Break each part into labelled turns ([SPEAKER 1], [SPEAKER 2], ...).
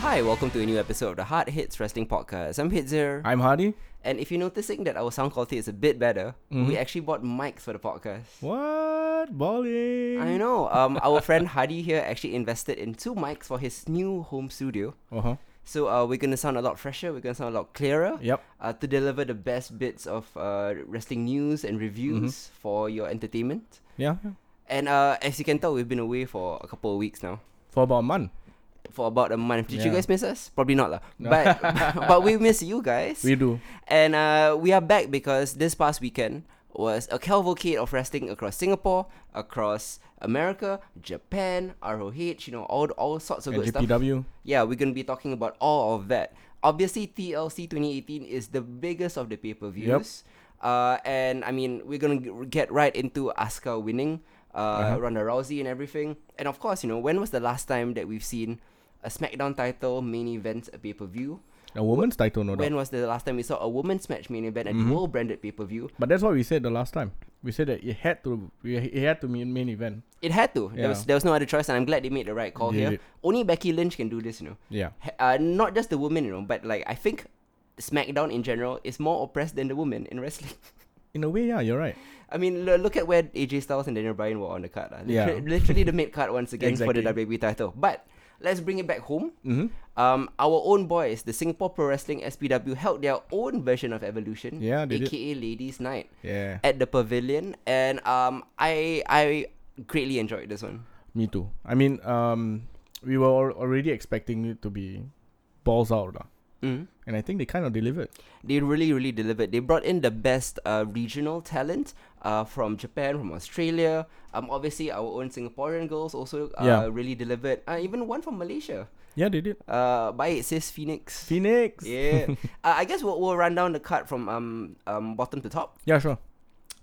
[SPEAKER 1] Hi, welcome to a new episode of the Hard Hits Wrestling Podcast. I'm Hitzer.
[SPEAKER 2] I'm Hardy.
[SPEAKER 1] And if you're noticing that our sound quality is a bit better, we actually bought mics for the podcast.
[SPEAKER 2] What? Balling.
[SPEAKER 1] I know. Um, our friend Hardy here actually invested in two mics for his new home studio.
[SPEAKER 2] Uh huh.
[SPEAKER 1] So uh, we're gonna sound a lot fresher. We're gonna sound a lot clearer.
[SPEAKER 2] Yep.
[SPEAKER 1] Uh, to deliver the best bits of uh, wrestling news and reviews for your entertainment.
[SPEAKER 2] Yeah. yeah.
[SPEAKER 1] And uh, as you can tell, we've been away for a couple of weeks now.
[SPEAKER 2] For about a month.
[SPEAKER 1] For about a month. Did you
[SPEAKER 2] Yeah.
[SPEAKER 1] guys miss us? Probably not, lah. But but we miss you guys.
[SPEAKER 2] We do.
[SPEAKER 1] And uh, we are back because this past weekend was a cavalcade of wrestling across Singapore, across America, Japan, ROH, you know, all all sorts of
[SPEAKER 2] And
[SPEAKER 1] good stuff.
[SPEAKER 2] GPW.
[SPEAKER 1] Yeah, we're gonna be talking about all of that. Obviously, TLC 2018 is the biggest of the pay per views. Uh, and I mean, we're gonna g- get right into Asuka winning, uh, Ronda Rousey and everything. And of course, you know, when was the last time that we've seen a SmackDown title main event a pay per view?
[SPEAKER 2] A woman's title, no doubt.
[SPEAKER 1] When was the last time we saw a women's match main event at
[SPEAKER 2] Mm-hmm.
[SPEAKER 1] World Branded Pay Per View?
[SPEAKER 2] But that's what we said the last time. We said that it had to. we- It had to be main event.
[SPEAKER 1] It had to. There
[SPEAKER 2] Yeah.
[SPEAKER 1] was there was no other choice, and I'm glad they made the right call
[SPEAKER 2] They
[SPEAKER 1] here.
[SPEAKER 2] did.
[SPEAKER 1] Only Becky Lynch can do this, you know.
[SPEAKER 2] Yeah.
[SPEAKER 1] Ha- Uh, not just the women, you know, but like I think SmackDown in general is more oppressed than the women in wrestling.
[SPEAKER 2] In a way, yeah, you're right.
[SPEAKER 1] I mean, lo- look at where AJ Styles and Daniel Bryan were on the card. lah.
[SPEAKER 2] Yeah.
[SPEAKER 1] Literally, literally the mid card once again for the
[SPEAKER 2] Exactly.
[SPEAKER 1] WWE title. But let's bring it back home.
[SPEAKER 2] Mm-hmm.
[SPEAKER 1] Um, our own boys, the Singapore Pro Wrestling SPW, held their own version of Evolution,
[SPEAKER 2] Yeah, they did.
[SPEAKER 1] aka Ladies Night,
[SPEAKER 2] Yeah.
[SPEAKER 1] at the Pavilion, and um, I I greatly enjoyed this one.
[SPEAKER 2] Me too. I mean, um, we were al- already expecting it to be balls out, lah.
[SPEAKER 1] Mm.
[SPEAKER 2] and I think they kind of delivered.
[SPEAKER 1] they really really delivered they brought in the best uh, regional talent uh, from japan from australia um, obviously our own singaporean girls also uh,
[SPEAKER 2] Yeah.
[SPEAKER 1] really delivered uh, even one from malaysia
[SPEAKER 2] Yeah, they did.
[SPEAKER 1] uh, by it says phoenix
[SPEAKER 2] Phoenix.
[SPEAKER 1] yeah uh, i guess we'll, we'll run down the card from um, um, bottom to top
[SPEAKER 2] Yeah, sure.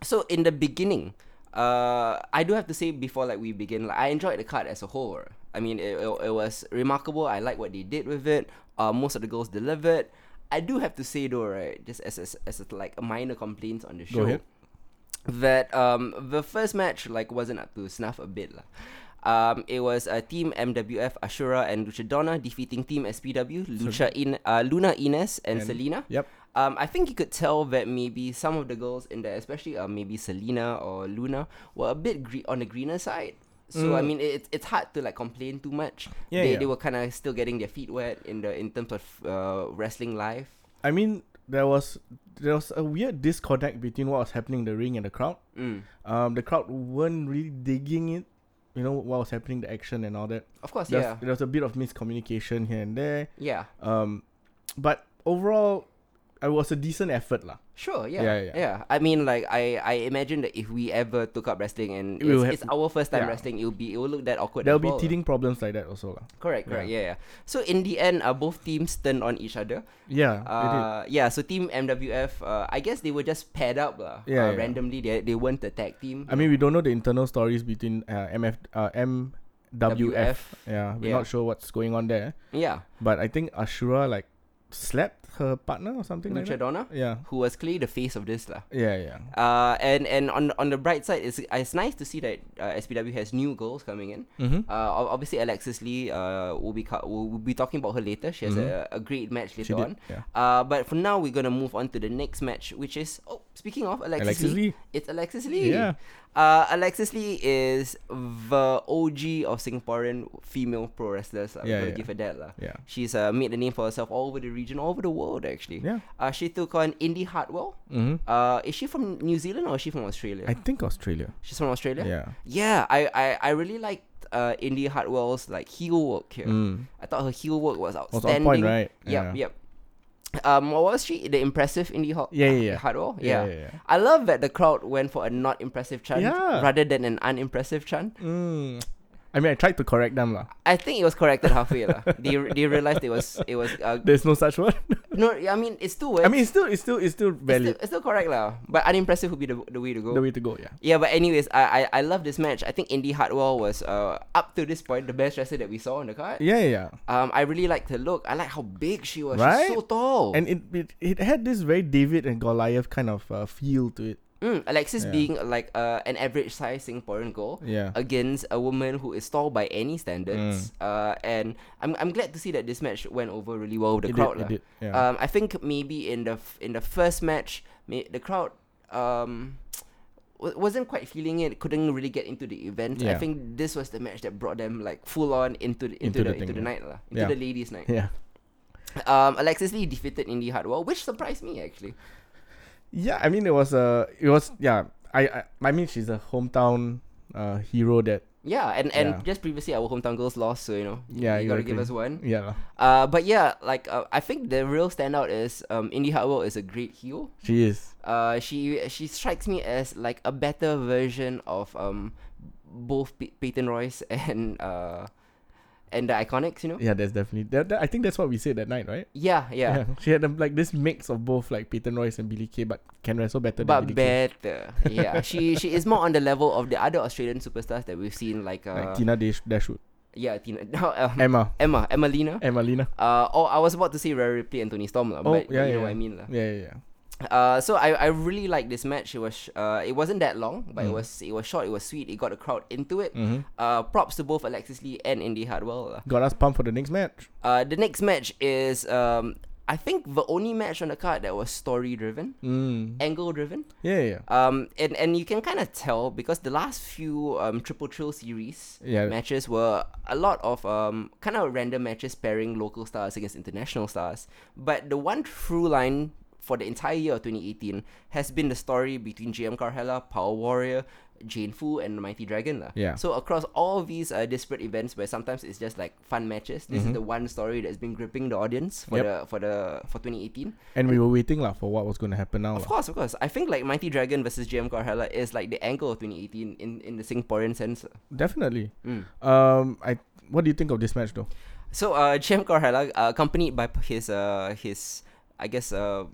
[SPEAKER 1] so in the beginning uh, I do have to say before like we begin, like, I enjoyed the card as a whole. I mean, it, it, it was remarkable. I like what they did with it. Uh, most of the girls delivered. I do have to say though, right, just as as, as a, like a minor complaint on the show,
[SPEAKER 2] Go ahead.
[SPEAKER 1] that um the first match like wasn't up to snuff a bit lah. Um, it was uh, Team MWF Ashura and Luchadona defeating Team SPW Lucha in uh, Luna Ines and,
[SPEAKER 2] And-
[SPEAKER 1] Selena.
[SPEAKER 2] Yep.
[SPEAKER 1] Um, I think you could tell that maybe some of the girls in there, especially uh, maybe Selena or Luna, were a bit gre- on the greener side. So I mean, it, it's hard to like complain too much.
[SPEAKER 2] Mm. Yeah,
[SPEAKER 1] they,
[SPEAKER 2] yeah.
[SPEAKER 1] they were kind of still getting their feet wet in the in terms of uh, wrestling life.
[SPEAKER 2] I mean, there was there was a weird disconnect between what was happening in the ring and the crowd.
[SPEAKER 1] Mm.
[SPEAKER 2] Um, the crowd weren't really digging it. You know what was happening, the action and all that.
[SPEAKER 1] Of course,
[SPEAKER 2] There's,
[SPEAKER 1] yeah,
[SPEAKER 2] There was a bit of miscommunication here and there.
[SPEAKER 1] yeah,
[SPEAKER 2] Um, but overall, it was a decent effort, lah.
[SPEAKER 1] sure, yeah.
[SPEAKER 2] Yeah,
[SPEAKER 1] yeah,
[SPEAKER 2] yeah.
[SPEAKER 1] I mean, like I, I imagine that if we ever took up wrestling and
[SPEAKER 2] It will
[SPEAKER 1] it's, it's
[SPEAKER 2] have-
[SPEAKER 1] our first time
[SPEAKER 2] yeah.
[SPEAKER 1] wrestling, it'll be it will look that awkward.
[SPEAKER 2] There'll
[SPEAKER 1] as
[SPEAKER 2] be
[SPEAKER 1] well.
[SPEAKER 2] teething problems like that also, lah.
[SPEAKER 1] Correct, correct, yeah. yeah. So in the end, uh, both teams turned on each other.
[SPEAKER 2] Yeah, they did.
[SPEAKER 1] Uh, yeah, so team MWF, uh, I guess they were just paired up lah.
[SPEAKER 2] Yeah,
[SPEAKER 1] uh,
[SPEAKER 2] yeah.
[SPEAKER 1] randomly they they weren't the tag team.
[SPEAKER 2] I mean, we don't know the internal stories between uh, MF, uh, MWF.
[SPEAKER 1] WF.
[SPEAKER 2] Yeah, we're
[SPEAKER 1] Yeah.
[SPEAKER 2] not sure what's going on there.
[SPEAKER 1] yeah,
[SPEAKER 2] But I think Ashura like slapped her partner or something like
[SPEAKER 1] Luchadona,
[SPEAKER 2] that. Yeah,
[SPEAKER 1] who was clearly the face of this lah.
[SPEAKER 2] yeah, yeah.
[SPEAKER 1] Uh, and and on on the bright side, it's it's nice to see that uh, SPW has new girls coming in.
[SPEAKER 2] Mm-hmm.
[SPEAKER 1] Uh, ob- obviously Alexis Lee, uh, will be co- we'll, we'll be talking about her later. She has a, a great match
[SPEAKER 2] Mm-hmm. She
[SPEAKER 1] later
[SPEAKER 2] did.
[SPEAKER 1] on.
[SPEAKER 2] Yeah.
[SPEAKER 1] Uh, but for now, we're gonna move on to the next match, which is oh, speaking of Alexis,
[SPEAKER 2] Alexis
[SPEAKER 1] Lee,
[SPEAKER 2] Lee.
[SPEAKER 1] it's Alexis Lee.
[SPEAKER 2] Yeah.
[SPEAKER 1] Uh, Alexis Lee is the OG of Singaporean female pro wrestlers. I'm
[SPEAKER 2] Yeah,
[SPEAKER 1] gonna
[SPEAKER 2] yeah.
[SPEAKER 1] give her that lah.
[SPEAKER 2] Yeah.
[SPEAKER 1] She's uh, made a name for herself all over the region, all over the world actually.
[SPEAKER 2] Yeah.
[SPEAKER 1] Uh, she took on Indy Hartwell.
[SPEAKER 2] Mm-hmm.
[SPEAKER 1] Uh, is she from New Zealand or is she from Australia?
[SPEAKER 2] I think Australia.
[SPEAKER 1] She's from Australia.
[SPEAKER 2] Yeah.
[SPEAKER 1] Yeah, I I, I really liked uh Indie Hartwell's like heel work here.
[SPEAKER 2] Mm. Oh,
[SPEAKER 1] I thought her heel work was
[SPEAKER 2] on
[SPEAKER 1] outstanding.
[SPEAKER 2] point, right?
[SPEAKER 1] Yep,
[SPEAKER 2] Yeah.
[SPEAKER 1] yep. Um, what was she? The impressive Indie Hart?
[SPEAKER 2] Yeah, yeah, yeah.
[SPEAKER 1] Hardwell.
[SPEAKER 2] Yeah,
[SPEAKER 1] Yeah.
[SPEAKER 2] yeah, yeah.
[SPEAKER 1] I love that the crowd went for a not impressive chant
[SPEAKER 2] Yeah.
[SPEAKER 1] rather than an unimpressive chant.
[SPEAKER 2] Mm. I mean, I tried to correct them, lah.
[SPEAKER 1] I think it was corrected halfway lah. They re- they realized it was it was uh,
[SPEAKER 2] There's no such word.
[SPEAKER 1] no. I mean it's two words.
[SPEAKER 2] I mean, it's still, it's still, it's still
[SPEAKER 1] it's still,
[SPEAKER 2] valid.
[SPEAKER 1] it's still correct lah. But unimpressive would be the, the way to go.
[SPEAKER 2] the way to go. Yeah.
[SPEAKER 1] Yeah, but anyways, I, I I love this match. I think Indy Hartwell was uh up to this point the best wrestler that we saw on the card.
[SPEAKER 2] Yeah, yeah, yeah.
[SPEAKER 1] Um, I really liked her look. I like how big she was. She's
[SPEAKER 2] Right?
[SPEAKER 1] so tall.
[SPEAKER 2] And it, it, it had this very David and Goliath kind of uh, feel to it.
[SPEAKER 1] Mm, Alexis
[SPEAKER 2] Yeah.
[SPEAKER 1] being like uh, an average size Singaporean girl
[SPEAKER 2] Yeah. Mm.
[SPEAKER 1] against a woman who is tall by any standards. Uh, and I'm, I'm glad to see that this match went over really well with the
[SPEAKER 2] It did,
[SPEAKER 1] crowd.
[SPEAKER 2] it
[SPEAKER 1] lah.
[SPEAKER 2] did, yeah.
[SPEAKER 1] Um, I think maybe in the f- in the first match, may- the crowd um wa- wasn't quite feeling it. Couldn't really get into the event. I
[SPEAKER 2] Yeah.
[SPEAKER 1] think this was the match that brought them like full on into the, into,
[SPEAKER 2] Into
[SPEAKER 1] the,
[SPEAKER 2] the thing,
[SPEAKER 1] into the
[SPEAKER 2] yeah.
[SPEAKER 1] night lah, into
[SPEAKER 2] Yeah.
[SPEAKER 1] the ladies' night.
[SPEAKER 2] Yeah.
[SPEAKER 1] Um, Alexis Lee defeated Indy Hardwell, which surprised me actually.
[SPEAKER 2] Yeah, I mean it was a it was yeah. I I, I mean she's a hometown uh hero that
[SPEAKER 1] Yeah, and, and
[SPEAKER 2] Yeah.
[SPEAKER 1] just previously our hometown girls lost, so you know,
[SPEAKER 2] Yeah,
[SPEAKER 1] you gotta give
[SPEAKER 2] exactly.
[SPEAKER 1] us one.
[SPEAKER 2] yeah
[SPEAKER 1] Uh, but yeah, like uh, I think the real standout is um, Indy Hartwell is a great heel.
[SPEAKER 2] she is.
[SPEAKER 1] Uh, she she strikes me as like a better version of um, both P- Peyton Royce and uh, and the Iconics, you know.
[SPEAKER 2] Yeah, that's definitely that, that- I think that's what we said that night, right?
[SPEAKER 1] Yeah, yeah,
[SPEAKER 2] She had um, like this mix of both like Peyton Royce and Billy Kay, but can wrestle better
[SPEAKER 1] but
[SPEAKER 2] than Billy Kay.
[SPEAKER 1] better. yeah, she she is more on the level of the other Australian superstars that we've seen, like, uh,
[SPEAKER 2] Like Tina Dash- Dashwood,
[SPEAKER 1] yeah, Tina, no, um,
[SPEAKER 2] Emma,
[SPEAKER 1] Emma, Emmalina.
[SPEAKER 2] Emmalina.
[SPEAKER 1] Uh, oh, I was about to say Rare Ripley and Tony Storm, lah,
[SPEAKER 2] Oh,
[SPEAKER 1] but
[SPEAKER 2] yeah,
[SPEAKER 1] you know
[SPEAKER 2] yeah.
[SPEAKER 1] what I mean. lah.
[SPEAKER 2] Yeah, yeah, yeah.
[SPEAKER 1] Uh, so I, I really liked this match. It was uh, it wasn't that long, but it
[SPEAKER 2] Mm.
[SPEAKER 1] was it was short. It was sweet. It got the crowd into it.
[SPEAKER 2] Mm-hmm.
[SPEAKER 1] Uh, props to both Alexis Lee and Indy Hardwell. lah.
[SPEAKER 2] Got us pumped for the next match.
[SPEAKER 1] Uh, the next match is um, I think the only match on the card that was story driven,
[SPEAKER 2] Mm.
[SPEAKER 1] angle driven.
[SPEAKER 2] Yeah, yeah,
[SPEAKER 1] Um, and and you can kind of tell because the last few um triple trill series
[SPEAKER 2] yeah. Yeah,
[SPEAKER 1] matches were a lot of um kind of random matches pairing local stars against international stars. But the one through line for the entire year of 2018 has been the story between GM Carhella, Power Warrior, Jane Fu, and the Mighty Dragon. lah.
[SPEAKER 2] Yeah.
[SPEAKER 1] So across all these uh, disparate events where sometimes it's just like fun matches, this is the one story that's been gripping the audience for the
[SPEAKER 2] Mm-hmm. Yep.
[SPEAKER 1] for the for 2018.
[SPEAKER 2] and we were waiting lah for what was going to happen now.
[SPEAKER 1] Of
[SPEAKER 2] lah.
[SPEAKER 1] course, of course. I think like Mighty Dragon versus GM Carhella is like the angle of 2018 in, in the Singaporean sense.
[SPEAKER 2] Definitely.
[SPEAKER 1] Mm.
[SPEAKER 2] Um, I what do you think of this match though?
[SPEAKER 1] So uh, Jim Corhella, uh, accompanied by p- his uh, his I guess uh,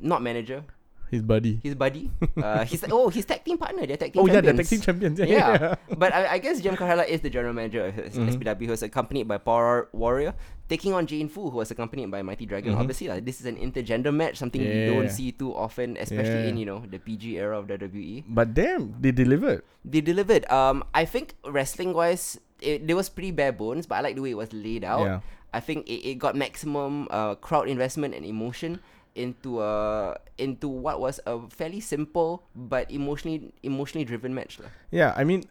[SPEAKER 1] not manager,
[SPEAKER 2] His buddy.
[SPEAKER 1] his buddy. uh, his oh his tag team partner, their tag team.
[SPEAKER 2] Oh yeah,
[SPEAKER 1] champions.
[SPEAKER 2] the tag team champions. Yeah, yeah. yeah. Mm-hmm.
[SPEAKER 1] but I, I guess Jim Corhella is the general manager of his SPW, who's accompanied by Power Warrior, taking on Jane Fu, who was accompanied by Mighty Dragon.
[SPEAKER 2] Mhm.
[SPEAKER 1] Obviously, like, this is an intergender match, something you don't
[SPEAKER 2] Yeah.
[SPEAKER 1] see too often, especially
[SPEAKER 2] Yeah.
[SPEAKER 1] in you know the PG era of E. WWE.
[SPEAKER 2] But damn, they delivered.
[SPEAKER 1] They delivered. Um, I think wrestling wise, it, it was pretty bare bones, but I like the way it was laid out.
[SPEAKER 2] Yeah.
[SPEAKER 1] I think it, it got maximum uh, crowd investment and emotion into a into what was a fairly simple but emotionally emotionally driven match. lah.
[SPEAKER 2] Yeah, I mean,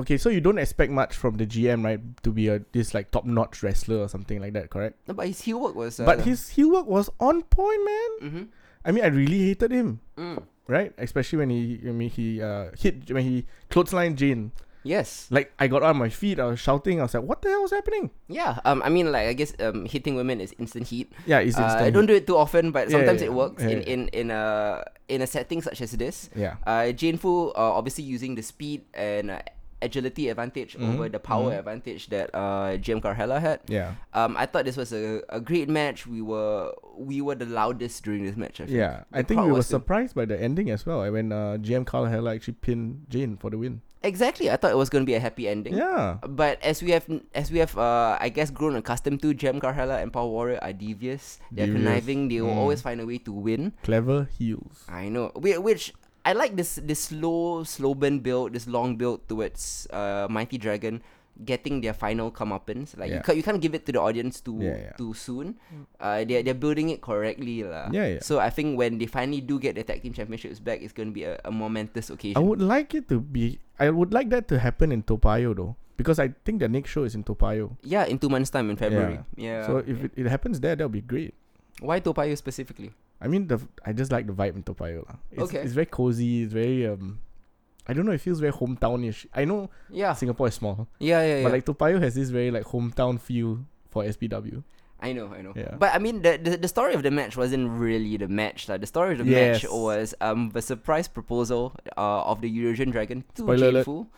[SPEAKER 2] okay, so you don't expect much from the GM, right? To be a this like top notch wrestler or something like that, correct?
[SPEAKER 1] No, but his heel work was. Uh,
[SPEAKER 2] but his heel work was on point, man.
[SPEAKER 1] Mhm.
[SPEAKER 2] I mean, I really hated him,
[SPEAKER 1] Mm.
[SPEAKER 2] right? Especially when he, I mean, he uh, hit when he clotheslined Jane.
[SPEAKER 1] Yes.
[SPEAKER 2] Like I got on my feet, I was shouting, I was like, "What the hell was happening?"
[SPEAKER 1] Yeah. Um. I mean, like, I guess um, hitting women is instant heat.
[SPEAKER 2] Yeah, it's
[SPEAKER 1] Uh, I
[SPEAKER 2] instant.
[SPEAKER 1] don't do it too often, but
[SPEAKER 2] Yeah,
[SPEAKER 1] sometimes it
[SPEAKER 2] yeah,
[SPEAKER 1] works in,
[SPEAKER 2] yeah, yeah.
[SPEAKER 1] in in a in a setting such as this.
[SPEAKER 2] yeah,
[SPEAKER 1] Uh, Jane Fu, uh, obviously using the speed and uh, agility advantage over the power advantage that uh, GM Carhella had.
[SPEAKER 2] Mm-hmm. yeah,
[SPEAKER 1] Um, I thought this was a, a great match. We were we were the loudest during this match. I think.
[SPEAKER 2] yeah. I
[SPEAKER 1] The
[SPEAKER 2] think
[SPEAKER 1] crowd
[SPEAKER 2] we were
[SPEAKER 1] was in-
[SPEAKER 2] surprised by the ending as well. When uh, GM Carl Heller actually pinned Jane for the win.
[SPEAKER 1] Exactly. I thought it was going to be a happy ending.
[SPEAKER 2] Yeah,
[SPEAKER 1] But as we have as we have uh, I guess grown accustomed to, Gem Carhella and Power Warrior are devious. They're
[SPEAKER 2] Devious.
[SPEAKER 1] conniving. They will
[SPEAKER 2] Mm.
[SPEAKER 1] always find a way to win.
[SPEAKER 2] clever heels.
[SPEAKER 1] I know. Whi- Which I like this this slow slow burn build, this long build towards uh, Mighty Dragon getting their final comeuppance. Like you
[SPEAKER 2] Yeah.
[SPEAKER 1] can you can't give it to the audience too
[SPEAKER 2] Yeah, yeah.
[SPEAKER 1] too soon. Uh, they are they're building it correctly lah.
[SPEAKER 2] Yeah, yeah.
[SPEAKER 1] So I think when they finally do get the tag team championships back, it's going to be a, a momentous occasion.
[SPEAKER 2] I would like it to be. I would like that to happen in Topayo though, because I think the next show is in Topayo.
[SPEAKER 1] yeah, in two months' time in February. Yeah.
[SPEAKER 2] so if it, it happens there, that'll be great.
[SPEAKER 1] Why Topayo specifically?
[SPEAKER 2] I mean, the I just like the vibe in Topayo lah. It's,
[SPEAKER 1] Okay.
[SPEAKER 2] it's very cozy. It's very um, I don't know. It feels very hometownish. I know
[SPEAKER 1] Yeah.
[SPEAKER 2] Singapore is small,
[SPEAKER 1] Yeah, yeah, yeah.
[SPEAKER 2] but like Topayo has this very like hometown feel for SPW.
[SPEAKER 1] I know, I know.
[SPEAKER 2] Yeah.
[SPEAKER 1] But I mean, the, the the story of the match wasn't really the match. Like the story of the match
[SPEAKER 2] Yes.
[SPEAKER 1] was um the surprise proposal uh, of the Eurasian Dragon to
[SPEAKER 2] Spoiler
[SPEAKER 1] Jane
[SPEAKER 2] alert.
[SPEAKER 1] Fu.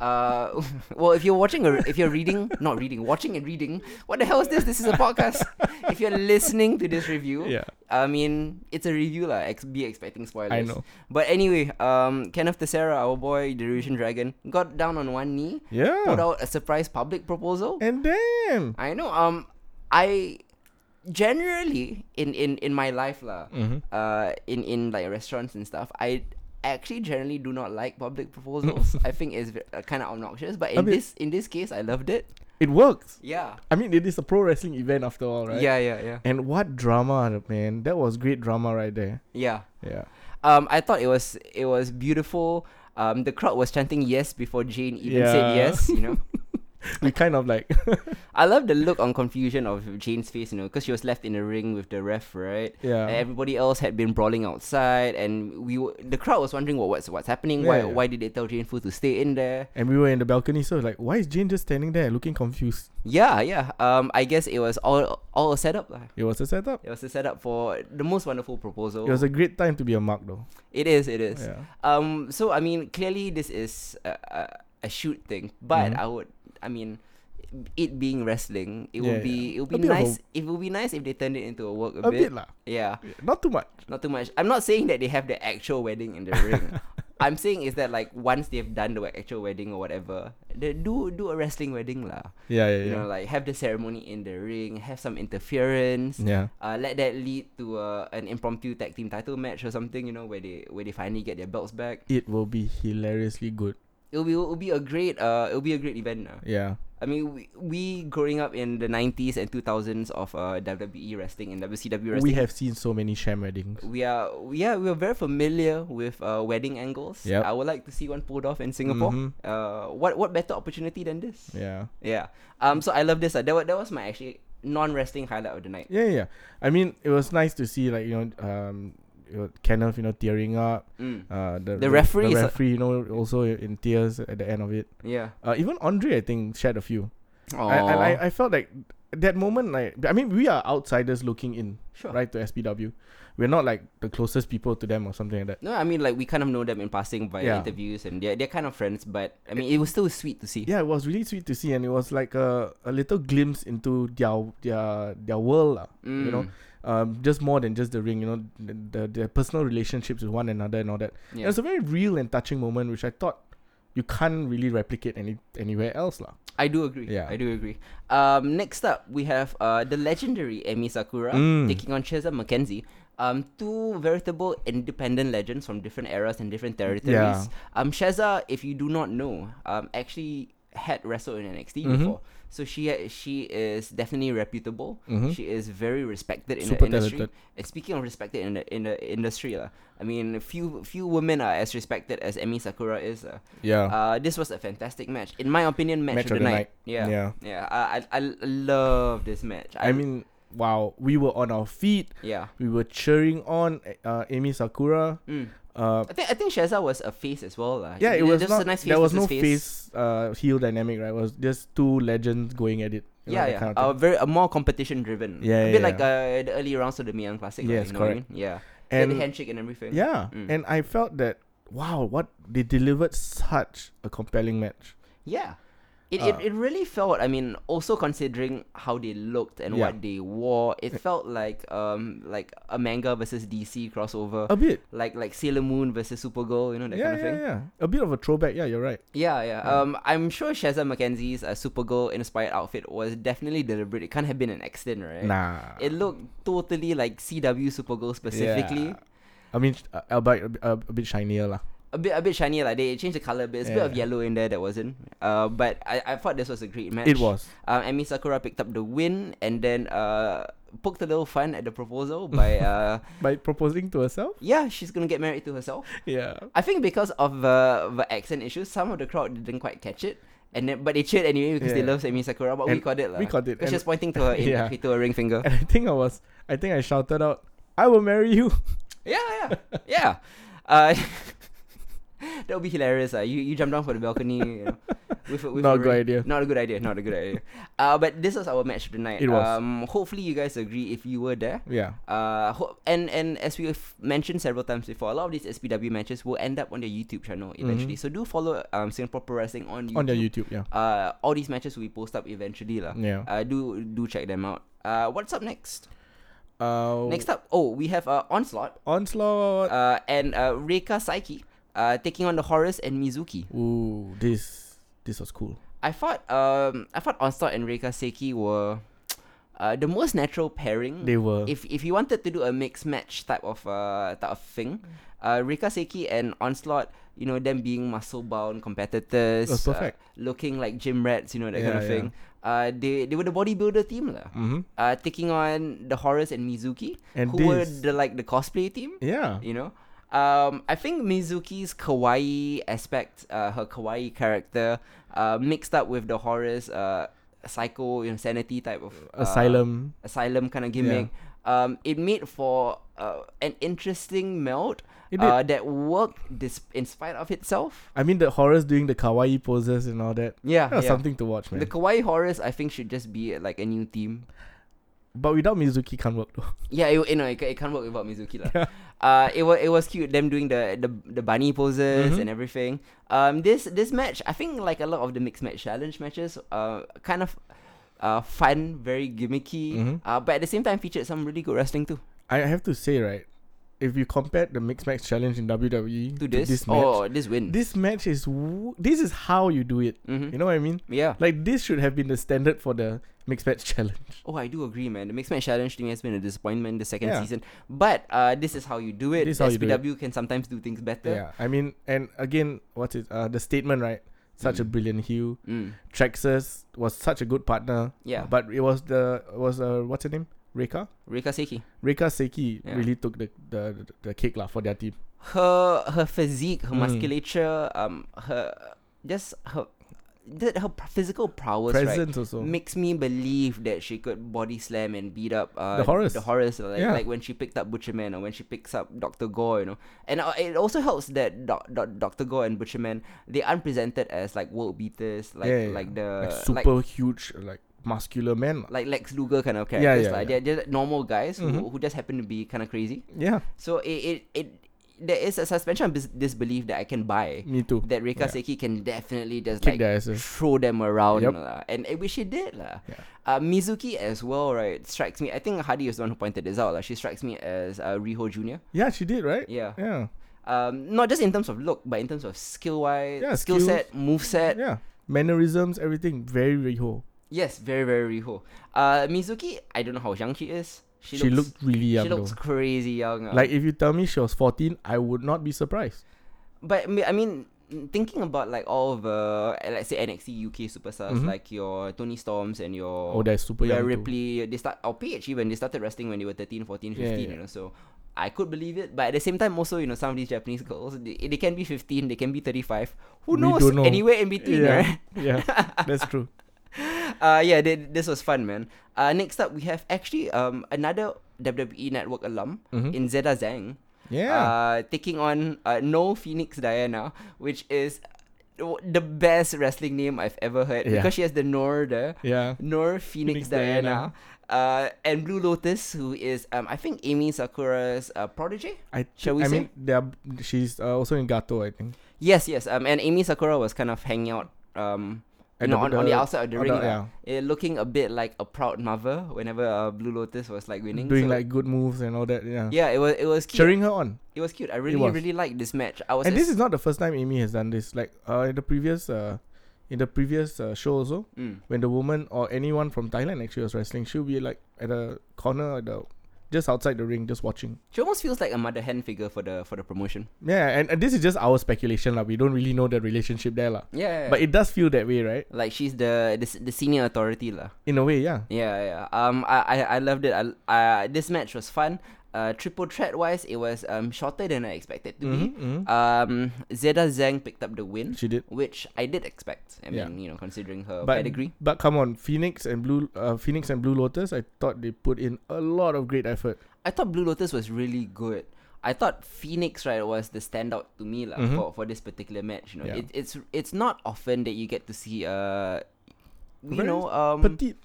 [SPEAKER 1] Uh, well, if you're watching or if you're reading, not reading, watching and reading, what the hell is this? This is a podcast. if you're listening to this review,
[SPEAKER 2] Yeah,
[SPEAKER 1] I mean, it's a review lah. Ex- be expecting spoilers.
[SPEAKER 2] I know.
[SPEAKER 1] But anyway, um, Kenneth Tessera, our boy, the Eurasian Dragon, got down on one knee, put
[SPEAKER 2] Yeah,
[SPEAKER 1] out a surprise public proposal.
[SPEAKER 2] and damn,
[SPEAKER 1] I know. Um, I generally in in in my life lah, uh, in in like restaurants and stuff, I I actually generally do not like public proposals. I think it's uh, kind of obnoxious, but in
[SPEAKER 2] mean-
[SPEAKER 1] this in this case, I loved it.
[SPEAKER 2] It works.
[SPEAKER 1] Yeah.
[SPEAKER 2] I mean, it is a pro wrestling event after all, right?
[SPEAKER 1] Yeah, yeah, yeah,
[SPEAKER 2] And what drama, man! That was great drama right there.
[SPEAKER 1] yeah.
[SPEAKER 2] Yeah.
[SPEAKER 1] Um, I thought it was it was beautiful. Um, the crowd was chanting yes before Jane even said
[SPEAKER 2] Yeah.
[SPEAKER 1] yes. You know,
[SPEAKER 2] We kind of like
[SPEAKER 1] I love the look on confusion of Jane's face. You know, because she was left in the ring with the ref, right? And
[SPEAKER 2] yeah.
[SPEAKER 1] everybody else had been brawling outside, and we w- the crowd was wondering what what's what's happening. why
[SPEAKER 2] Yeah, yeah.
[SPEAKER 1] why did they tell Jane Fu to stay in there?
[SPEAKER 2] And we were in the balcony, so like, why is Jane just standing there looking confused?
[SPEAKER 1] Yeah, yeah. Um, I guess it was all all a setup. lah.
[SPEAKER 2] It was a setup.
[SPEAKER 1] It was a setup for the most wonderful proposal.
[SPEAKER 2] It was a great time to be a mark, though.
[SPEAKER 1] it is. It is.
[SPEAKER 2] Yeah.
[SPEAKER 1] Um. So I mean, clearly this is a, a, a shoot thing, but
[SPEAKER 2] Mhm.
[SPEAKER 1] I would. I mean, it being wrestling, it
[SPEAKER 2] Yeah,
[SPEAKER 1] would be it would
[SPEAKER 2] A
[SPEAKER 1] be
[SPEAKER 2] bit of a-
[SPEAKER 1] nice. It would be nice if they turned it into a work a,
[SPEAKER 2] A bit lah.
[SPEAKER 1] Yeah,
[SPEAKER 2] Not too much.
[SPEAKER 1] not too much. I'm not saying that they have the actual wedding in the ring. I'm saying is that like once they've done the actual wedding or whatever, they do do a wrestling wedding lah.
[SPEAKER 2] Yeah, yeah,
[SPEAKER 1] You
[SPEAKER 2] yeah.
[SPEAKER 1] know, like have the ceremony in the ring, have some interference.
[SPEAKER 2] yeah.
[SPEAKER 1] Uh, let that lead to uh, an impromptu tag team title match or something, you know, where they where they finally get their belts back.
[SPEAKER 2] It will be hilariously good.
[SPEAKER 1] it'll be it'll be a great uh it'll be a great event. Uh.
[SPEAKER 2] Yeah.
[SPEAKER 1] I mean, we, we growing up in the nineties and two thousands of uh WWE wrestling and WCW wrestling.
[SPEAKER 2] We have seen so many sham weddings.
[SPEAKER 1] We are yeah we are very familiar with uh wedding angles.
[SPEAKER 2] Yep.
[SPEAKER 1] I would like to see one pulled off in Singapore.
[SPEAKER 2] Mhm.
[SPEAKER 1] Uh, what what better opportunity than this?
[SPEAKER 2] Yeah.
[SPEAKER 1] Yeah. Um. So I love this. Uh, that was that was my actually non wrestling highlight of the night.
[SPEAKER 2] Yeah, yeah. I mean, it was nice to see like you know, um, you know, Kenneth, you know, tearing up.
[SPEAKER 1] Mm.
[SPEAKER 2] Uh,
[SPEAKER 1] The
[SPEAKER 2] the,
[SPEAKER 1] referee is a-
[SPEAKER 2] the referee, you know, also in tears at the end of it.
[SPEAKER 1] Yeah.
[SPEAKER 2] Uh, even Andre, I think, shed a few.
[SPEAKER 1] Oh.
[SPEAKER 2] I, and I, I felt like that moment, like I mean, we are outsiders looking in,
[SPEAKER 1] sure.
[SPEAKER 2] right, to SPW. We're not like the closest people to them or something like that.
[SPEAKER 1] No, I mean like we kind of know them in passing by
[SPEAKER 2] Yeah.
[SPEAKER 1] interviews and they're they're kind of friends, but I mean it was still sweet to see.
[SPEAKER 2] Yeah, it was really sweet to see, and it was like a, a little glimpse into their their their world, lah, you know.
[SPEAKER 1] Mm.
[SPEAKER 2] Um, just more than just the ring, you know, the, the their personal relationships with one another and all that.
[SPEAKER 1] Yeah.
[SPEAKER 2] And it's a very real and touching moment, which I thought you can't really replicate any anywhere else, lah.
[SPEAKER 1] I do agree.
[SPEAKER 2] Yeah.
[SPEAKER 1] I do agree. Um, next up, we have uh, the legendary Amy Sakura
[SPEAKER 2] Mm.
[SPEAKER 1] taking on Chesa McKenzie. Um, two veritable independent legends from different eras and different territories. Um, Sheza, if you do not know, um, actually had wrestled in NXT
[SPEAKER 2] Mhm.
[SPEAKER 1] before, so she ha- she is definitely reputable.
[SPEAKER 2] Mhm.
[SPEAKER 1] She is very respected in
[SPEAKER 2] Super
[SPEAKER 1] the industry.
[SPEAKER 2] talented.
[SPEAKER 1] And speaking of respected in the in the industry, lah, I mean, few few women are as respected as Amy Sakura is. Uh.
[SPEAKER 2] Yeah,
[SPEAKER 1] Uh, this was a fantastic match, in my opinion. Match, of, the, night. Yeah, yeah. I, I, I love this match.
[SPEAKER 2] I mean, wow, we were on our feet.
[SPEAKER 1] yeah.
[SPEAKER 2] We were cheering on uh, Amy Sakura.
[SPEAKER 1] Mm.
[SPEAKER 2] Uh,
[SPEAKER 1] I think I think Shazza was a face as well, lah.
[SPEAKER 2] yeah, it was
[SPEAKER 1] just a
[SPEAKER 2] not.
[SPEAKER 1] nice face
[SPEAKER 2] there was no
[SPEAKER 1] versus
[SPEAKER 2] face, uh, heel dynamic, right? It was just two legends going at it.
[SPEAKER 1] Yeah,
[SPEAKER 2] you know, that
[SPEAKER 1] yeah.
[SPEAKER 2] kind of thing.
[SPEAKER 1] uh, very uh, more competition driven. a
[SPEAKER 2] Yeah,
[SPEAKER 1] bit
[SPEAKER 2] yeah,
[SPEAKER 1] like uh, the early rounds of the Mian Classic. lah,
[SPEAKER 2] Yes,
[SPEAKER 1] you know what I
[SPEAKER 2] correct.
[SPEAKER 1] mean? Yeah, and
[SPEAKER 2] and
[SPEAKER 1] the handshake and everything.
[SPEAKER 2] yeah,
[SPEAKER 1] Mm.
[SPEAKER 2] and I felt that wow, what they delivered such a compelling match.
[SPEAKER 1] yeah. It,
[SPEAKER 2] Uh,
[SPEAKER 1] it, it really felt I mean also considering how they looked and
[SPEAKER 2] Yeah.
[SPEAKER 1] what they wore it felt like um like a manga versus DC crossover
[SPEAKER 2] A bit,
[SPEAKER 1] like like Sailor Moon versus Supergirl you know that kind
[SPEAKER 2] yeah,
[SPEAKER 1] of thing
[SPEAKER 2] yeah, yeah, a bit of a throwback. Yeah, you're right.
[SPEAKER 1] Yeah, yeah. Um, I'm sure Shazza McKenzie's uh, Supergirl inspired outfit was definitely deliberate. It can't have been an accident, right?
[SPEAKER 2] Nah,
[SPEAKER 1] It looked totally like CW Supergirl specifically.
[SPEAKER 2] Yeah. I mean, uh, albeit a, bit- a, a bit shinier lah.
[SPEAKER 1] A bit, a bit shinier. Like they changed the color, but it's a bit of
[SPEAKER 2] Yeah.
[SPEAKER 1] yellow in there that wasn't. Uh, but I, I thought this was a great match.
[SPEAKER 2] It was.
[SPEAKER 1] Um, Emi Sakura picked up the win and then uh poked a little fun at the proposal by uh
[SPEAKER 2] By proposing to herself?
[SPEAKER 1] yeah she's gonna get married to herself.
[SPEAKER 2] Yeah.
[SPEAKER 1] I think because of uh, the accent issues, some of the crowd didn't quite catch it. And then, but they cheered anyway because they
[SPEAKER 2] Yeah.
[SPEAKER 1] love Amy Sakura. But we
[SPEAKER 2] And
[SPEAKER 1] caught it, lah.
[SPEAKER 2] we caught it,
[SPEAKER 1] Because she's
[SPEAKER 2] and-
[SPEAKER 1] pointing to her, in,
[SPEAKER 2] Yeah.
[SPEAKER 1] actually to her ring finger.
[SPEAKER 2] And I think I was, I think I shouted out, I will marry you.
[SPEAKER 1] yeah, yeah, yeah. Uh, that would be hilarious. Uh. You you jump down from the balcony. You know, with, a- with
[SPEAKER 2] Not
[SPEAKER 1] a
[SPEAKER 2] a good
[SPEAKER 1] ring.
[SPEAKER 2] idea.
[SPEAKER 1] Not a good idea. Not a good idea. Uh, but this was our match of the night.
[SPEAKER 2] It was.
[SPEAKER 1] Um, hopefully you guys agree if you were there.
[SPEAKER 2] Yeah.
[SPEAKER 1] Uh, ho- and and as we've mentioned several times before, a lot of these SPW matches will end up on their YouTube channel eventually. So do follow um Singapore Pro Wrestling on YouTube.
[SPEAKER 2] Mm-hmm. On their YouTube, yeah.
[SPEAKER 1] Uh, all these matches will be posted up eventually, lah.
[SPEAKER 2] Yeah.
[SPEAKER 1] Uh, do do check them out. Uh, what's up next?
[SPEAKER 2] Uh,
[SPEAKER 1] Next up, oh, we have uh, Onslaught
[SPEAKER 2] Onslaught.
[SPEAKER 1] uh, and uh, Reika Saiki uh, taking on the Horus and Mizuki.
[SPEAKER 2] Ooh, this this was cool.
[SPEAKER 1] I thought um I thought Onslaught and Reika Saiki were uh, the most natural pairing.
[SPEAKER 2] They
[SPEAKER 1] Hmm.
[SPEAKER 2] were.
[SPEAKER 1] If if you wanted to do a mixed match type of uh type of thing,
[SPEAKER 2] Mm.
[SPEAKER 1] uh, Rika Seki and Onslaught, you know, them being muscle bound competitors,
[SPEAKER 2] That's
[SPEAKER 1] uh,
[SPEAKER 2] perfect.
[SPEAKER 1] looking like gym rats, you know, that kind
[SPEAKER 2] Yeah,
[SPEAKER 1] of
[SPEAKER 2] yeah.
[SPEAKER 1] thing. Uh, they they were the bodybuilder team lah.
[SPEAKER 2] mm-hmm.
[SPEAKER 1] Uh, taking on the Horus and Mizuki,
[SPEAKER 2] And
[SPEAKER 1] who were
[SPEAKER 2] this-
[SPEAKER 1] the like the cosplay team.
[SPEAKER 2] Yeah.
[SPEAKER 1] you know um i think mizuki's kawaii aspect uh, her kawaii character uh mixed up with the horrors uh psycho insanity type of uh,
[SPEAKER 2] Asylum.
[SPEAKER 1] asylum kind of gimmick um it made for uh, an interesting meld
[SPEAKER 2] It did.
[SPEAKER 1] uh, that worked dis- in spite of itself
[SPEAKER 2] I mean, the horrors doing the kawaii poses and all that.
[SPEAKER 1] yeah,
[SPEAKER 2] That
[SPEAKER 1] Ah,
[SPEAKER 2] was
[SPEAKER 1] yeah.
[SPEAKER 2] something to watch, man.
[SPEAKER 1] the kawaii horrors i think should just be uh, like a new theme
[SPEAKER 2] but without Mizuki, can't work though.
[SPEAKER 1] Yeah, it, you know, it, ca- it can't work without Mizuki lah. Uh, it was it was cute them doing the the, the bunny poses
[SPEAKER 2] Mhm.
[SPEAKER 1] and everything. Um, this this match, I think like a lot of the mixed match challenge matches, uh, kind of, uh, fun, very gimmicky.
[SPEAKER 2] Mhm.
[SPEAKER 1] Uh, but at the same time featured some really good wrestling too.
[SPEAKER 2] I have to say, right, if you compare the Mixed Match Challenge in WWE
[SPEAKER 1] To this,
[SPEAKER 2] match,
[SPEAKER 1] oh this win.
[SPEAKER 2] this match is w- this is how you do it.
[SPEAKER 1] Mhm.
[SPEAKER 2] You know what I mean?
[SPEAKER 1] yeah.
[SPEAKER 2] Like this should have been the standard for the Mixed Match Challenge.
[SPEAKER 1] Oh, I do agree, man. The mixed match challenge to me has been a disappointment the second
[SPEAKER 2] Yeah.
[SPEAKER 1] season. But uh, this is how you do it.
[SPEAKER 2] This is how you do it.
[SPEAKER 1] SPW can sometimes do things better.
[SPEAKER 2] Yeah, I mean, and again, what's it? Uh, the statement, right? Such a
[SPEAKER 1] Mm.
[SPEAKER 2] brilliant hue.
[SPEAKER 1] Mm.
[SPEAKER 2] Traxxas was such a good partner.
[SPEAKER 1] Yeah.
[SPEAKER 2] But it was the was uh what's her name? Reka.
[SPEAKER 1] Rika Seki.
[SPEAKER 2] Reka Seki
[SPEAKER 1] Yeah.
[SPEAKER 2] really took the the the, the cake lah for their team.
[SPEAKER 1] her her physique, her
[SPEAKER 2] Mm.
[SPEAKER 1] musculature, um, her just her that her p- physical prowess right,
[SPEAKER 2] Presence also.
[SPEAKER 1] makes me believe that she could body slam and beat up uh,
[SPEAKER 2] The Horus.
[SPEAKER 1] the Horus, like,
[SPEAKER 2] Yeah.
[SPEAKER 1] like when she picked up Butcherman or when she picks up Doctor Gore, you know. And uh, it also helps that doc, doc, Doctor Gore and Butcherman they aren't presented as like world beaters, like
[SPEAKER 2] Yeah, yeah,
[SPEAKER 1] uh, like the
[SPEAKER 2] like super huge, like muscular man. lah.
[SPEAKER 1] like Lex Luger kind of
[SPEAKER 2] Yeah,
[SPEAKER 1] characters,
[SPEAKER 2] yeah,
[SPEAKER 1] like
[SPEAKER 2] yeah.
[SPEAKER 1] they're just normal guys who, who
[SPEAKER 2] Mhm.
[SPEAKER 1] just happen to be kind of crazy.
[SPEAKER 2] Yeah,
[SPEAKER 1] So it, it, it there is a suspension of bis- disbelief that I can buy
[SPEAKER 2] me too.
[SPEAKER 1] that Rika
[SPEAKER 2] Yeah.
[SPEAKER 1] Seki can definitely just like
[SPEAKER 2] Kick their asses.
[SPEAKER 1] throw them around
[SPEAKER 2] Yup.
[SPEAKER 1] lah. and I wish she did lah.
[SPEAKER 2] Yeah.
[SPEAKER 1] Uh, Mizuki as well, right? Strikes me. I think Hadi was the one who pointed this out. Like she strikes me as uh, Riho Junior.
[SPEAKER 2] Yeah, she did right.
[SPEAKER 1] Yeah.
[SPEAKER 2] Yeah,
[SPEAKER 1] Um, not just in terms of look, but in terms of skill wise,
[SPEAKER 2] Yeah,
[SPEAKER 1] skill set, move set.
[SPEAKER 2] yeah. Mannerisms, everything, very very ho.
[SPEAKER 1] Yes, very very Riho. Uh, Mizuki, I don't know how young she is. She,
[SPEAKER 2] She,
[SPEAKER 1] looks.
[SPEAKER 2] looked really young
[SPEAKER 1] she looks
[SPEAKER 2] though.
[SPEAKER 1] crazy young. ah.
[SPEAKER 2] Like if you tell me she was fourteen, I would not be surprised.
[SPEAKER 1] But I mean- I mean, thinking about like all of the uh, let's say NXT UK superstars
[SPEAKER 2] Mhm.
[SPEAKER 1] like your Tony Storms and your
[SPEAKER 2] Oh, that's super
[SPEAKER 1] Rhea
[SPEAKER 2] young. too.
[SPEAKER 1] Ripley, they start or PH even they started wrestling when they were 13, 14, 15,
[SPEAKER 2] Yeah,
[SPEAKER 1] you
[SPEAKER 2] yeah.
[SPEAKER 1] know. So I could believe it, but at the same time also, you know, some of these Japanese girls they, they can be 15, they can be 35. Who
[SPEAKER 2] We
[SPEAKER 1] knows?
[SPEAKER 2] don't know.
[SPEAKER 1] Anywhere in between,
[SPEAKER 2] Yeah.
[SPEAKER 1] right?
[SPEAKER 2] Yeah, that's true.
[SPEAKER 1] Uh yeah, they, this was fun, man. Uh next up we have actually um another WWE network alum
[SPEAKER 2] Mhm.
[SPEAKER 1] in Zeta Zhang
[SPEAKER 2] Yeah,
[SPEAKER 1] uh, taking on uh, No Phoenix Diana, which is the best wrestling name I've ever heard
[SPEAKER 2] Yeah.
[SPEAKER 1] because she has the Nor there.
[SPEAKER 2] yeah.
[SPEAKER 1] Nor Phoenix,
[SPEAKER 2] Phoenix
[SPEAKER 1] Diana.
[SPEAKER 2] Diana.
[SPEAKER 1] Uh, and Blue Lotus, who is, um, I think, Amy Sakura's uh, protege.
[SPEAKER 2] I
[SPEAKER 1] Shall we
[SPEAKER 2] I
[SPEAKER 1] say?
[SPEAKER 2] mean, they are, she's uh, also in Gato, I think.
[SPEAKER 1] Yes, yes. Um, and Amy Sakura was kind of hanging out um, you
[SPEAKER 2] At
[SPEAKER 1] know,
[SPEAKER 2] the-
[SPEAKER 1] on, on the
[SPEAKER 2] the-
[SPEAKER 1] outside of the
[SPEAKER 2] on
[SPEAKER 1] ring, lah.
[SPEAKER 2] the-
[SPEAKER 1] Eh, looking a bit like a proud mother whenever uh, Blue Lotus was like winning.
[SPEAKER 2] Doing
[SPEAKER 1] So,
[SPEAKER 2] like good moves and all that. Yeah,
[SPEAKER 1] yeah, it was it was cute.
[SPEAKER 2] cheering her on.
[SPEAKER 1] It was cute. I really
[SPEAKER 2] was.
[SPEAKER 1] really liked this match. I was
[SPEAKER 2] And this
[SPEAKER 1] ex-
[SPEAKER 2] is not the first time Amy has done this. Like uh, in the previous, uh, in the previous uh, show also,
[SPEAKER 1] Mm.
[SPEAKER 2] when the woman or anyone from Thailand actually was wrestling, she'll be like at a corner, at the, just outside the ring, just watching.
[SPEAKER 1] She almost feels like a mother hen figure for the for the promotion.
[SPEAKER 2] Yeah, and, and this is just our speculation, lah. We don't really know the relationship there, lah.
[SPEAKER 1] Yeah,
[SPEAKER 2] But it does feel that way, right?
[SPEAKER 1] like she's the the, s- the senior authority lah.
[SPEAKER 2] In a way, yeah.
[SPEAKER 1] Yeah, yeah. Um, I I, I loved it. I, I this match was fun. Uh, triple threat wise, it was um shorter than I expected to
[SPEAKER 2] Mhm,
[SPEAKER 1] be.
[SPEAKER 2] mhm.
[SPEAKER 1] Um, Zeta Zhang picked up the win,
[SPEAKER 2] She did.
[SPEAKER 1] which I did expect. I
[SPEAKER 2] Yeah.
[SPEAKER 1] mean, you know, considering her
[SPEAKER 2] But
[SPEAKER 1] pedigree.
[SPEAKER 2] but come on, Phoenix and Blue, uh, Phoenix and Blue Lotus. I thought they put in a lot of great effort.
[SPEAKER 1] I thought Blue Lotus was really good. I thought Phoenix right was the standout to me like
[SPEAKER 2] Mhm.
[SPEAKER 1] for, for this particular match. You know,
[SPEAKER 2] Yeah.
[SPEAKER 1] it, it's it's not often that you get to see uh, you
[SPEAKER 2] Very
[SPEAKER 1] know um
[SPEAKER 2] Petite,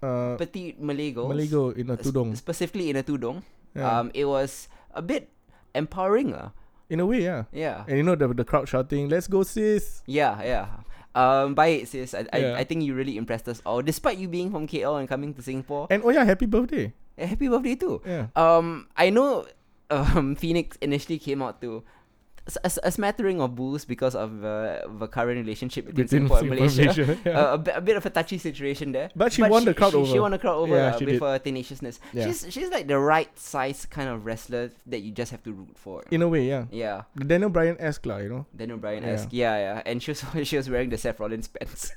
[SPEAKER 2] uh,
[SPEAKER 1] petite Malay girls.
[SPEAKER 2] Maligo in a
[SPEAKER 1] sp-
[SPEAKER 2] tudong.
[SPEAKER 1] Specifically in a tudong.
[SPEAKER 2] Yeah.
[SPEAKER 1] Um, it was a bit empowering. ah. lah.
[SPEAKER 2] in a way, yeah.
[SPEAKER 1] Yeah.
[SPEAKER 2] And you know the the crowd shouting, "Let's go, sis!"
[SPEAKER 1] Yeah, yeah. Um, by it, sis. I,
[SPEAKER 2] Yeah.
[SPEAKER 1] I, I think you really impressed us all. Despite you being from KL and coming to Singapore,
[SPEAKER 2] And oh yeah, happy birthday.
[SPEAKER 1] Eh, happy birthday too.
[SPEAKER 2] Yeah.
[SPEAKER 1] Um, I know um, Phoenix initially came out to s- a, s- a smattering of booze because of uh, the current relationship between, Singapore and Malaysia. Uh, a,
[SPEAKER 2] yeah.
[SPEAKER 1] bit, a bit of a touchy situation there.
[SPEAKER 2] But she won the crowd
[SPEAKER 1] she, She
[SPEAKER 2] over.
[SPEAKER 1] won the crowd over
[SPEAKER 2] Yeah,
[SPEAKER 1] uh,
[SPEAKER 2] she
[SPEAKER 1] with
[SPEAKER 2] did.
[SPEAKER 1] her tenaciousness.
[SPEAKER 2] Yeah.
[SPEAKER 1] She's she's like the right size kind of wrestler that you just have to root for.
[SPEAKER 2] in a way, yeah.
[SPEAKER 1] yeah,
[SPEAKER 2] The Daniel Bryan esque, lah, you know.
[SPEAKER 1] Daniel Bryan
[SPEAKER 2] Yeah.
[SPEAKER 1] esque. Yeah. yeah, And she was she was wearing the Seth Rollins pants.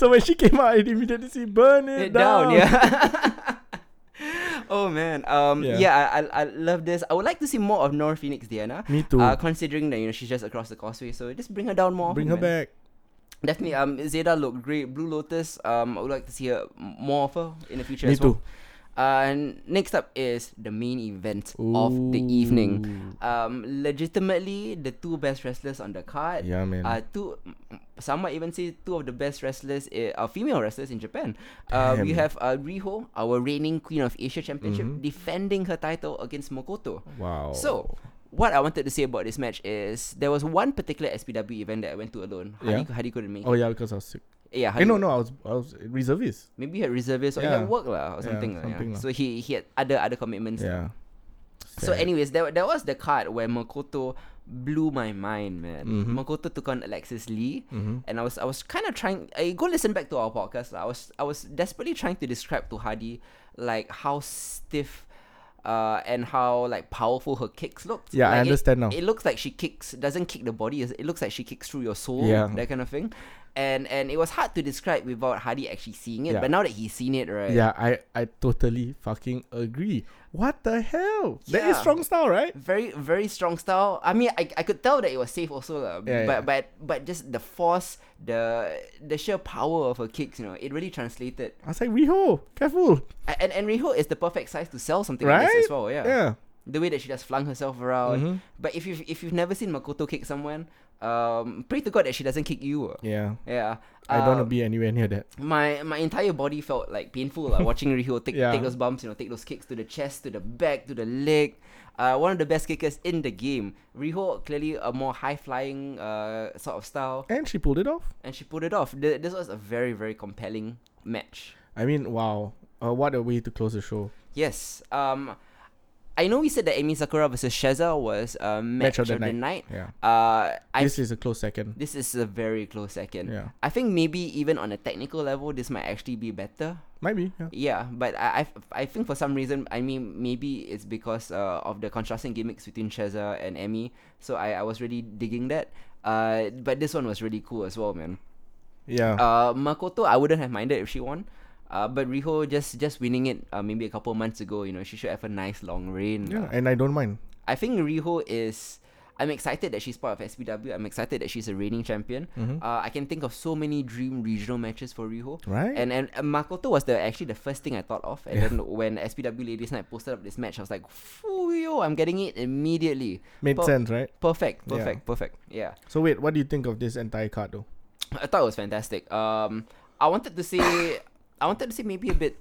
[SPEAKER 2] So when she came out, I immediately see burn
[SPEAKER 1] It
[SPEAKER 2] it,
[SPEAKER 1] down, yeah. oh man, um,
[SPEAKER 2] Yeah.
[SPEAKER 1] yeah, I, I I love this. I would like to see more of Nor Phoenix Diana.
[SPEAKER 2] Me too.
[SPEAKER 1] Uh, considering that you know she's just across the causeway, so just bring her down more.
[SPEAKER 2] Bring her
[SPEAKER 1] often, man.
[SPEAKER 2] back.
[SPEAKER 1] Definitely. Um, Zeta looked great. Blue Lotus. Um, I would like to see her m- more of her in the future.
[SPEAKER 2] Me
[SPEAKER 1] as
[SPEAKER 2] too.
[SPEAKER 1] Well. Uh, and next up is the main event of the evening.
[SPEAKER 2] Ooh.
[SPEAKER 1] Um, legitimately, the two best wrestlers on the card.
[SPEAKER 2] Yeah, man.
[SPEAKER 1] Uh, two, some might even say two of the best wrestlers, uh, uh, female wrestlers in Japan. Uh, we
[SPEAKER 2] Damn.
[SPEAKER 1] have uh, Riho, our reigning Queen of Asia Championship,
[SPEAKER 2] Mhm.
[SPEAKER 1] defending her title against Makoto.
[SPEAKER 2] wow.
[SPEAKER 1] So, what I wanted to say about this match is there was one particular SPW event that I went to alone.
[SPEAKER 2] Yeah.
[SPEAKER 1] Hadi, Hadi couldn't make
[SPEAKER 2] Oh
[SPEAKER 1] it. Eh,
[SPEAKER 2] yeah, because I was sick.
[SPEAKER 1] Yeah,
[SPEAKER 2] Hey,
[SPEAKER 1] Hadi,
[SPEAKER 2] no, no, I was, I was reservist.
[SPEAKER 1] maybe he had reservists or he
[SPEAKER 2] Yeah.
[SPEAKER 1] had work lah or
[SPEAKER 2] Yeah,
[SPEAKER 1] something. lah, yeah,
[SPEAKER 2] something lah.
[SPEAKER 1] So he, he had other other commitments.
[SPEAKER 2] Yeah.
[SPEAKER 1] So anyways, there, there was the card where Makoto blew my mind, man.
[SPEAKER 2] Mhm.
[SPEAKER 1] Makoto took on Alexis Lee.
[SPEAKER 2] hmm
[SPEAKER 1] And I was I was kind of trying. Uh, go listen back to our podcast. lah. I was I was desperately trying to describe to Hadi, like how stiff, uh, and how like powerful her kicks looked.
[SPEAKER 2] Yeah, I
[SPEAKER 1] Like, it-
[SPEAKER 2] understand now.
[SPEAKER 1] It looks like she kicks doesn't kick the body. It looks like she kicks through your soul.
[SPEAKER 2] Yeah.
[SPEAKER 1] that kind of thing. And and it was hard to describe without Hadi actually seeing it.
[SPEAKER 2] Yeah.
[SPEAKER 1] But now that he's seen it, right?
[SPEAKER 2] Yeah, I, I totally fucking agree. What the hell? That is
[SPEAKER 1] Yeah.
[SPEAKER 2] strong style, right?
[SPEAKER 1] Very very strong style. I mean, I, I could tell that it was safe also, lah.
[SPEAKER 2] Yeah,
[SPEAKER 1] but
[SPEAKER 2] yeah.
[SPEAKER 1] but but just the force, the the sheer power of her kicks, you know, it really translated.
[SPEAKER 2] I was like, Riho, careful.
[SPEAKER 1] A- And and Riho is the perfect size to sell something like
[SPEAKER 2] Right?
[SPEAKER 1] this as well. Yeah.
[SPEAKER 2] Yeah.
[SPEAKER 1] The way that she just flung herself around.
[SPEAKER 2] Mhm.
[SPEAKER 1] But if you've if you've never seen Makoto kick someone, um, pray to God that she doesn't kick you. uh.
[SPEAKER 2] Yeah.
[SPEAKER 1] Yeah.
[SPEAKER 2] I don't want to
[SPEAKER 1] Um,
[SPEAKER 2] be anywhere near that.
[SPEAKER 1] my my entire body felt like painful like, watching Riho take
[SPEAKER 2] Yeah.
[SPEAKER 1] take those bumps, you know, take those kicks to the chest, to the back, to the leg. Uh, one of the best kickers in the game. Riho clearly a more high flying uh, sort of style,
[SPEAKER 2] And she pulled it off.
[SPEAKER 1] and she pulled it off. Th- This was a very very compelling match.
[SPEAKER 2] I mean, wow. Uh, what a way to close the show.
[SPEAKER 1] Yes. Um, I know we said that Amy Sakura versus Sheza was a match, of, the, night.
[SPEAKER 2] Yeah.
[SPEAKER 1] Uh, I
[SPEAKER 2] this is a close second.
[SPEAKER 1] this is a very close second.
[SPEAKER 2] Yeah.
[SPEAKER 1] I think maybe even on a technical level, this might actually be better.
[SPEAKER 2] Might be. Yeah.
[SPEAKER 1] Yeah, but I, I, I think for some reason, I mean, maybe it's because uh, of the contrasting gimmicks between Sheza and Emmy. So I, I was really digging that. Uh, but this one was really cool as well, man.
[SPEAKER 2] Yeah.
[SPEAKER 1] Uh, Makoto, I wouldn't have minded if she won. Uh, but Riho just just winning it uh, maybe a couple months ago, you know, she should have a nice long reign.
[SPEAKER 2] yeah.
[SPEAKER 1] Uh,
[SPEAKER 2] And I don't mind.
[SPEAKER 1] I think Riho is. I'm excited that she's part of SPW. I'm excited that she's a reigning champion. Uh, I can think of so many dream regional matches for Riho.
[SPEAKER 2] Right?
[SPEAKER 1] And and uh, Makoto was the actually the first thing I thought of. And then when SPW Ladies Night posted up this match, I was like, "Foo, yo, I'm getting it immediately.
[SPEAKER 2] Made
[SPEAKER 1] per-
[SPEAKER 2] sense, right?
[SPEAKER 1] Perfect,
[SPEAKER 2] Yeah.
[SPEAKER 1] perfect, perfect. Yeah.
[SPEAKER 2] So wait, what do you think of this entire card though?
[SPEAKER 1] I thought it was fantastic. Um, I wanted to say, I wanted to say maybe a bit,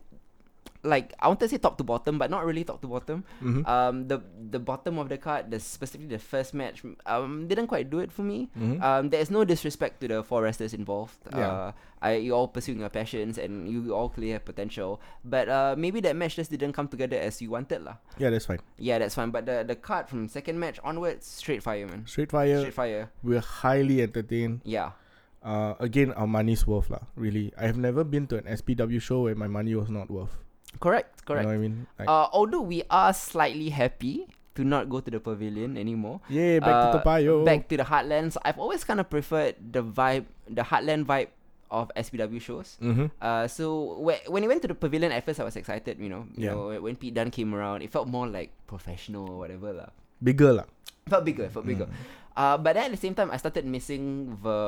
[SPEAKER 1] like I wanted to say top to bottom, but not really top to bottom.
[SPEAKER 2] Mhm.
[SPEAKER 1] Um, the the bottom of the card, the specifically the first match, um, didn't quite do it for me.
[SPEAKER 2] Mhm.
[SPEAKER 1] Um, there is no disrespect to the four wrestlers involved.
[SPEAKER 2] Yeah.
[SPEAKER 1] Uh, I, you all pursuing your passions and you all clearly have potential, but uh, maybe that match just didn't come together as you wanted lah.
[SPEAKER 2] Yeah, that's fine.
[SPEAKER 1] Yeah, that's fine. But the the card from second match onwards, straight fire man,
[SPEAKER 2] Straight fire.
[SPEAKER 1] straight fire.
[SPEAKER 2] We're highly entertained.
[SPEAKER 1] Yeah.
[SPEAKER 2] Uh, again, our money's worth lah. Really, I have never been to an SPW show where my money was not worth.
[SPEAKER 1] Correct.
[SPEAKER 2] You
[SPEAKER 1] Correct.
[SPEAKER 2] know what I mean? Like,
[SPEAKER 1] Uh, although we are slightly happy to not go to the pavilion anymore.
[SPEAKER 2] yeah, back to
[SPEAKER 1] uh,
[SPEAKER 2] Topayo.
[SPEAKER 1] Back to the heartlands. I've always kind of preferred the vibe, the heartland vibe of SPW shows.
[SPEAKER 2] Mm-hmm.
[SPEAKER 1] Uh, so whe- when it went to the pavilion, at first I was excited. You know, you
[SPEAKER 2] Yeah.
[SPEAKER 1] know, when Pete Dunne came around, it felt more like professional or whatever lah.
[SPEAKER 2] Bigger lah.
[SPEAKER 1] It felt bigger. It felt bigger.
[SPEAKER 2] Mm.
[SPEAKER 1] Uh, but then at the same time, I started missing the.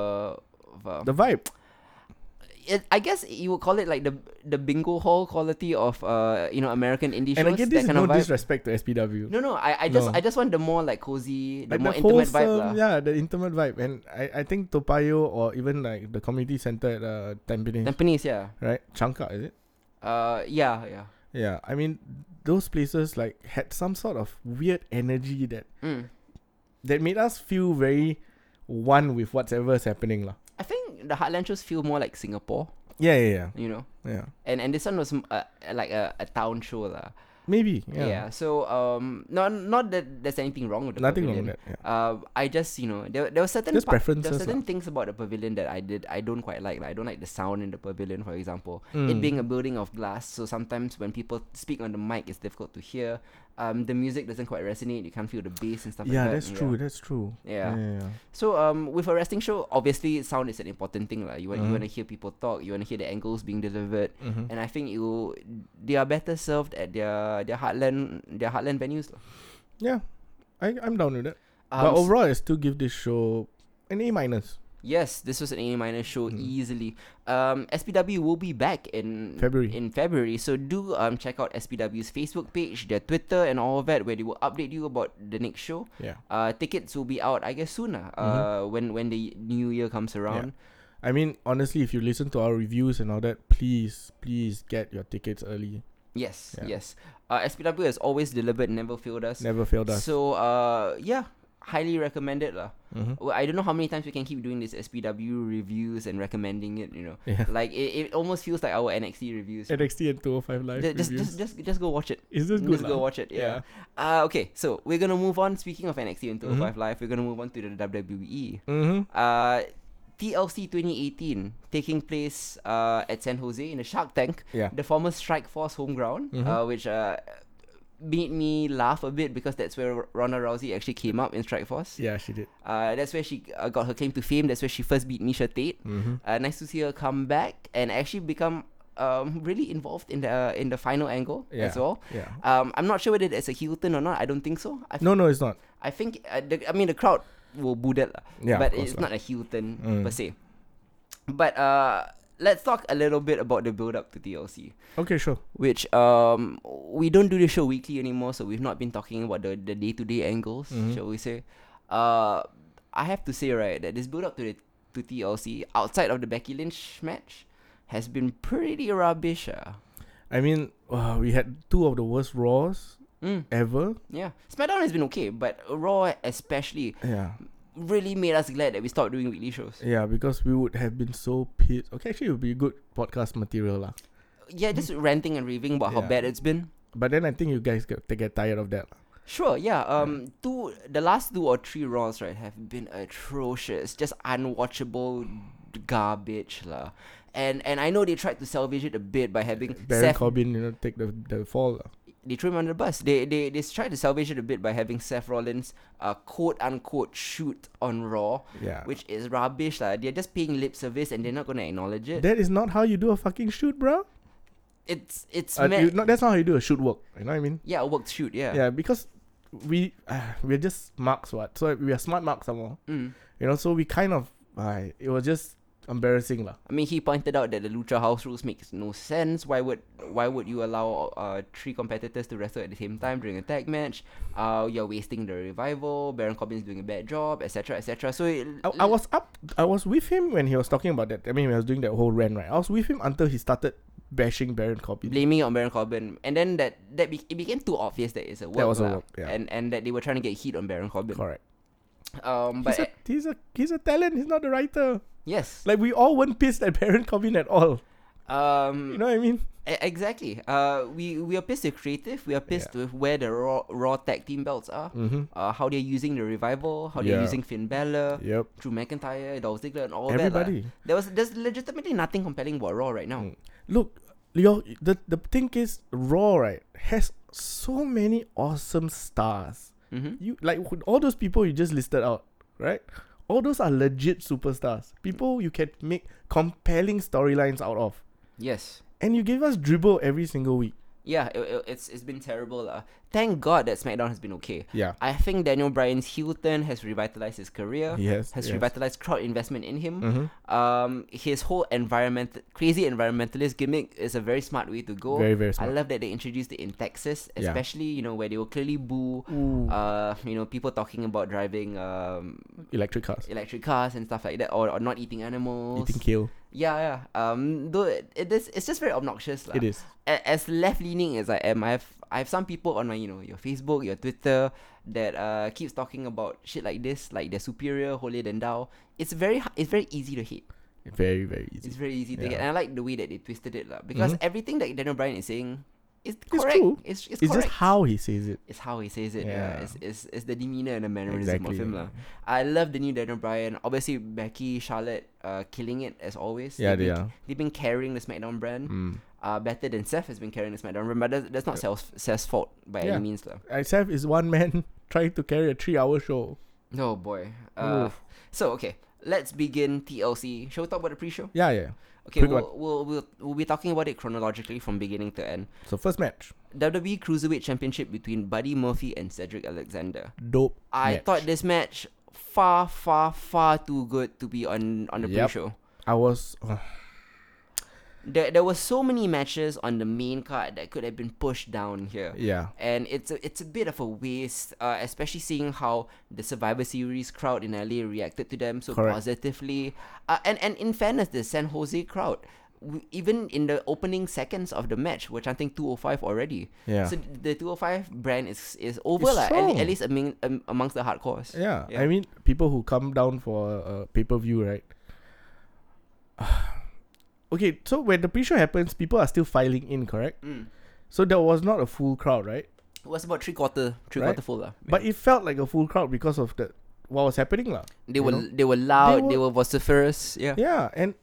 [SPEAKER 1] the
[SPEAKER 2] The vibe.
[SPEAKER 1] it, I guess you would call it like the the bingo hall quality of uh you know American indie
[SPEAKER 2] And
[SPEAKER 1] shows.
[SPEAKER 2] again,
[SPEAKER 1] that
[SPEAKER 2] this is
[SPEAKER 1] kind
[SPEAKER 2] no
[SPEAKER 1] of vibe.
[SPEAKER 2] disrespect to SPW.
[SPEAKER 1] No, no. I, I just
[SPEAKER 2] No.
[SPEAKER 1] I just want the more like cozy, the
[SPEAKER 2] Like
[SPEAKER 1] more
[SPEAKER 2] the
[SPEAKER 1] intimate
[SPEAKER 2] wholesome,
[SPEAKER 1] vibe lah.
[SPEAKER 2] yeah, the intimate vibe, and I, I think Topayo or even like the community center at uh, Tampines,
[SPEAKER 1] Tampines, yeah.
[SPEAKER 2] right? Changka, is it?
[SPEAKER 1] Uh, yeah, yeah.
[SPEAKER 2] Yeah, I mean, those places like had some sort of weird energy that
[SPEAKER 1] Mm.
[SPEAKER 2] that made us feel very one with whatever is happening lah.
[SPEAKER 1] I think the Heartland shows feel more like Singapore,
[SPEAKER 2] Yeah, yeah,
[SPEAKER 1] you know.
[SPEAKER 2] yeah, yeah.
[SPEAKER 1] And and this one was mm, uh, like a, a town show lah.
[SPEAKER 2] Maybe.
[SPEAKER 1] Yeah.
[SPEAKER 2] Yeah.
[SPEAKER 1] so um, not not that there's anything wrong with the
[SPEAKER 2] Nothing wrong
[SPEAKER 1] pavilion.
[SPEAKER 2] with that.
[SPEAKER 1] Uh,
[SPEAKER 2] Yeah.
[SPEAKER 1] I just you know there, there were certain
[SPEAKER 2] Just
[SPEAKER 1] par- there
[SPEAKER 2] preferences
[SPEAKER 1] were certain things about the pavilion that I did I don't quite like. Like, I don't like the sound in the pavilion, for example. It
[SPEAKER 2] Mm.
[SPEAKER 1] being a building of glass, so sometimes when people speak on the mic, it's difficult to hear. Um, the music doesn't quite resonate. You can't feel the bass and stuff.
[SPEAKER 2] Yeah,
[SPEAKER 1] like that.
[SPEAKER 2] that's true. That's true.
[SPEAKER 1] Yeah.
[SPEAKER 2] yeah, yeah.
[SPEAKER 1] So um, with a wrestling show, obviously sound is an important thing, like You want you
[SPEAKER 2] Mhm.
[SPEAKER 1] want to hear people talk. You want to hear the angles being delivered.
[SPEAKER 2] Mhm.
[SPEAKER 1] And I think you they are better served at their their heartland their heartland venues. lah.
[SPEAKER 2] Yeah, I I'm down with that.
[SPEAKER 1] Um,
[SPEAKER 2] but
[SPEAKER 1] s-
[SPEAKER 2] overall, I still give this show an A minus.
[SPEAKER 1] yes, this was an A minor show
[SPEAKER 2] Mm.
[SPEAKER 1] easily. Um, SPW will be back in
[SPEAKER 2] February.
[SPEAKER 1] in February, so do um check out SPW's Facebook page, their Twitter, and all that, where they will update you about the next show.
[SPEAKER 2] Yeah,
[SPEAKER 1] Uh, tickets will be out, I guess, sooner. Uh,
[SPEAKER 2] Mhm.
[SPEAKER 1] when when the new year comes around.
[SPEAKER 2] I mean honestly, if you listen to our reviews and all that, please, please get your tickets early.
[SPEAKER 1] Yes,
[SPEAKER 2] Yeah.
[SPEAKER 1] yes. Uh, SPW has always delivered, never failed us.
[SPEAKER 2] Never failed us.
[SPEAKER 1] So uh, yeah, highly recommended lah.
[SPEAKER 2] Mhm.
[SPEAKER 1] Well, I don't know how many times we can keep doing this SPW reviews and recommending it. You know,
[SPEAKER 2] Yeah.
[SPEAKER 1] like it, it almost feels like our NXT reviews.
[SPEAKER 2] NXT and 205 live
[SPEAKER 1] Ju- just,
[SPEAKER 2] reviews.
[SPEAKER 1] just, just, just go watch it.
[SPEAKER 2] Is this
[SPEAKER 1] Just,
[SPEAKER 2] good?
[SPEAKER 1] go
[SPEAKER 2] lah?
[SPEAKER 1] watch it. Yeah. Uh, okay, so we're gonna move on. Speaking of NXT and 205
[SPEAKER 2] Mm-hmm.
[SPEAKER 1] Live, we're gonna move on to the WWE.
[SPEAKER 2] Mhm.
[SPEAKER 1] Uh, TLC 2018 taking place uh, at San Jose in the Shark Tank
[SPEAKER 2] Yeah.
[SPEAKER 1] the former Strike Force home ground,
[SPEAKER 2] Mhm.
[SPEAKER 1] uh, which uh, made me laugh a bit because that's where R- Ronda Rousey actually came up in Strike Force.
[SPEAKER 2] Yeah, she did.
[SPEAKER 1] Uh, that's where she uh, got her claim to fame. That's where she first beat Misha Tate.
[SPEAKER 2] Mhm.
[SPEAKER 1] Uh, nice to see her come back and actually become um, really involved in the uh, in the final angle
[SPEAKER 2] Yeah.
[SPEAKER 1] as well.
[SPEAKER 2] Yeah.
[SPEAKER 1] Um, I'm not sure whether it's a heel turn or not. I don't think so. I,
[SPEAKER 2] No, no, it's not.
[SPEAKER 1] I think uh, the, I mean the crowd will boo that, lah.
[SPEAKER 2] Yeah,
[SPEAKER 1] but
[SPEAKER 2] of course
[SPEAKER 1] it's
[SPEAKER 2] lah.
[SPEAKER 1] not a heel turn
[SPEAKER 2] Mm.
[SPEAKER 1] per se. But uh, let's talk a little bit about the build up to TLC
[SPEAKER 2] Okay, sure.
[SPEAKER 1] which um we don't do the show weekly anymore, so we've not been talking about the the day to day angles,
[SPEAKER 2] Mhm.
[SPEAKER 1] shall we say? Uh, I have to say right that this build up to the to TLC outside of the Becky Lynch match has been pretty rubbish. ah.
[SPEAKER 2] I mean, uh, we had two of the worst Raws
[SPEAKER 1] Mm,
[SPEAKER 2] ever.
[SPEAKER 1] yeah, SmackDown has been okay, but Raw especially
[SPEAKER 2] Yeah.
[SPEAKER 1] really made us glad that we stopped doing weekly shows.
[SPEAKER 2] Yeah, because we would have been so pissed. Okay, actually, it would be good podcast material, lah.
[SPEAKER 1] Yeah, just ranting and raving about how
[SPEAKER 2] Yeah.
[SPEAKER 1] bad it's been.
[SPEAKER 2] But then I think you guys get, they get tired of that. lah.
[SPEAKER 1] Sure, yeah. Um, two the last two or three rounds right have been atrocious, just unwatchable garbage lah. And and I know they tried to salvage it a bit by having
[SPEAKER 2] Baron
[SPEAKER 1] Seth.
[SPEAKER 2] Corbin, you know, take the the fall. lah.
[SPEAKER 1] They threw him under the bus. They they they tried to salvage it a bit by having Seth Rollins, uh, quote unquote shoot on Raw,
[SPEAKER 2] Yeah.
[SPEAKER 1] which is rubbish lah. They're just paying lip service and they're not gonna acknowledge it.
[SPEAKER 2] that is not how you do a fucking shoot, bro.
[SPEAKER 1] It's it's
[SPEAKER 2] Uh, you,
[SPEAKER 1] meant
[SPEAKER 2] no, that's not how you do a shoot work. You know what I mean?
[SPEAKER 1] yeah, a worked shoot yeah.
[SPEAKER 2] Yeah, because we uh, we're just marks, what? So we are smart marks, somehow.
[SPEAKER 1] Mm.
[SPEAKER 2] You know, so we kind of uh, it was just embarrassing, lah.
[SPEAKER 1] I mean, he pointed out that the Lucha House rules makes no sense. Why would why would you allow uh, three competitors to wrestle at the same time during a tag match? Uh, you're wasting the revival. Baron Corbin's doing a bad job, etc., etc. So it,
[SPEAKER 2] I, I was up. I was with him when he was talking about that. I mean, when I was doing that whole rant, right? I was with him until he started bashing Baron Corbin.
[SPEAKER 1] blaming it on Baron Corbin, and then that that be- it became too obvious that it's a work,
[SPEAKER 2] That was a
[SPEAKER 1] lah.
[SPEAKER 2] work, yeah.
[SPEAKER 1] and and that they were trying to get heat on Baron Corbin.
[SPEAKER 2] Correct.
[SPEAKER 1] Um,
[SPEAKER 2] He's
[SPEAKER 1] but
[SPEAKER 2] a, he's a he's a talent. He's not the writer.
[SPEAKER 1] yes,
[SPEAKER 2] Like we all weren't pissed at Baron Corbin at all.
[SPEAKER 1] um,
[SPEAKER 2] You know what I mean?
[SPEAKER 1] E- Exactly. Uh, we we are pissed with creative. We are pissed with where the raw, raw tag team belts are.
[SPEAKER 2] Mhm.
[SPEAKER 1] Uh, how they're using the revival. How they're
[SPEAKER 2] Yeah.
[SPEAKER 1] using Finn Balor,
[SPEAKER 2] Mm-hmm. Yep.
[SPEAKER 1] Drew McIntyre, Dolph Ziggler, and all that.
[SPEAKER 2] Everybody.
[SPEAKER 1] lah. There was there's legitimately nothing compelling about Raw right now.
[SPEAKER 2] Mm. Look, your the the thing is Raw right has so many awesome stars.
[SPEAKER 1] Mm-hmm.
[SPEAKER 2] You like wh- all those people you just listed out, right? All those are legit superstars. People you can make compelling storylines out of.
[SPEAKER 1] Yes.
[SPEAKER 2] And you give us dribble every single week.
[SPEAKER 1] Yeah. It, it- it's it's been terrible. lah. Thank God that SmackDown has been okay.
[SPEAKER 2] Yeah.
[SPEAKER 1] I think Daniel Bryan's Hilton has revitalized his career. Uh, Has
[SPEAKER 2] Yes, yes. Mm. Mm-hmm.
[SPEAKER 1] revitalized crowd investment in him. Um, his whole environment crazy environmentalist gimmick is a very smart way to go.
[SPEAKER 2] Very, very
[SPEAKER 1] I
[SPEAKER 2] smart.
[SPEAKER 1] love that they introduced it in Texas,
[SPEAKER 2] Yeah.
[SPEAKER 1] especially you know where they will clearly boo,
[SPEAKER 2] Ooh.
[SPEAKER 1] uh, you know people talking about driving um
[SPEAKER 2] Electric cars.
[SPEAKER 1] electric cars and stuff like that, or, or not eating animals.
[SPEAKER 2] Eating kale.
[SPEAKER 1] yeah, yeah. Um, though it, it is, it's just very obnoxious, lah.
[SPEAKER 2] It is.
[SPEAKER 1] A- as left leaning as I am, I have I have some people on my you know your Facebook, your Twitter that uh keeps talking about shit like this, like they're superior, holier than thou. It's very h- it's very easy to hate.
[SPEAKER 2] Very, very easy.
[SPEAKER 1] It's very easy to
[SPEAKER 2] Yeah. Mm-hmm.
[SPEAKER 1] hate, and I like the way that they twisted it, lah. Because everything that Daniel Bryan is saying it's
[SPEAKER 2] It's
[SPEAKER 1] correct.
[SPEAKER 2] true.
[SPEAKER 1] It's, it's,
[SPEAKER 2] it's
[SPEAKER 1] correct.
[SPEAKER 2] just how he says it.
[SPEAKER 1] it's how he says it.
[SPEAKER 2] Yeah.
[SPEAKER 1] Yeah. It's, it's, it's the demeanor and the mannerism
[SPEAKER 2] Exactly,
[SPEAKER 1] of him. lah. I love the new Daniel Bryan. Obviously, Becky, Charlotte, uh, killing it as always.
[SPEAKER 2] Yeah,
[SPEAKER 1] They've
[SPEAKER 2] they
[SPEAKER 1] been-
[SPEAKER 2] are.
[SPEAKER 1] They've been carrying the SmackDown brand
[SPEAKER 2] Mm.
[SPEAKER 1] uh, better than Seth has been carrying the SmackDown brand, but that's, that's not Seth's, Seth's fault by
[SPEAKER 2] Yeah.
[SPEAKER 1] any means. lah.
[SPEAKER 2] Uh, Seth is one man trying to carry a three-hour show.
[SPEAKER 1] No, boy. Uh,
[SPEAKER 2] Oof.
[SPEAKER 1] so, okay. Let's begin TLC. Shall we talk about the pre-show?
[SPEAKER 2] Yeah, yeah.
[SPEAKER 1] Okay,
[SPEAKER 2] Quick
[SPEAKER 1] we'll, we'll, we'll, we'll be talking about it chronologically from beginning to end.
[SPEAKER 2] So first match,
[SPEAKER 1] WWE Cruiserweight Championship between Buddy Murphy and Cedric Alexander.
[SPEAKER 2] dope.
[SPEAKER 1] I
[SPEAKER 2] match.
[SPEAKER 1] thought this match far, far, far too good to be on on the
[SPEAKER 2] Yep.
[SPEAKER 1] pre-show.
[SPEAKER 2] I was. uh,
[SPEAKER 1] There, there were so many matches on the main card that could have been pushed down here.
[SPEAKER 2] yeah.
[SPEAKER 1] And it's a, it's a bit of a waste, uh, especially seeing how the Survivor Series crowd in LA reacted to them so
[SPEAKER 2] Correct.
[SPEAKER 1] positively. Uh, and, and in fairness, the San Jose crowd, w- even in the opening seconds of the match, were chanting 205 already.
[SPEAKER 2] Yeah.
[SPEAKER 1] So the 205 brand is is over,
[SPEAKER 2] It's
[SPEAKER 1] lah, at, le-
[SPEAKER 2] strong.
[SPEAKER 1] at least among, um, amongst the hardcores.
[SPEAKER 2] Yeah,
[SPEAKER 1] Yeah.
[SPEAKER 2] I mean, people who come down for a, a pay per view, right? okay, so when the pre show happens, people are still filing in, correct?
[SPEAKER 1] Mm.
[SPEAKER 2] So there was not a full crowd, right?
[SPEAKER 1] It was about three quarter, three
[SPEAKER 2] Right.
[SPEAKER 1] quarter full. lah.
[SPEAKER 2] But it felt like a full crowd because of the what was happening, lah.
[SPEAKER 1] they
[SPEAKER 2] you
[SPEAKER 1] were
[SPEAKER 2] know?
[SPEAKER 1] they were loud,
[SPEAKER 2] were-
[SPEAKER 1] they were, vociferous. Yeah.
[SPEAKER 2] Yeah, and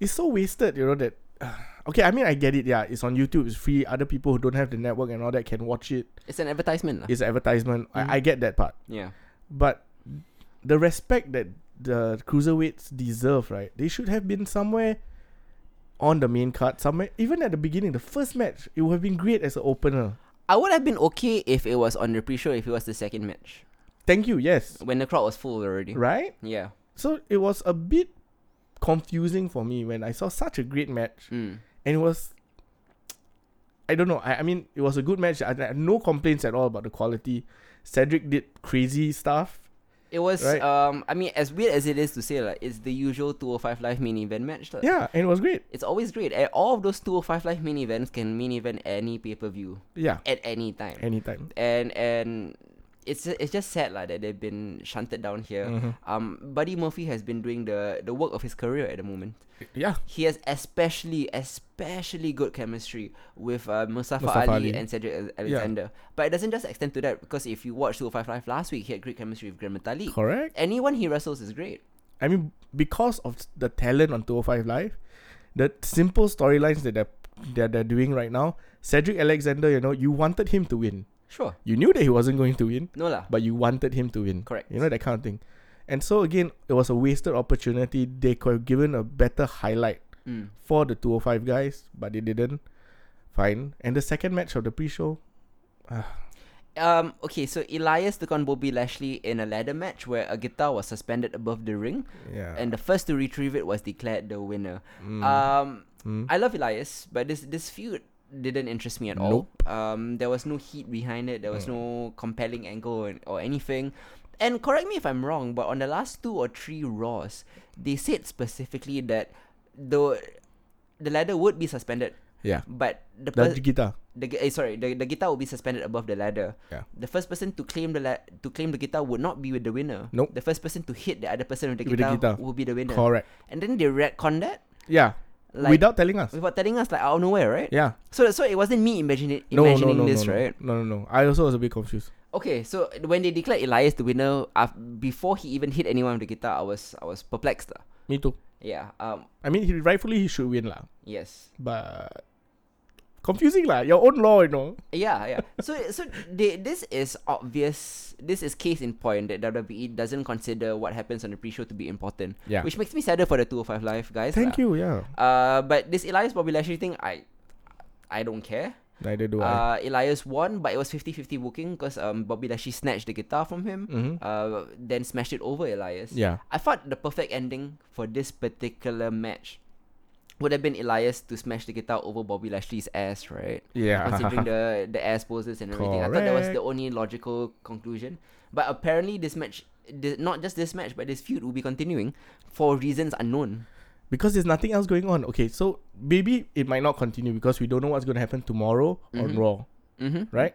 [SPEAKER 2] it's so wasted, you know that. okay, I mean, I get it. Yeah, it's on YouTube. It's free. Other people who don't have the network and all that can watch it.
[SPEAKER 1] it's an advertisement. lah.
[SPEAKER 2] It's advertisement.
[SPEAKER 1] Mhm.
[SPEAKER 2] I, I get that part.
[SPEAKER 1] yeah,
[SPEAKER 2] But the respect that the cruiserweights deserve, right? They should have been somewhere on the main card, somewhere. Even at the beginning, the first match, it would have been great as an opener.
[SPEAKER 1] I would have been okay if it was on the pre-show, if it was the second match
[SPEAKER 2] Thank you. Yes,
[SPEAKER 1] when the crowd was full already.
[SPEAKER 2] right.
[SPEAKER 1] Yeah.
[SPEAKER 2] So it was a bit confusing for me when I saw such a great match,
[SPEAKER 1] Mm.
[SPEAKER 2] and it was. I don't know. I, I mean, it was a good match. I, I had no complaints at all about the quality. Cedric did crazy stuff.
[SPEAKER 1] It was.
[SPEAKER 2] Right.
[SPEAKER 1] Um. I mean, as weird as it is to say, like, it's the usual 205 live main event match. lah.
[SPEAKER 2] Yeah, and it was great.
[SPEAKER 1] It's always great. And all of those 205 live main events can main event any pay per view
[SPEAKER 2] Yeah,
[SPEAKER 1] at any time.
[SPEAKER 2] anytime.
[SPEAKER 1] and and it's it's just sad like that they've been shunted down here.
[SPEAKER 2] Mhm.
[SPEAKER 1] Um, Buddy Murphy has been doing the the work of his career at the moment.
[SPEAKER 2] Yeah,
[SPEAKER 1] He has especially especially good chemistry with uh, Mustafa,
[SPEAKER 2] Mustafa
[SPEAKER 1] Ali,
[SPEAKER 2] Ali.
[SPEAKER 1] and Cedric Ale- Alexander. But it doesn't just extend to that because if you watch 205 Live last week, he had great chemistry with Grand Metalik.
[SPEAKER 2] correct.
[SPEAKER 1] Anyone he wrestles is great.
[SPEAKER 2] I mean, because of s- the talent on 205 Live, the simple storylines that they're, that they're doing right now, Cedric Alexander, you know, you wanted him to win.
[SPEAKER 1] Sure.
[SPEAKER 2] You knew that he wasn't going to win,
[SPEAKER 1] No lah.
[SPEAKER 2] but you wanted him to win.
[SPEAKER 1] Correct.
[SPEAKER 2] You know, that kind of thing. And so, again, it was a wasted opportunity. They could have given a better highlight
[SPEAKER 1] Mm.
[SPEAKER 2] for the 205 guys, but they didn't. Fine. And the second match of the pre show,
[SPEAKER 1] Um, okay, so Elias took on Bobby Lashley in a ladder match where a guitar was suspended above the ring,
[SPEAKER 2] yeah.
[SPEAKER 1] and the first to retrieve it was declared the winner.
[SPEAKER 2] Mm,
[SPEAKER 1] Um,
[SPEAKER 2] mm.
[SPEAKER 1] I love Elias, but this this feud didn't interest me at all. Um, there was no heat behind it. There was
[SPEAKER 2] Mm.
[SPEAKER 1] no compelling angle and, or anything. And correct me if I'm wrong, but on the last two or three Raws, they said specifically that the the ladder would be suspended,
[SPEAKER 2] yeah.
[SPEAKER 1] but the
[SPEAKER 2] The
[SPEAKER 1] per-
[SPEAKER 2] guitar.
[SPEAKER 1] the gu- eh, sorry the, the guitar would be suspended above the ladder.
[SPEAKER 2] Yeah.
[SPEAKER 1] The first person to claim the la- to claim the guitar would not be with the winner.
[SPEAKER 2] Nope.
[SPEAKER 1] The first person to hit the other person with the
[SPEAKER 2] With the
[SPEAKER 1] guitar,
[SPEAKER 2] guitar.
[SPEAKER 1] will be the winner.
[SPEAKER 2] Correct.
[SPEAKER 1] And then they retcon that
[SPEAKER 2] Yeah.
[SPEAKER 1] like
[SPEAKER 2] Without telling us.
[SPEAKER 1] without telling us like out of nowhere, right?
[SPEAKER 2] Yeah.
[SPEAKER 1] So so it wasn't me imagini-
[SPEAKER 2] No, no,
[SPEAKER 1] imagining
[SPEAKER 2] no,
[SPEAKER 1] this,
[SPEAKER 2] no, no.
[SPEAKER 1] right?
[SPEAKER 2] No, no, no. I also was a bit confused.
[SPEAKER 1] Okay, so when they declared Elias the winner, af- before he even hit anyone with the guitar, I was I was perplexed. lah.
[SPEAKER 2] Me too.
[SPEAKER 1] Yeah. Um.
[SPEAKER 2] I mean, he rightfully he should win lah,
[SPEAKER 1] Yes.
[SPEAKER 2] but confusing lah. Your own law, you know.
[SPEAKER 1] Yeah. Yeah. so so they, this is obvious. This is case in point that WWE doesn't consider what happens on the pre-show to be important,
[SPEAKER 2] Yeah.
[SPEAKER 1] which makes me sadder for the 205 Live guys.
[SPEAKER 2] Thank you. Yeah.
[SPEAKER 1] you. Uh, but this Elias Bobby Lashley thing, I, I don't care.
[SPEAKER 2] Neither do
[SPEAKER 1] Uh,
[SPEAKER 2] I.
[SPEAKER 1] Elias won, but it was 50-50 booking because um Bobby Lashley snatched the guitar from him.
[SPEAKER 2] Mm-hmm.
[SPEAKER 1] uh, then smashed it over Elias.
[SPEAKER 2] yeah.
[SPEAKER 1] I thought the perfect ending for this particular match would have been Elias to smash the guitar over Bobby Lashley's ass, right? Considering
[SPEAKER 2] Yeah.
[SPEAKER 1] the the ass poses and everything, I thought that was the
[SPEAKER 2] Correct.
[SPEAKER 1] only logical conclusion. But apparently, this match, thi- not just this match, but this feud will be continuing for reasons unknown.
[SPEAKER 2] because there's nothing else going on. Okay, so maybe it might not continue because we don't know what's going to happen tomorrow on
[SPEAKER 1] Mhm.
[SPEAKER 2] Raw,
[SPEAKER 1] Mm-hmm.
[SPEAKER 2] right?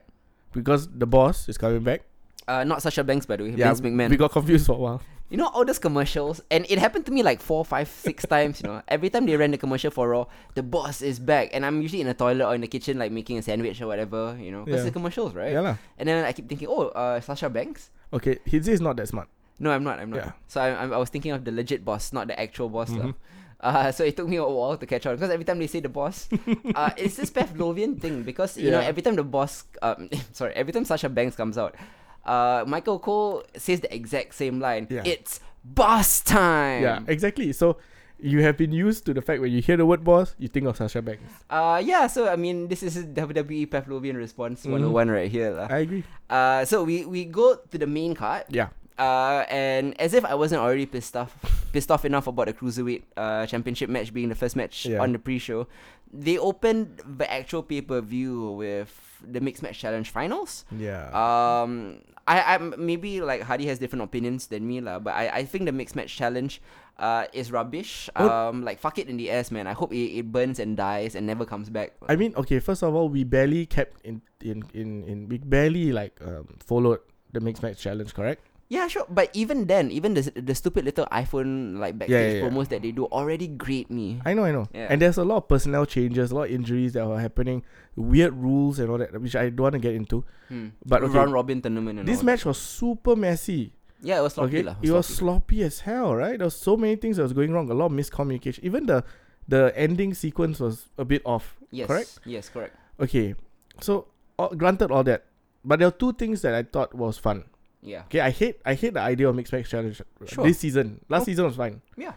[SPEAKER 2] Because the boss is coming back.
[SPEAKER 1] Uh, not Sasha Banks, by the way.
[SPEAKER 2] Yeah,
[SPEAKER 1] Vince McMahon.
[SPEAKER 2] we got confused for a while.
[SPEAKER 1] You know all those commercials, and it happened to me like four, five, six times. You know, every time they ran the commercial for Raw, the boss is back, and I'm usually in the toilet or in the kitchen, like making a sandwich or whatever. You know, because
[SPEAKER 2] Yeah.
[SPEAKER 1] the commercials, right?
[SPEAKER 2] Yeah lah.
[SPEAKER 1] And then I keep thinking, oh, uh, Sasha Banks.
[SPEAKER 2] Okay, Hidze is not that smart.
[SPEAKER 1] No, I'm not. I'm not.
[SPEAKER 2] Yeah.
[SPEAKER 1] So I, I, I was thinking of the legit boss, not the actual boss. lah.
[SPEAKER 2] Mm-hmm.
[SPEAKER 1] Uh, so it took me a while to catch on because every time they say the boss, uh, it's this Pavlovian thing because you know
[SPEAKER 2] Yeah.
[SPEAKER 1] every time the boss, um, sorry, every time Sasha Banks comes out, uh, Michael Cole says the exact same line.
[SPEAKER 2] Yeah.
[SPEAKER 1] It's boss time.
[SPEAKER 2] Yeah, exactly. So you have been used to the fact when you hear the word boss, you think of Sasha Banks.
[SPEAKER 1] Uh, yeah. So I mean, this is WWE Pavlovian response
[SPEAKER 2] Mhm.
[SPEAKER 1] 101 right here. lah.
[SPEAKER 2] I agree.
[SPEAKER 1] Uh, so we we go to the main card.
[SPEAKER 2] Yeah.
[SPEAKER 1] Uh, and as if I wasn't already pissed off, pissed off enough about the cruiserweight uh, championship match being the first match
[SPEAKER 2] Yeah.
[SPEAKER 1] on the pre-show, they opened the actual pay-per-view with the mixed match challenge finals.
[SPEAKER 2] Yeah.
[SPEAKER 1] Um, I, I maybe like Hardy has different opinions than me lah, but I, I think the mixed match challenge, uh, is rubbish.
[SPEAKER 2] Oh.
[SPEAKER 1] Um, like fuck it in the ass, man. I hope it, it burns and dies and never comes back.
[SPEAKER 2] I mean, okay. First of all, we barely kept in in in, in we barely like um, followed the mixed match challenge, correct?
[SPEAKER 1] Yeah, sure. But even then, even the the stupid little iPhone like backstage
[SPEAKER 2] yeah, yeah.
[SPEAKER 1] promos that they do already grate me.
[SPEAKER 2] I know, I know.
[SPEAKER 1] Yeah.
[SPEAKER 2] And there's a lot of personnel changes, a lot of injuries that were happening, weird rules and all that, which I don't want to get into.
[SPEAKER 1] Hmm.
[SPEAKER 2] But okay,
[SPEAKER 1] round robin tournament and
[SPEAKER 2] this
[SPEAKER 1] all
[SPEAKER 2] match was super messy.
[SPEAKER 1] that. Yeah, it was sloppy
[SPEAKER 2] okay,
[SPEAKER 1] lah.
[SPEAKER 2] it was sloppy as hell, right? There was so many things that was going wrong. A lot of miscommunication. Even the the ending sequence was a bit off.
[SPEAKER 1] yes,
[SPEAKER 2] correct?
[SPEAKER 1] Yes, correct.
[SPEAKER 2] Okay, so uh, granted all that, but there are two things that I thought was fun.
[SPEAKER 1] Yeah.
[SPEAKER 2] Okay, I hate I hate the idea of mixed match challenge uh,
[SPEAKER 1] Sure.
[SPEAKER 2] this season. Last
[SPEAKER 1] Oh.
[SPEAKER 2] season was fine.
[SPEAKER 1] Yeah.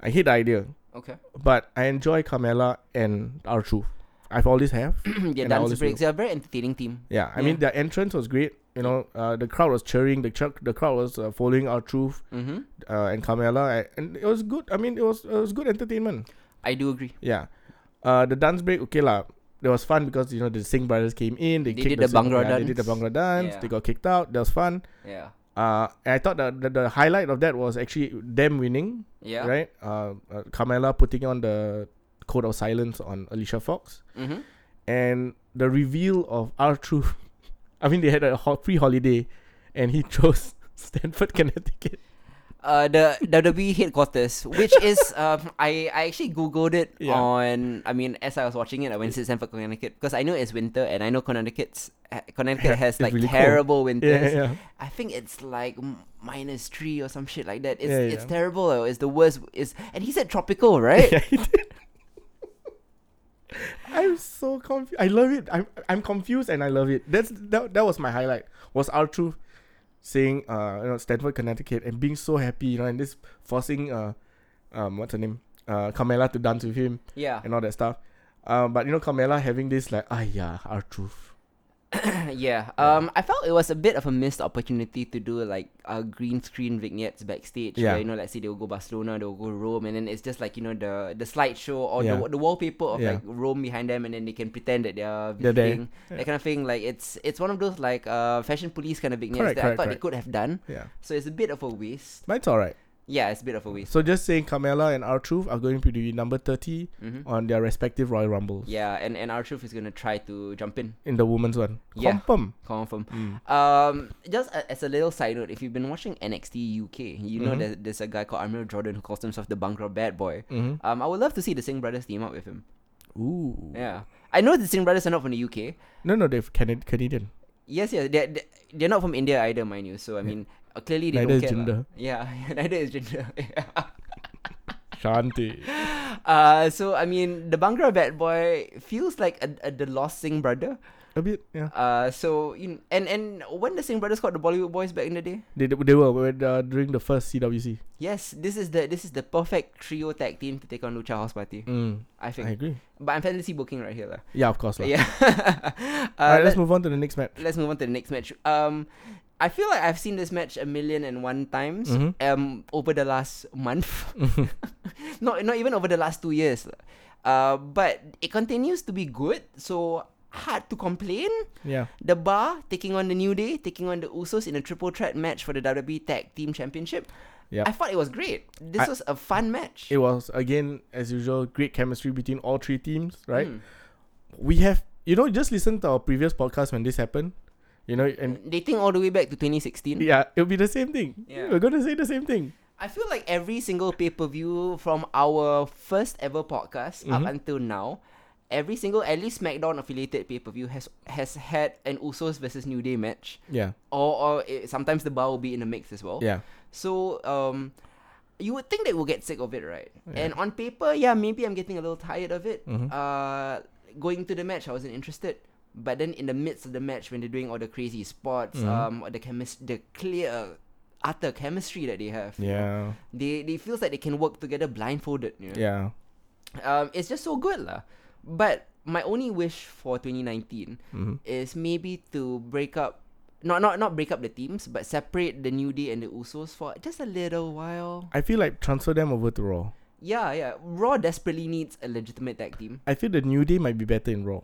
[SPEAKER 2] I hate the idea,
[SPEAKER 1] Okay.
[SPEAKER 2] but I enjoy Carmella and R Truth. I've always have.
[SPEAKER 1] yeah,
[SPEAKER 2] And I
[SPEAKER 1] dance
[SPEAKER 2] always
[SPEAKER 1] breaks. They're a very entertaining team.
[SPEAKER 2] Yeah, I
[SPEAKER 1] Yeah.
[SPEAKER 2] mean their entrance was great. You know, uh, the crowd was cheering. The ch- the crowd was uh, following R Truth
[SPEAKER 1] Mm-hmm.
[SPEAKER 2] uh, and Carmella, I- and it was good. I mean, it was it was good entertainment.
[SPEAKER 1] I do agree.
[SPEAKER 2] Yeah, uh, the dance break okay lah. It was fun because you know the Singh brothers came in. They,
[SPEAKER 1] They
[SPEAKER 2] kicked
[SPEAKER 1] did the
[SPEAKER 2] Singh-
[SPEAKER 1] Bhangra
[SPEAKER 2] yeah, They did the
[SPEAKER 1] dance.
[SPEAKER 2] Bhangra dance.
[SPEAKER 1] Yeah.
[SPEAKER 2] They got kicked out. That was fun.
[SPEAKER 1] Yeah.
[SPEAKER 2] Uh, and I thought that the, the highlight of that was actually them winning,
[SPEAKER 1] Yeah.
[SPEAKER 2] right? Uh, uh, Carmella putting on the code of silence on Alicia Fox,
[SPEAKER 1] Mm-hmm.
[SPEAKER 2] and the reveal of R Truth. I mean, they had a ho- free holiday, and he chose Stanford, Connecticut.
[SPEAKER 1] Uh, the WWE headquarters, which is um, I I actually googled it
[SPEAKER 2] Yeah.
[SPEAKER 1] on. I mean, as I was watching it, I went to Stanford, Connecticut, because I know it's winter, and I know Connecticut's Connecticut has
[SPEAKER 2] it's
[SPEAKER 1] like
[SPEAKER 2] really cold.
[SPEAKER 1] terrible
[SPEAKER 2] Yeah,
[SPEAKER 1] winters.
[SPEAKER 2] yeah, yeah.
[SPEAKER 1] I think it's like m- minus three or some shit like that. It's
[SPEAKER 2] Yeah,
[SPEAKER 1] it's
[SPEAKER 2] yeah.
[SPEAKER 1] terrible. though. It's the worst. It's and he said tropical, right?
[SPEAKER 2] Yeah, he did. I'm so confused. I love it. I'm I'm confused and I love it. That's that, that was my highlight. Was our truth saying uh you know Stanford Connecticut and being so happy you know and this forcing uh um what's her name uh Carmela to dance with him
[SPEAKER 1] Yeah,
[SPEAKER 2] and all that stuff. Um, but you know Carmela having this like ah yeah our truth.
[SPEAKER 1] yeah. Um, I felt it was a bit of a missed opportunity to do like uh, green screen vignettes backstage.
[SPEAKER 2] Yeah.
[SPEAKER 1] Where, you know, like say they'll go Barcelona, they'll go Rome, and then it's just like you know the the slideshow or
[SPEAKER 2] Yeah.
[SPEAKER 1] the the wallpaper of
[SPEAKER 2] Yeah.
[SPEAKER 1] like Rome behind them, and then they can pretend that they're
[SPEAKER 2] They're there.
[SPEAKER 1] visiting. That kind of thing. Like it's it's one of those like uh fashion police kind of vignettes
[SPEAKER 2] Correct,
[SPEAKER 1] that I thought they
[SPEAKER 2] correct, correct.
[SPEAKER 1] could have done.
[SPEAKER 2] Yeah,
[SPEAKER 1] So it's a bit of a waste.
[SPEAKER 2] but it's all right.
[SPEAKER 1] Yeah, it's a bit of a waste.
[SPEAKER 2] So just saying Carmela and our truth are going to be number thirty
[SPEAKER 1] hmm
[SPEAKER 2] on their respective Royal Rumbles
[SPEAKER 1] Yeah, and and our truth is gonna try to jump in.
[SPEAKER 2] in the women's one.
[SPEAKER 1] Yeah.
[SPEAKER 2] Confirm.
[SPEAKER 1] Confirm.
[SPEAKER 2] Mm.
[SPEAKER 1] Um, just a, as a little side note, if you've been watching NXT UK, you know
[SPEAKER 2] Mhm.
[SPEAKER 1] that there's a guy called Amir Jordan who calls himself the Bangla Bad Boy.
[SPEAKER 2] hmm
[SPEAKER 1] Um, I would love to see the Singh brothers team up with him.
[SPEAKER 2] Ooh.
[SPEAKER 1] Yeah, I know the Singh brothers are not from the UK.
[SPEAKER 2] No, no, they're Canad- Canadian.
[SPEAKER 1] Yes, yes, they're they're- they're not from India either, mind you. So I mean, uh, clearly they
[SPEAKER 2] Neither
[SPEAKER 1] don't
[SPEAKER 2] is
[SPEAKER 1] care. lah.
[SPEAKER 2] gender.
[SPEAKER 1] Yeah, neither is gender.
[SPEAKER 2] Shanti.
[SPEAKER 1] uh, so I mean, the Bangla Bad Boy feels like a, a, the lost Singh brother.
[SPEAKER 2] A bit, yeah.
[SPEAKER 1] Uh, so you kn- and and when the Singh brothers called the Bollywood boys back in the day.
[SPEAKER 2] They, they were when, uh, during the first CWC.
[SPEAKER 1] Yes, this is the this is the perfect trio tag team to take on Lucha House Party.
[SPEAKER 2] Mm,
[SPEAKER 1] I
[SPEAKER 2] I
[SPEAKER 1] think.
[SPEAKER 2] agree.
[SPEAKER 1] But I'm fantasy booking right here. lah.
[SPEAKER 2] Yeah, of course. lah.
[SPEAKER 1] Yeah. uh,
[SPEAKER 2] All right, let's
[SPEAKER 1] let,
[SPEAKER 2] move on to the next match.
[SPEAKER 1] let's move on to the next match. Um I feel like I've seen this match a million and one times
[SPEAKER 2] Mhm.
[SPEAKER 1] um over the last month.
[SPEAKER 2] Mm-hmm.
[SPEAKER 1] not not even over the last two years. lah. Uh but it continues to be good, so hard to complain.
[SPEAKER 2] Yeah.
[SPEAKER 1] The Bar taking on the New Day, taking on the Usos in a triple threat match for the WWE Tag Team Championship.
[SPEAKER 2] Yep.
[SPEAKER 1] I thought it was great. This
[SPEAKER 2] I-
[SPEAKER 1] was a fun match.
[SPEAKER 2] It was, again, as usual, great chemistry between all three teams, right?
[SPEAKER 1] Mm.
[SPEAKER 2] We have, you know, just listen to our previous podcast when this happened. You know, and
[SPEAKER 1] Dating all the way back to 2016.
[SPEAKER 2] yeah, it'll be the same thing.
[SPEAKER 1] Mm. Yeah.
[SPEAKER 2] We're gonna say the same thing.
[SPEAKER 1] I feel like every single pay per view from our first ever podcast
[SPEAKER 2] Mm-hmm.
[SPEAKER 1] up until now, every single at least SmackDown affiliated pay per view has has had an Usos versus New Day match,
[SPEAKER 2] Yeah.
[SPEAKER 1] or or it, sometimes the bar will be in the mix as well.
[SPEAKER 2] Yeah.
[SPEAKER 1] So um, you would think they will get sick of it, right? And on paper, yeah, maybe I'm getting a little tired of it.
[SPEAKER 2] Mm-hmm.
[SPEAKER 1] Uh, going to the match, I wasn't interested. But then in the midst of the match, when they're doing all the crazy spots,
[SPEAKER 2] Mm-hmm.
[SPEAKER 1] um, the chemis- the clear, utter chemistry that they have,
[SPEAKER 2] Yeah.
[SPEAKER 1] they they feels like they can work together blindfolded. You know?
[SPEAKER 2] Yeah.
[SPEAKER 1] Um, it's just so good lah. But my only wish for 2019 is maybe to break up, not not not break up the teams, but separate the New Day and the Usos for just a little while.
[SPEAKER 2] I feel like transfer them over to Raw.
[SPEAKER 1] Yeah, yeah. Raw desperately needs a legitimate tag team.
[SPEAKER 2] I feel the New Day might be better in Raw.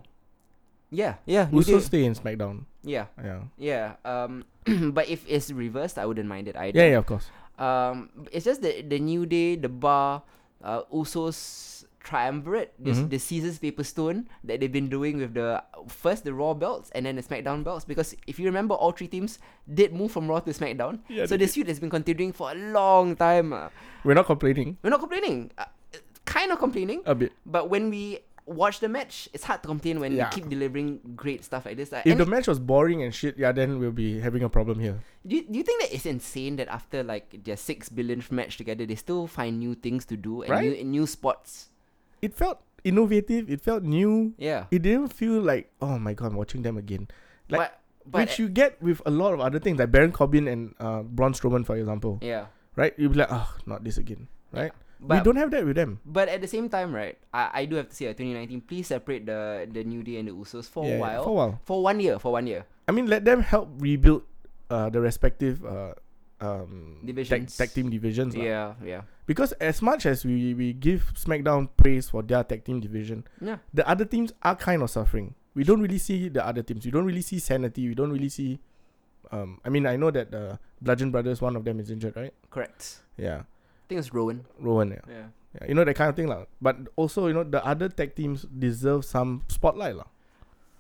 [SPEAKER 1] Yeah, yeah. New
[SPEAKER 2] Uso
[SPEAKER 1] Day.
[SPEAKER 2] stay in SmackDown.
[SPEAKER 1] Yeah,
[SPEAKER 2] Yeah.
[SPEAKER 1] yeah. Um, but if it's reversed, I wouldn't mind it either.
[SPEAKER 2] Yeah, yeah, of course.
[SPEAKER 1] Um, it's just the the new day, the bar, uh, Usos triumvirate, this
[SPEAKER 2] Mm-hmm.
[SPEAKER 1] the Caesar's paper stone that they've been doing with the first the Raw belts and then the SmackDown belts. Because if you remember, all three teams did move from Raw to SmackDown.
[SPEAKER 2] Yeah,
[SPEAKER 1] so
[SPEAKER 2] they
[SPEAKER 1] this feud has been continuing for a long time. ah.
[SPEAKER 2] We're not complaining
[SPEAKER 1] We're not complaining, uh, kind of complaining,
[SPEAKER 2] a bit.
[SPEAKER 1] but when we watch the match, it's hard to complain when
[SPEAKER 2] Yeah.
[SPEAKER 1] we keep delivering great stuff like this. ah. And
[SPEAKER 2] If the match was boring and shit, yeah, then we'll be having a problem here.
[SPEAKER 1] Do you, do you think that it's insane that after like their six billionth match together, they still find new things to do and
[SPEAKER 2] Right?
[SPEAKER 1] new, new spots?
[SPEAKER 2] It felt innovative. It felt new.
[SPEAKER 1] Yeah.
[SPEAKER 2] It didn't feel like oh my god, I'm watching them again. Like
[SPEAKER 1] but but
[SPEAKER 2] which you get with a lot of other things, like Baron Corbin and uh, Braun Strowman, for example.
[SPEAKER 1] yeah.
[SPEAKER 2] Right? You'll be like, oh, not this again. Right?
[SPEAKER 1] But
[SPEAKER 2] we don't have that with them.
[SPEAKER 1] but at the same time, right? I, I do have to say, uh, 2019, please separate the the New Day and the Usos for a
[SPEAKER 2] Yeah, yeah,
[SPEAKER 1] while,
[SPEAKER 2] For a while.
[SPEAKER 1] for one year, for one year.
[SPEAKER 2] I mean, let them help rebuild uh, the respective uh, um, tag-
[SPEAKER 1] Divisions.
[SPEAKER 2] tag team divisions. lah.
[SPEAKER 1] Yeah, yeah,
[SPEAKER 2] Because as much as we, we give SmackDown praise for their tag team division,
[SPEAKER 1] yeah.
[SPEAKER 2] the other teams are kind of suffering. We don't really see the other teams. We don't really see Sanity. We don't really see. Um, I mean, I know that uh, Bludgeon Brothers, one of them is injured, right?
[SPEAKER 1] Correct.
[SPEAKER 2] Yeah.
[SPEAKER 1] I think it's Rowan.
[SPEAKER 2] Rowan, yeah.
[SPEAKER 1] Yeah.
[SPEAKER 2] Yeah, you know that kind of thing lah. But also, you know, the other tech teams deserve some spotlight lah.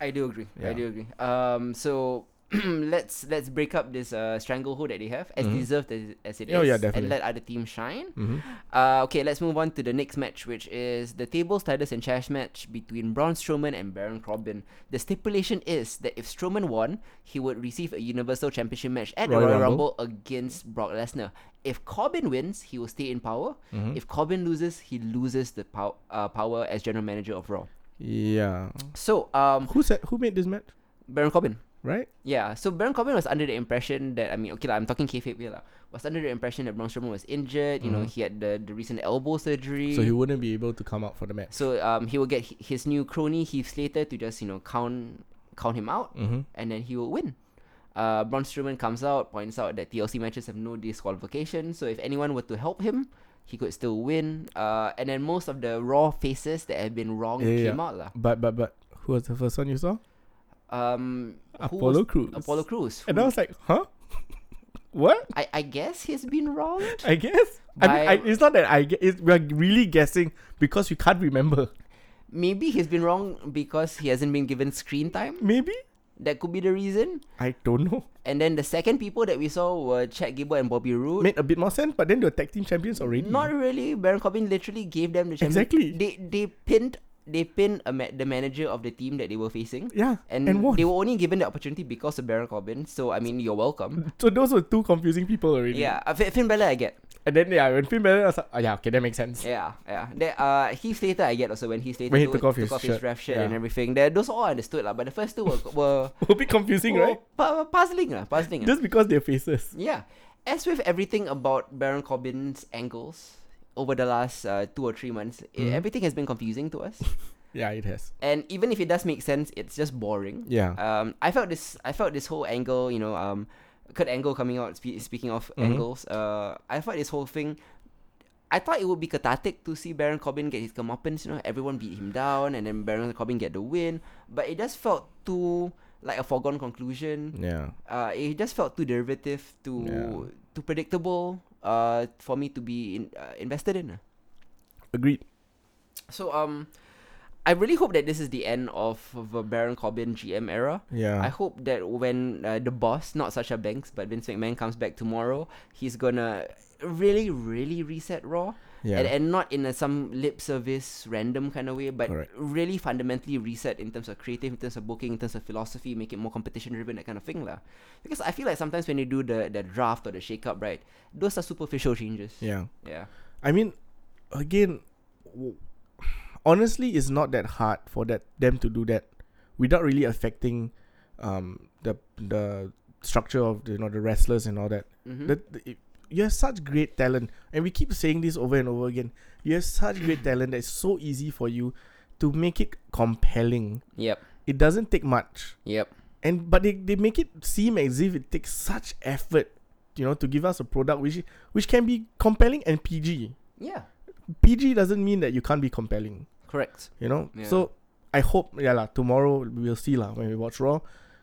[SPEAKER 1] I do agree. I
[SPEAKER 2] Yeah.
[SPEAKER 1] do agree. Um, so let's let's break up this uh, stranglehold that they have, as
[SPEAKER 2] Mhm.
[SPEAKER 1] deserved as, as it is,
[SPEAKER 2] Oh, yeah,
[SPEAKER 1] and
[SPEAKER 2] definitely.
[SPEAKER 1] let other teams shine.
[SPEAKER 2] Mm-hmm.
[SPEAKER 1] Uh, okay, let's move on to the next match, which is the tables, titles, and chairs match between Braun Strowman and Baron Corbin. The stipulation is that if Strowman won, he would receive a Universal Championship match at the
[SPEAKER 2] Royal
[SPEAKER 1] Royal Rumble. against Brock Lesnar. If Corbin wins, he will stay in power.
[SPEAKER 2] Hmm. Mm-hmm.
[SPEAKER 1] If Corbin loses, he loses the pow- uh, power as general manager of Raw.
[SPEAKER 2] Yeah.
[SPEAKER 1] So, um,
[SPEAKER 2] Who said who made this match?
[SPEAKER 1] Baron Corbin.
[SPEAKER 2] Right?
[SPEAKER 1] Yeah, so Baron Corbin was under the impression that I mean, okay, lah, I'm talking kayfabe here, lah. Was under the impression that Braun Strowman was injured. You know, he had the, the recent elbow surgery.
[SPEAKER 2] Mm-hmm. So he wouldn't be able to come out for the match.
[SPEAKER 1] So um, he will get hi- his new crony Heath Slater to just you know count count him out,
[SPEAKER 2] Mm-hmm.
[SPEAKER 1] and then he will win. Uh, Braun Strowman comes out, points out that TLC matches have no disqualification, so if anyone were to help him, he could still win. Uh, and then most of the Raw faces that have been wrong
[SPEAKER 2] Yeah, yeah,
[SPEAKER 1] came
[SPEAKER 2] yeah.
[SPEAKER 1] out, lah.
[SPEAKER 2] But but but who was the first one you saw?
[SPEAKER 1] Um, who was-
[SPEAKER 2] Apollo Crews.
[SPEAKER 1] Apollo Crews.
[SPEAKER 2] And I
[SPEAKER 1] who-
[SPEAKER 2] was like, huh? what?
[SPEAKER 1] I, I guess he's been wrong.
[SPEAKER 2] I guess. I mean, I,
[SPEAKER 1] By-
[SPEAKER 2] it's not that I get. It's, we're really guessing because we can't remember.
[SPEAKER 1] Maybe he's been wrong because he hasn't been given screen time.
[SPEAKER 2] Maybe
[SPEAKER 1] That could be the reason.
[SPEAKER 2] I don't know.
[SPEAKER 1] And then the second people that we saw were Chad Gable and Bobby Roode.
[SPEAKER 2] Made a bit more sense, but then they were tag team champions already.
[SPEAKER 1] Not really. Baron Corbin literally gave them the champion.
[SPEAKER 2] Exactly.
[SPEAKER 1] They they pinned they pinned a ma- the manager of the team that they were facing.
[SPEAKER 2] yeah,
[SPEAKER 1] And,
[SPEAKER 2] and what?
[SPEAKER 1] they were only given the opportunity because of Baron Corbin. So I mean, you're welcome.
[SPEAKER 2] so those were two confusing people already.
[SPEAKER 1] Yeah, uh, Fi- Finn Balor I get.
[SPEAKER 2] And then yeah, when Finn Balor, I was like, oh, yeah, okay, that makes sense.
[SPEAKER 1] Yeah, yeah. There, uh, Heath Slater I get also when Heath Slater
[SPEAKER 2] When he
[SPEAKER 1] do-
[SPEAKER 2] took off his shirt,
[SPEAKER 1] ref shirt and
[SPEAKER 2] yeah.
[SPEAKER 1] everything. There, those all understood lah. But the first two were were,
[SPEAKER 2] A bit confusing,
[SPEAKER 1] were
[SPEAKER 2] right?
[SPEAKER 1] pu- puzzling lah, puzzling. lah.
[SPEAKER 2] Just because their faces.
[SPEAKER 1] Yeah. As with everything about Baron Corbin's angles over the last uh, two or three months, i
[SPEAKER 2] Mhm.
[SPEAKER 1] everything has been confusing to us.
[SPEAKER 2] Yeah, it has.
[SPEAKER 1] and even if it does make sense, it's just boring.
[SPEAKER 2] Yeah.
[SPEAKER 1] Um, I felt this. I felt this whole angle. You know, um, Kurt Angle coming out. Spe- speaking of angles, uh, I thought this whole thing. I thought it would be cathartic to see Baron Corbin get his comeuppance. You know, everyone beat him down, and then Baron Corbin get the win. But it just felt too like a foregone conclusion
[SPEAKER 2] yeah.
[SPEAKER 1] uh, it just felt too derivative, too
[SPEAKER 2] Yeah.
[SPEAKER 1] too predictable, uh, for me to be in, uh, invested in. ah.
[SPEAKER 2] Agreed.
[SPEAKER 1] So um, I really hope that this is the end of the Baron Corbin GM era.
[SPEAKER 2] Yeah.
[SPEAKER 1] I hope that when uh, the boss, not Sasha Banks, but Vince McMahon comes back tomorrow, he's gonna really, really reset Raw.
[SPEAKER 2] yeah.
[SPEAKER 1] And, and not in a, some lip service random kind of way, but
[SPEAKER 2] Correct.
[SPEAKER 1] really fundamentally reset in terms of creative, in terms of booking, in terms of philosophy, make it more competition driven, that kind of thing. lah. Because I feel like sometimes when you do the, the draft or the shake up, right, those are superficial changes.
[SPEAKER 2] yeah.
[SPEAKER 1] Yeah.
[SPEAKER 2] I mean, again, w- honestly, it's not that hard for that them to do that without really affecting um, the the structure of the, you know the wrestlers and all that.
[SPEAKER 1] Mhm.
[SPEAKER 2] That the- it- you have such great talent, and we keep saying this over and over again. You have such great talent that it's so easy for you to make it compelling.
[SPEAKER 1] Yep.
[SPEAKER 2] It doesn't take much,
[SPEAKER 1] Yep.
[SPEAKER 2] and but they, they make it seem as if it takes such effort, you know, to give us a product which which can be compelling and PG.
[SPEAKER 1] Yeah.
[SPEAKER 2] PG doesn't mean that you can't be compelling,
[SPEAKER 1] Correct.
[SPEAKER 2] you know?
[SPEAKER 1] Yeah.
[SPEAKER 2] So I hope yeah lah, tomorrow we'll see lah when we watch Raw.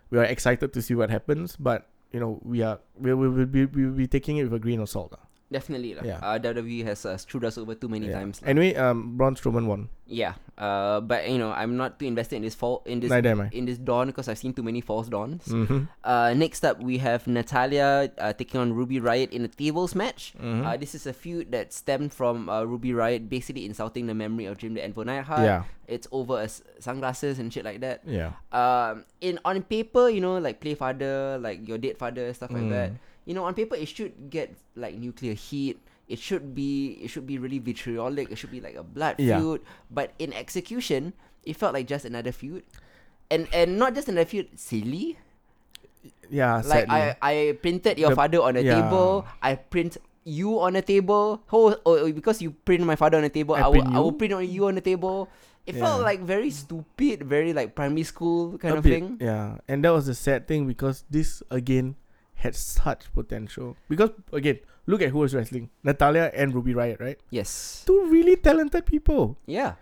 [SPEAKER 2] We are excited to see what happens, but you know, we are we we will be we will be taking it with a grain of salt. lah.
[SPEAKER 1] Definitely. lah.
[SPEAKER 2] Yeah.
[SPEAKER 1] Uh, WWE has uh, screwed us over too many
[SPEAKER 2] Yeah.
[SPEAKER 1] times. lah.
[SPEAKER 2] Anyway, um Braun Strowman won.
[SPEAKER 1] yeah. Uh, but you know, I'm not too invested in this fall in this
[SPEAKER 2] Neither am I.
[SPEAKER 1] in this dawn because I've seen too many false dawns.
[SPEAKER 2] Mhm.
[SPEAKER 1] Uh, next up, we have Natalia uh, taking on Ruby Riot in a tables match.
[SPEAKER 2] Mhm.
[SPEAKER 1] Uh, this is a feud that stemmed from uh, Ruby Riot basically insulting the memory of Jim the Anvil Nightheart.
[SPEAKER 2] Yeah.
[SPEAKER 1] It's over as sunglasses and shit like that.
[SPEAKER 2] Yeah.
[SPEAKER 1] um in on paper you know like play father like your dead father stuff like that
[SPEAKER 2] Mm.
[SPEAKER 1] you know on paper it should get like nuclear heat it should be it should be really vitriolic it should be like a blood
[SPEAKER 2] Yeah.
[SPEAKER 1] feud but in execution it felt like just another feud and and not just another feud silly
[SPEAKER 2] Yeah,
[SPEAKER 1] like
[SPEAKER 2] sadly.
[SPEAKER 1] I, I printed your
[SPEAKER 2] The-
[SPEAKER 1] father on a
[SPEAKER 2] yeah.
[SPEAKER 1] table I print you on a table oh, oh because you print my father on a table
[SPEAKER 2] I
[SPEAKER 1] I, will
[SPEAKER 2] print
[SPEAKER 1] I will
[SPEAKER 2] you?
[SPEAKER 1] print on you on a table it felt
[SPEAKER 2] Yeah.
[SPEAKER 1] like very stupid very like primary school kind
[SPEAKER 2] A
[SPEAKER 1] of
[SPEAKER 2] bit,
[SPEAKER 1] thing
[SPEAKER 2] Yeah. And that was the sad thing because this again had such potential. Because again, look at who was wrestling. Natalia and Ruby Riot, right?
[SPEAKER 1] Yes.
[SPEAKER 2] Two really talented people.
[SPEAKER 1] Yeah.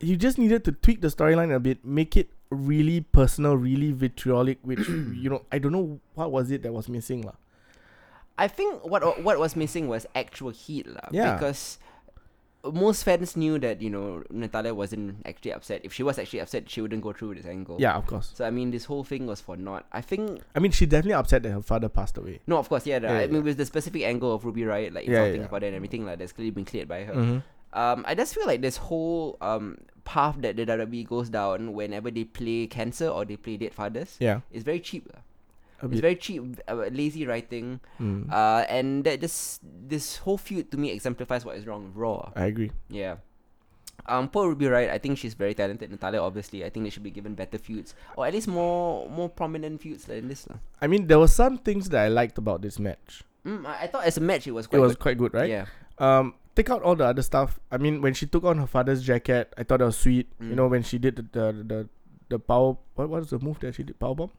[SPEAKER 2] you just needed to tweak the storyline a bit, make it really personal, really vitriolic. Which you know, I don't know what was it that was missing, lah.
[SPEAKER 1] I think what wa- what was missing was actual heat lah.
[SPEAKER 2] Yeah.
[SPEAKER 1] Because most fans knew that, you know, Natalia wasn't actually upset. If she was actually upset, she wouldn't go through this angle.
[SPEAKER 2] Yeah, of course.
[SPEAKER 1] So I mean this whole thing was for naught. I think
[SPEAKER 2] I mean, she definitely upset that her father passed away.
[SPEAKER 1] no, of course, yeah, the,
[SPEAKER 2] Yeah,
[SPEAKER 1] I mean
[SPEAKER 2] yeah.
[SPEAKER 1] with the specific angle of Ruby Riot, like
[SPEAKER 2] Yeah,
[SPEAKER 1] insulting
[SPEAKER 2] yeah.
[SPEAKER 1] her father and everything, like that's clearly been cleared by her.
[SPEAKER 2] Mhm.
[SPEAKER 1] Um, I just feel like this whole um path that the WWE goes down whenever they play cancer or they play dead fathers
[SPEAKER 2] Yeah,
[SPEAKER 1] is very cheap. lah.
[SPEAKER 2] a
[SPEAKER 1] It's
[SPEAKER 2] bit.
[SPEAKER 1] very cheap, uh, lazy writing.
[SPEAKER 2] Mm.
[SPEAKER 1] Uh, and that just this whole feud to me exemplifies what is wrong with Raw.
[SPEAKER 2] I agree.
[SPEAKER 1] Yeah. Um, Paul Ruby, right? I think she's very talented. Natalia, obviously, I think they should be given better feuds, or at least more more prominent feuds than this. lah.
[SPEAKER 2] I mean, there were some things that I liked about this match.
[SPEAKER 1] Mm, I, I thought as a match it was
[SPEAKER 2] It
[SPEAKER 1] quite.
[SPEAKER 2] was
[SPEAKER 1] good.
[SPEAKER 2] quite good, right?
[SPEAKER 1] Yeah.
[SPEAKER 2] Um, take out all the other stuff. I mean, when she took on her father's jacket, I thought that was sweet.
[SPEAKER 1] Mm.
[SPEAKER 2] You know, when she did the the the, the power what what was the move that she did power bomb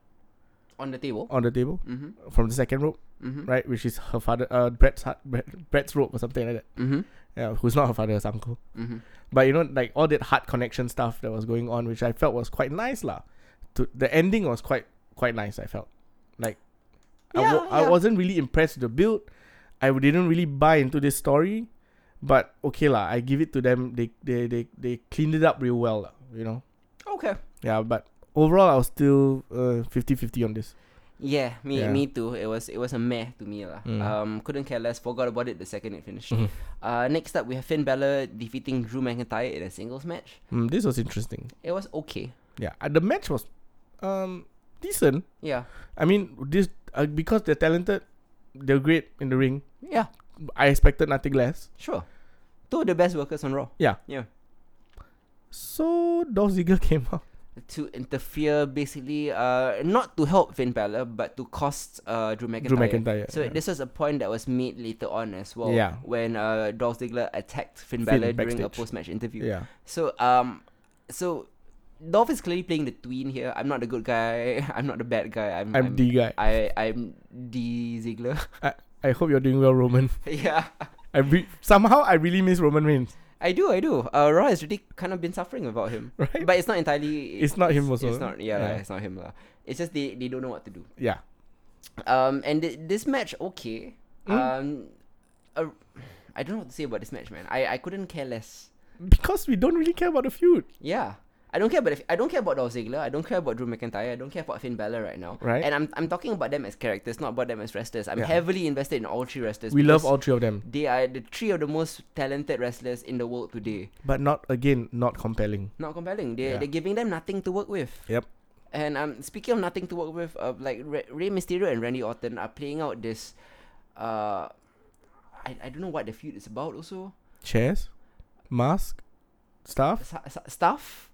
[SPEAKER 1] On the table.
[SPEAKER 2] on the table
[SPEAKER 1] Mm-hmm.
[SPEAKER 2] from the second rope,
[SPEAKER 1] Mm-hmm.
[SPEAKER 2] right? Which is her father, uh, Brett's heart, Brett, Brett's rope or something like that.
[SPEAKER 1] Mm-hmm.
[SPEAKER 2] Yeah, who's not her father, his uncle.
[SPEAKER 1] Mm-hmm.
[SPEAKER 2] But you know, like all that heart connection stuff that was going on, which I felt was quite nice, lah. To the ending was quite quite nice. I felt like I,
[SPEAKER 1] Yeah,
[SPEAKER 2] w-
[SPEAKER 1] yeah.
[SPEAKER 2] I wasn't really impressed with the build. I w- didn't really buy into this story, but okay, lah. I give it to them. They they they, they cleaned it up real well, lah, you know.
[SPEAKER 1] Okay.
[SPEAKER 2] Yeah, but overall, I was still uh, 50-50 on this.
[SPEAKER 1] Yeah, me
[SPEAKER 2] Yeah.
[SPEAKER 1] me too. It was it was a meh to me lah.
[SPEAKER 2] Mm. Mm-hmm.
[SPEAKER 1] Um, couldn't care less. Forgot about it the second it finished. Uh, next up we have Finn Balor defeating Drew McIntyre in a singles match.
[SPEAKER 2] Mm, this was interesting.
[SPEAKER 1] It was okay.
[SPEAKER 2] Yeah, uh, the match was um decent.
[SPEAKER 1] Yeah.
[SPEAKER 2] I mean, this uh, because they're talented, they're great in the ring.
[SPEAKER 1] Yeah.
[SPEAKER 2] I expected nothing less.
[SPEAKER 1] Sure. Two of the best workers on Raw.
[SPEAKER 2] Yeah.
[SPEAKER 1] Yeah.
[SPEAKER 2] So Dolph Ziggler came out.
[SPEAKER 1] To interfere, basically, uh, not to help Finn Balor, but to cost uh, Drew McIntyre.
[SPEAKER 2] Drew McIntyre.
[SPEAKER 1] So
[SPEAKER 2] yeah.
[SPEAKER 1] this was a point that was made later on as well.
[SPEAKER 2] Yeah.
[SPEAKER 1] When uh, Dolph Ziggler attacked Finn,
[SPEAKER 2] Finn
[SPEAKER 1] Balor during a
[SPEAKER 2] backstage.
[SPEAKER 1] post-match interview.
[SPEAKER 2] yeah,
[SPEAKER 1] So um, so Dolph is clearly playing the tween here. I'm not the good guy. I'm not the bad guy. Mm, I'm.
[SPEAKER 2] I'm, the guy. I,
[SPEAKER 1] I I'm D Ziggler.
[SPEAKER 2] hope you're doing well, Roman.
[SPEAKER 1] yeah.
[SPEAKER 2] I re- somehow I really miss Roman Reigns.
[SPEAKER 1] I do, I do. Uh, Raw has really kind of been suffering about him,
[SPEAKER 2] Right?
[SPEAKER 1] but it's not entirely.
[SPEAKER 2] It's not him also.
[SPEAKER 1] It's not. Yeah, lah,
[SPEAKER 2] Yeah.
[SPEAKER 1] it's not him lah. It's just they, they don't know what to do.
[SPEAKER 2] yeah,
[SPEAKER 1] Um, and th- this match, okay. uh,
[SPEAKER 2] Mm.
[SPEAKER 1] Um, a- I don't know what to say about this match, man. I, I couldn't care less.
[SPEAKER 2] because we don't really care about the feud.
[SPEAKER 1] Yeah. I don't care about if, I don't care about Dolph Ziggler. I don't care about Drew McIntyre. I don't care about Finn Balor right now.
[SPEAKER 2] Right.
[SPEAKER 1] And I'm I'm talking about them as characters, not about them as wrestlers. I'm
[SPEAKER 2] Yeah.
[SPEAKER 1] heavily invested in all three wrestlers.
[SPEAKER 2] We love
[SPEAKER 1] because
[SPEAKER 2] all three of them,
[SPEAKER 1] They are the three of the most talented wrestlers in the world today.
[SPEAKER 2] but not again, not compelling.
[SPEAKER 1] Not compelling. They
[SPEAKER 2] Yeah.
[SPEAKER 1] they're giving them nothing to work with.
[SPEAKER 2] Yep.
[SPEAKER 1] And um, speaking of nothing to work with, uh, like Re- Rey Mysterio and Randy Orton are playing out this. Uh, I, I don't know what the feud is about. Also,
[SPEAKER 2] Chairs, mask, stuff.
[SPEAKER 1] S- s- stuff.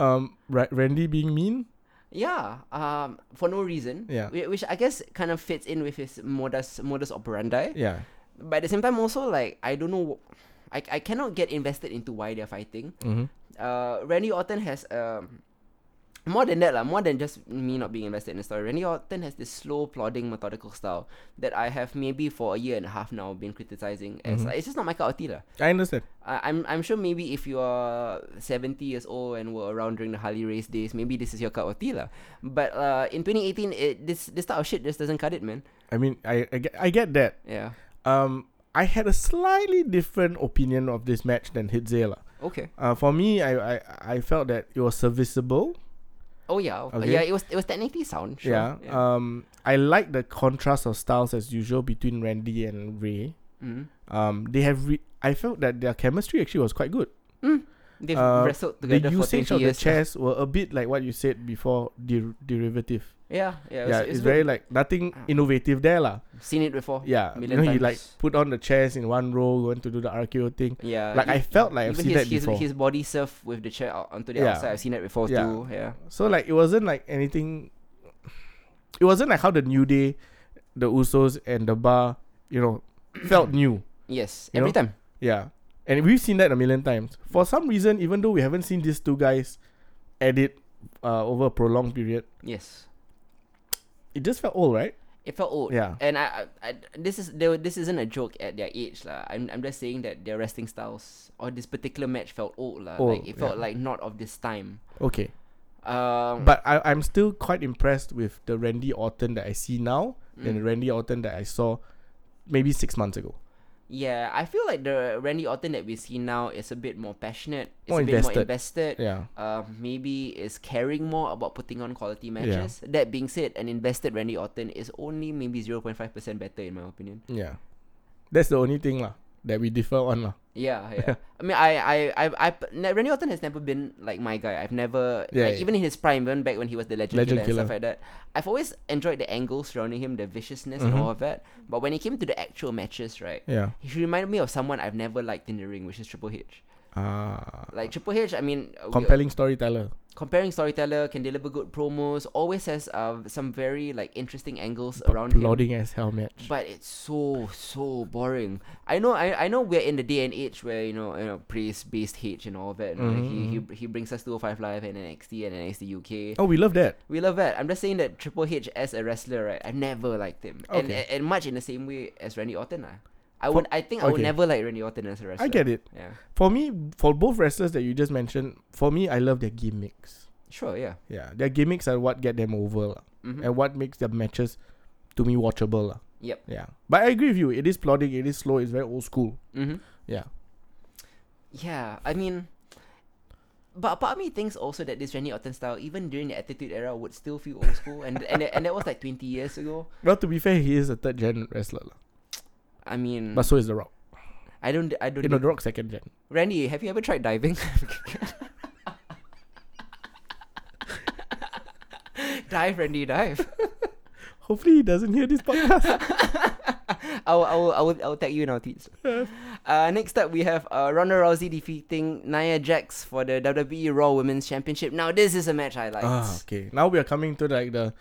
[SPEAKER 2] Um, Ra- Randy being mean.
[SPEAKER 1] Yeah. Um, for no reason.
[SPEAKER 2] Yeah.
[SPEAKER 1] Whi- Which I guess kind of fits in with his modus modus operandi.
[SPEAKER 2] Yeah.
[SPEAKER 1] But at the same time, also like I don't know, wh- I I cannot get invested into why they're fighting.
[SPEAKER 2] Mm-hmm.
[SPEAKER 1] uh, Randy Orton has um, more than that lah. More than just me not being invested in the story. Randy Orton has this slow, plodding, methodical style that I have maybe for a year and a half now been criticizing. As
[SPEAKER 2] Mhm.
[SPEAKER 1] like, it's just not my cup of tea lah.
[SPEAKER 2] I understand.
[SPEAKER 1] I, I'm I'm sure maybe if you are 70 years old and were around during the Harley race days, maybe this is your cup of tea lah. But uh, in 2018, it, this this type of shit just doesn't cut it, man.
[SPEAKER 2] I mean, I I get, I get that.
[SPEAKER 1] Yeah.
[SPEAKER 2] Um, I had a slightly different opinion of this match than Hitzela.
[SPEAKER 1] Okay.
[SPEAKER 2] Uh, for me, I, I I felt that it was serviceable.
[SPEAKER 1] Oh yeah. Oh,
[SPEAKER 2] Okay.
[SPEAKER 1] Yeah. It was it was technically sound. Sure.
[SPEAKER 2] Yeah. Um, I like the contrast of styles as usual between Randy and Ray.
[SPEAKER 1] Mhm.
[SPEAKER 2] Um, they have. Re- I felt that their chemistry actually was quite good.
[SPEAKER 1] They've
[SPEAKER 2] uh,
[SPEAKER 1] wrestled together for
[SPEAKER 2] the usage
[SPEAKER 1] 20
[SPEAKER 2] of the
[SPEAKER 1] years.
[SPEAKER 2] chairs were a bit like what you said before, der- derivative.
[SPEAKER 1] yeah. Yeah.
[SPEAKER 2] yeah, it's, very like nothing innovative there, lah.
[SPEAKER 1] Seen it before.
[SPEAKER 2] Yeah, you
[SPEAKER 1] Ah. Million
[SPEAKER 2] know, he like
[SPEAKER 1] times.
[SPEAKER 2] put on the chairs in one row, going to do the RKO thing.
[SPEAKER 1] Yeah.
[SPEAKER 2] like
[SPEAKER 1] e-
[SPEAKER 2] I felt like I've
[SPEAKER 1] even
[SPEAKER 2] seen
[SPEAKER 1] his,
[SPEAKER 2] that
[SPEAKER 1] his,
[SPEAKER 2] before.
[SPEAKER 1] his body surf with the chair out onto the
[SPEAKER 2] Yeah.
[SPEAKER 1] outside. I've seen it before
[SPEAKER 2] Yeah.
[SPEAKER 1] too. Yeah.
[SPEAKER 2] So like it wasn't like anything. It wasn't like how the New Day, the Usos and the Bar, you know, felt new.
[SPEAKER 1] Yes.
[SPEAKER 2] You
[SPEAKER 1] Every time.
[SPEAKER 2] know? Yeah, and we've seen that a million times. For some reason, even though we haven't seen these two guys edit uh, over a prolonged period,
[SPEAKER 1] Yes.
[SPEAKER 2] it just felt old, right?
[SPEAKER 1] It felt old.
[SPEAKER 2] Yeah.
[SPEAKER 1] And I, I, I this is there, this isn't a joke at their age lah. I'm, I'm just saying that their wrestling styles or this particular match felt old lah.
[SPEAKER 2] Old,
[SPEAKER 1] Like it felt
[SPEAKER 2] yeah.
[SPEAKER 1] like not of this time.
[SPEAKER 2] Okay,
[SPEAKER 1] Um.
[SPEAKER 2] but I, I'm still quite impressed with the Randy Orton that I see now than the Randy Orton that I saw maybe six months ago.
[SPEAKER 1] yeah, I feel like the Randy Orton that we see now is a bit more passionate. It's a
[SPEAKER 2] More
[SPEAKER 1] bit more
[SPEAKER 2] invested.
[SPEAKER 1] invested.
[SPEAKER 2] Yeah,
[SPEAKER 1] uh, maybe is caring more about putting on quality matches. That being said, an invested Randy Orton is only maybe 0.5% better in my opinion.
[SPEAKER 2] yeah, that's the only thing lah that we differ on lah.
[SPEAKER 1] Yeah, yeah. I mean, I, I, I, I, ne- Randy Orton has never been like my guy. I've never, like,
[SPEAKER 2] Yeah, yeah.
[SPEAKER 1] even in his prime, even back when he was the legend,
[SPEAKER 2] Legend
[SPEAKER 1] killer, and stuff like that, I've always enjoyed the angles surrounding him, the viciousness and
[SPEAKER 2] Mhm.
[SPEAKER 1] all of that. But when it came to the actual matches, right,
[SPEAKER 2] Yeah.
[SPEAKER 1] he reminded me of someone I've never liked in the ring, which is Triple H.
[SPEAKER 2] Ah.
[SPEAKER 1] Like, Triple H, I mean, uh, we-
[SPEAKER 2] compelling storyteller.
[SPEAKER 1] comparing storyteller can deliver good promos always has uh, some very like interesting angles
[SPEAKER 2] but
[SPEAKER 1] around him
[SPEAKER 2] Blooding as hell match.
[SPEAKER 1] but it's so so boring i know I, I know we're in the day and age where you know you know praise based hate and all that you know,
[SPEAKER 2] Mhm,
[SPEAKER 1] he, he he brings us 205 live and nxt and nxt uk
[SPEAKER 2] Oh, we love that.
[SPEAKER 1] we love that i'm just saying that triple h as a wrestler right i never liked him and,
[SPEAKER 2] Okay.
[SPEAKER 1] and and much in the same way as randy orton ah. i
[SPEAKER 2] For-
[SPEAKER 1] would i think i would
[SPEAKER 2] okay.
[SPEAKER 1] never like randy orton as a wrestler
[SPEAKER 2] I get it.
[SPEAKER 1] yeah
[SPEAKER 2] For me, for both wrestlers that you just mentioned, for me, I love their gimmicks.
[SPEAKER 1] sure yeah
[SPEAKER 2] Yeah, their gimmicks are what get them over lah,
[SPEAKER 1] Mhm.
[SPEAKER 2] and what makes their matches to me watchable. lah.
[SPEAKER 1] Yep.
[SPEAKER 2] Yeah, but I agree with you. It is plodding. It is slow. It's very old school.
[SPEAKER 1] mm-hmm.
[SPEAKER 2] Yeah.
[SPEAKER 1] Yeah, I mean, but part of me thinks also that this Randy Orton style, even during the Attitude Era, would still feel old school, and and and that was like twenty years ago.
[SPEAKER 2] Well, to be fair, he is a third gen wrestler, lah.
[SPEAKER 1] I mean,
[SPEAKER 2] but so is The Rock.
[SPEAKER 1] I don't, I don't.
[SPEAKER 2] You know,
[SPEAKER 1] know.
[SPEAKER 2] The Rock second gen.
[SPEAKER 1] Randy, have you ever tried diving? dive, Randy, dive.
[SPEAKER 2] Hopefully, he doesn't hear this podcast.
[SPEAKER 1] I will, I will, I will, I will tag you in our tweets. Uh, next up, we have uh, Ronda Rousey defeating Nia Jax for the WWE Raw Women's Championship. Now, this is a match I liked.
[SPEAKER 2] ah, okay. Now we are coming to like the.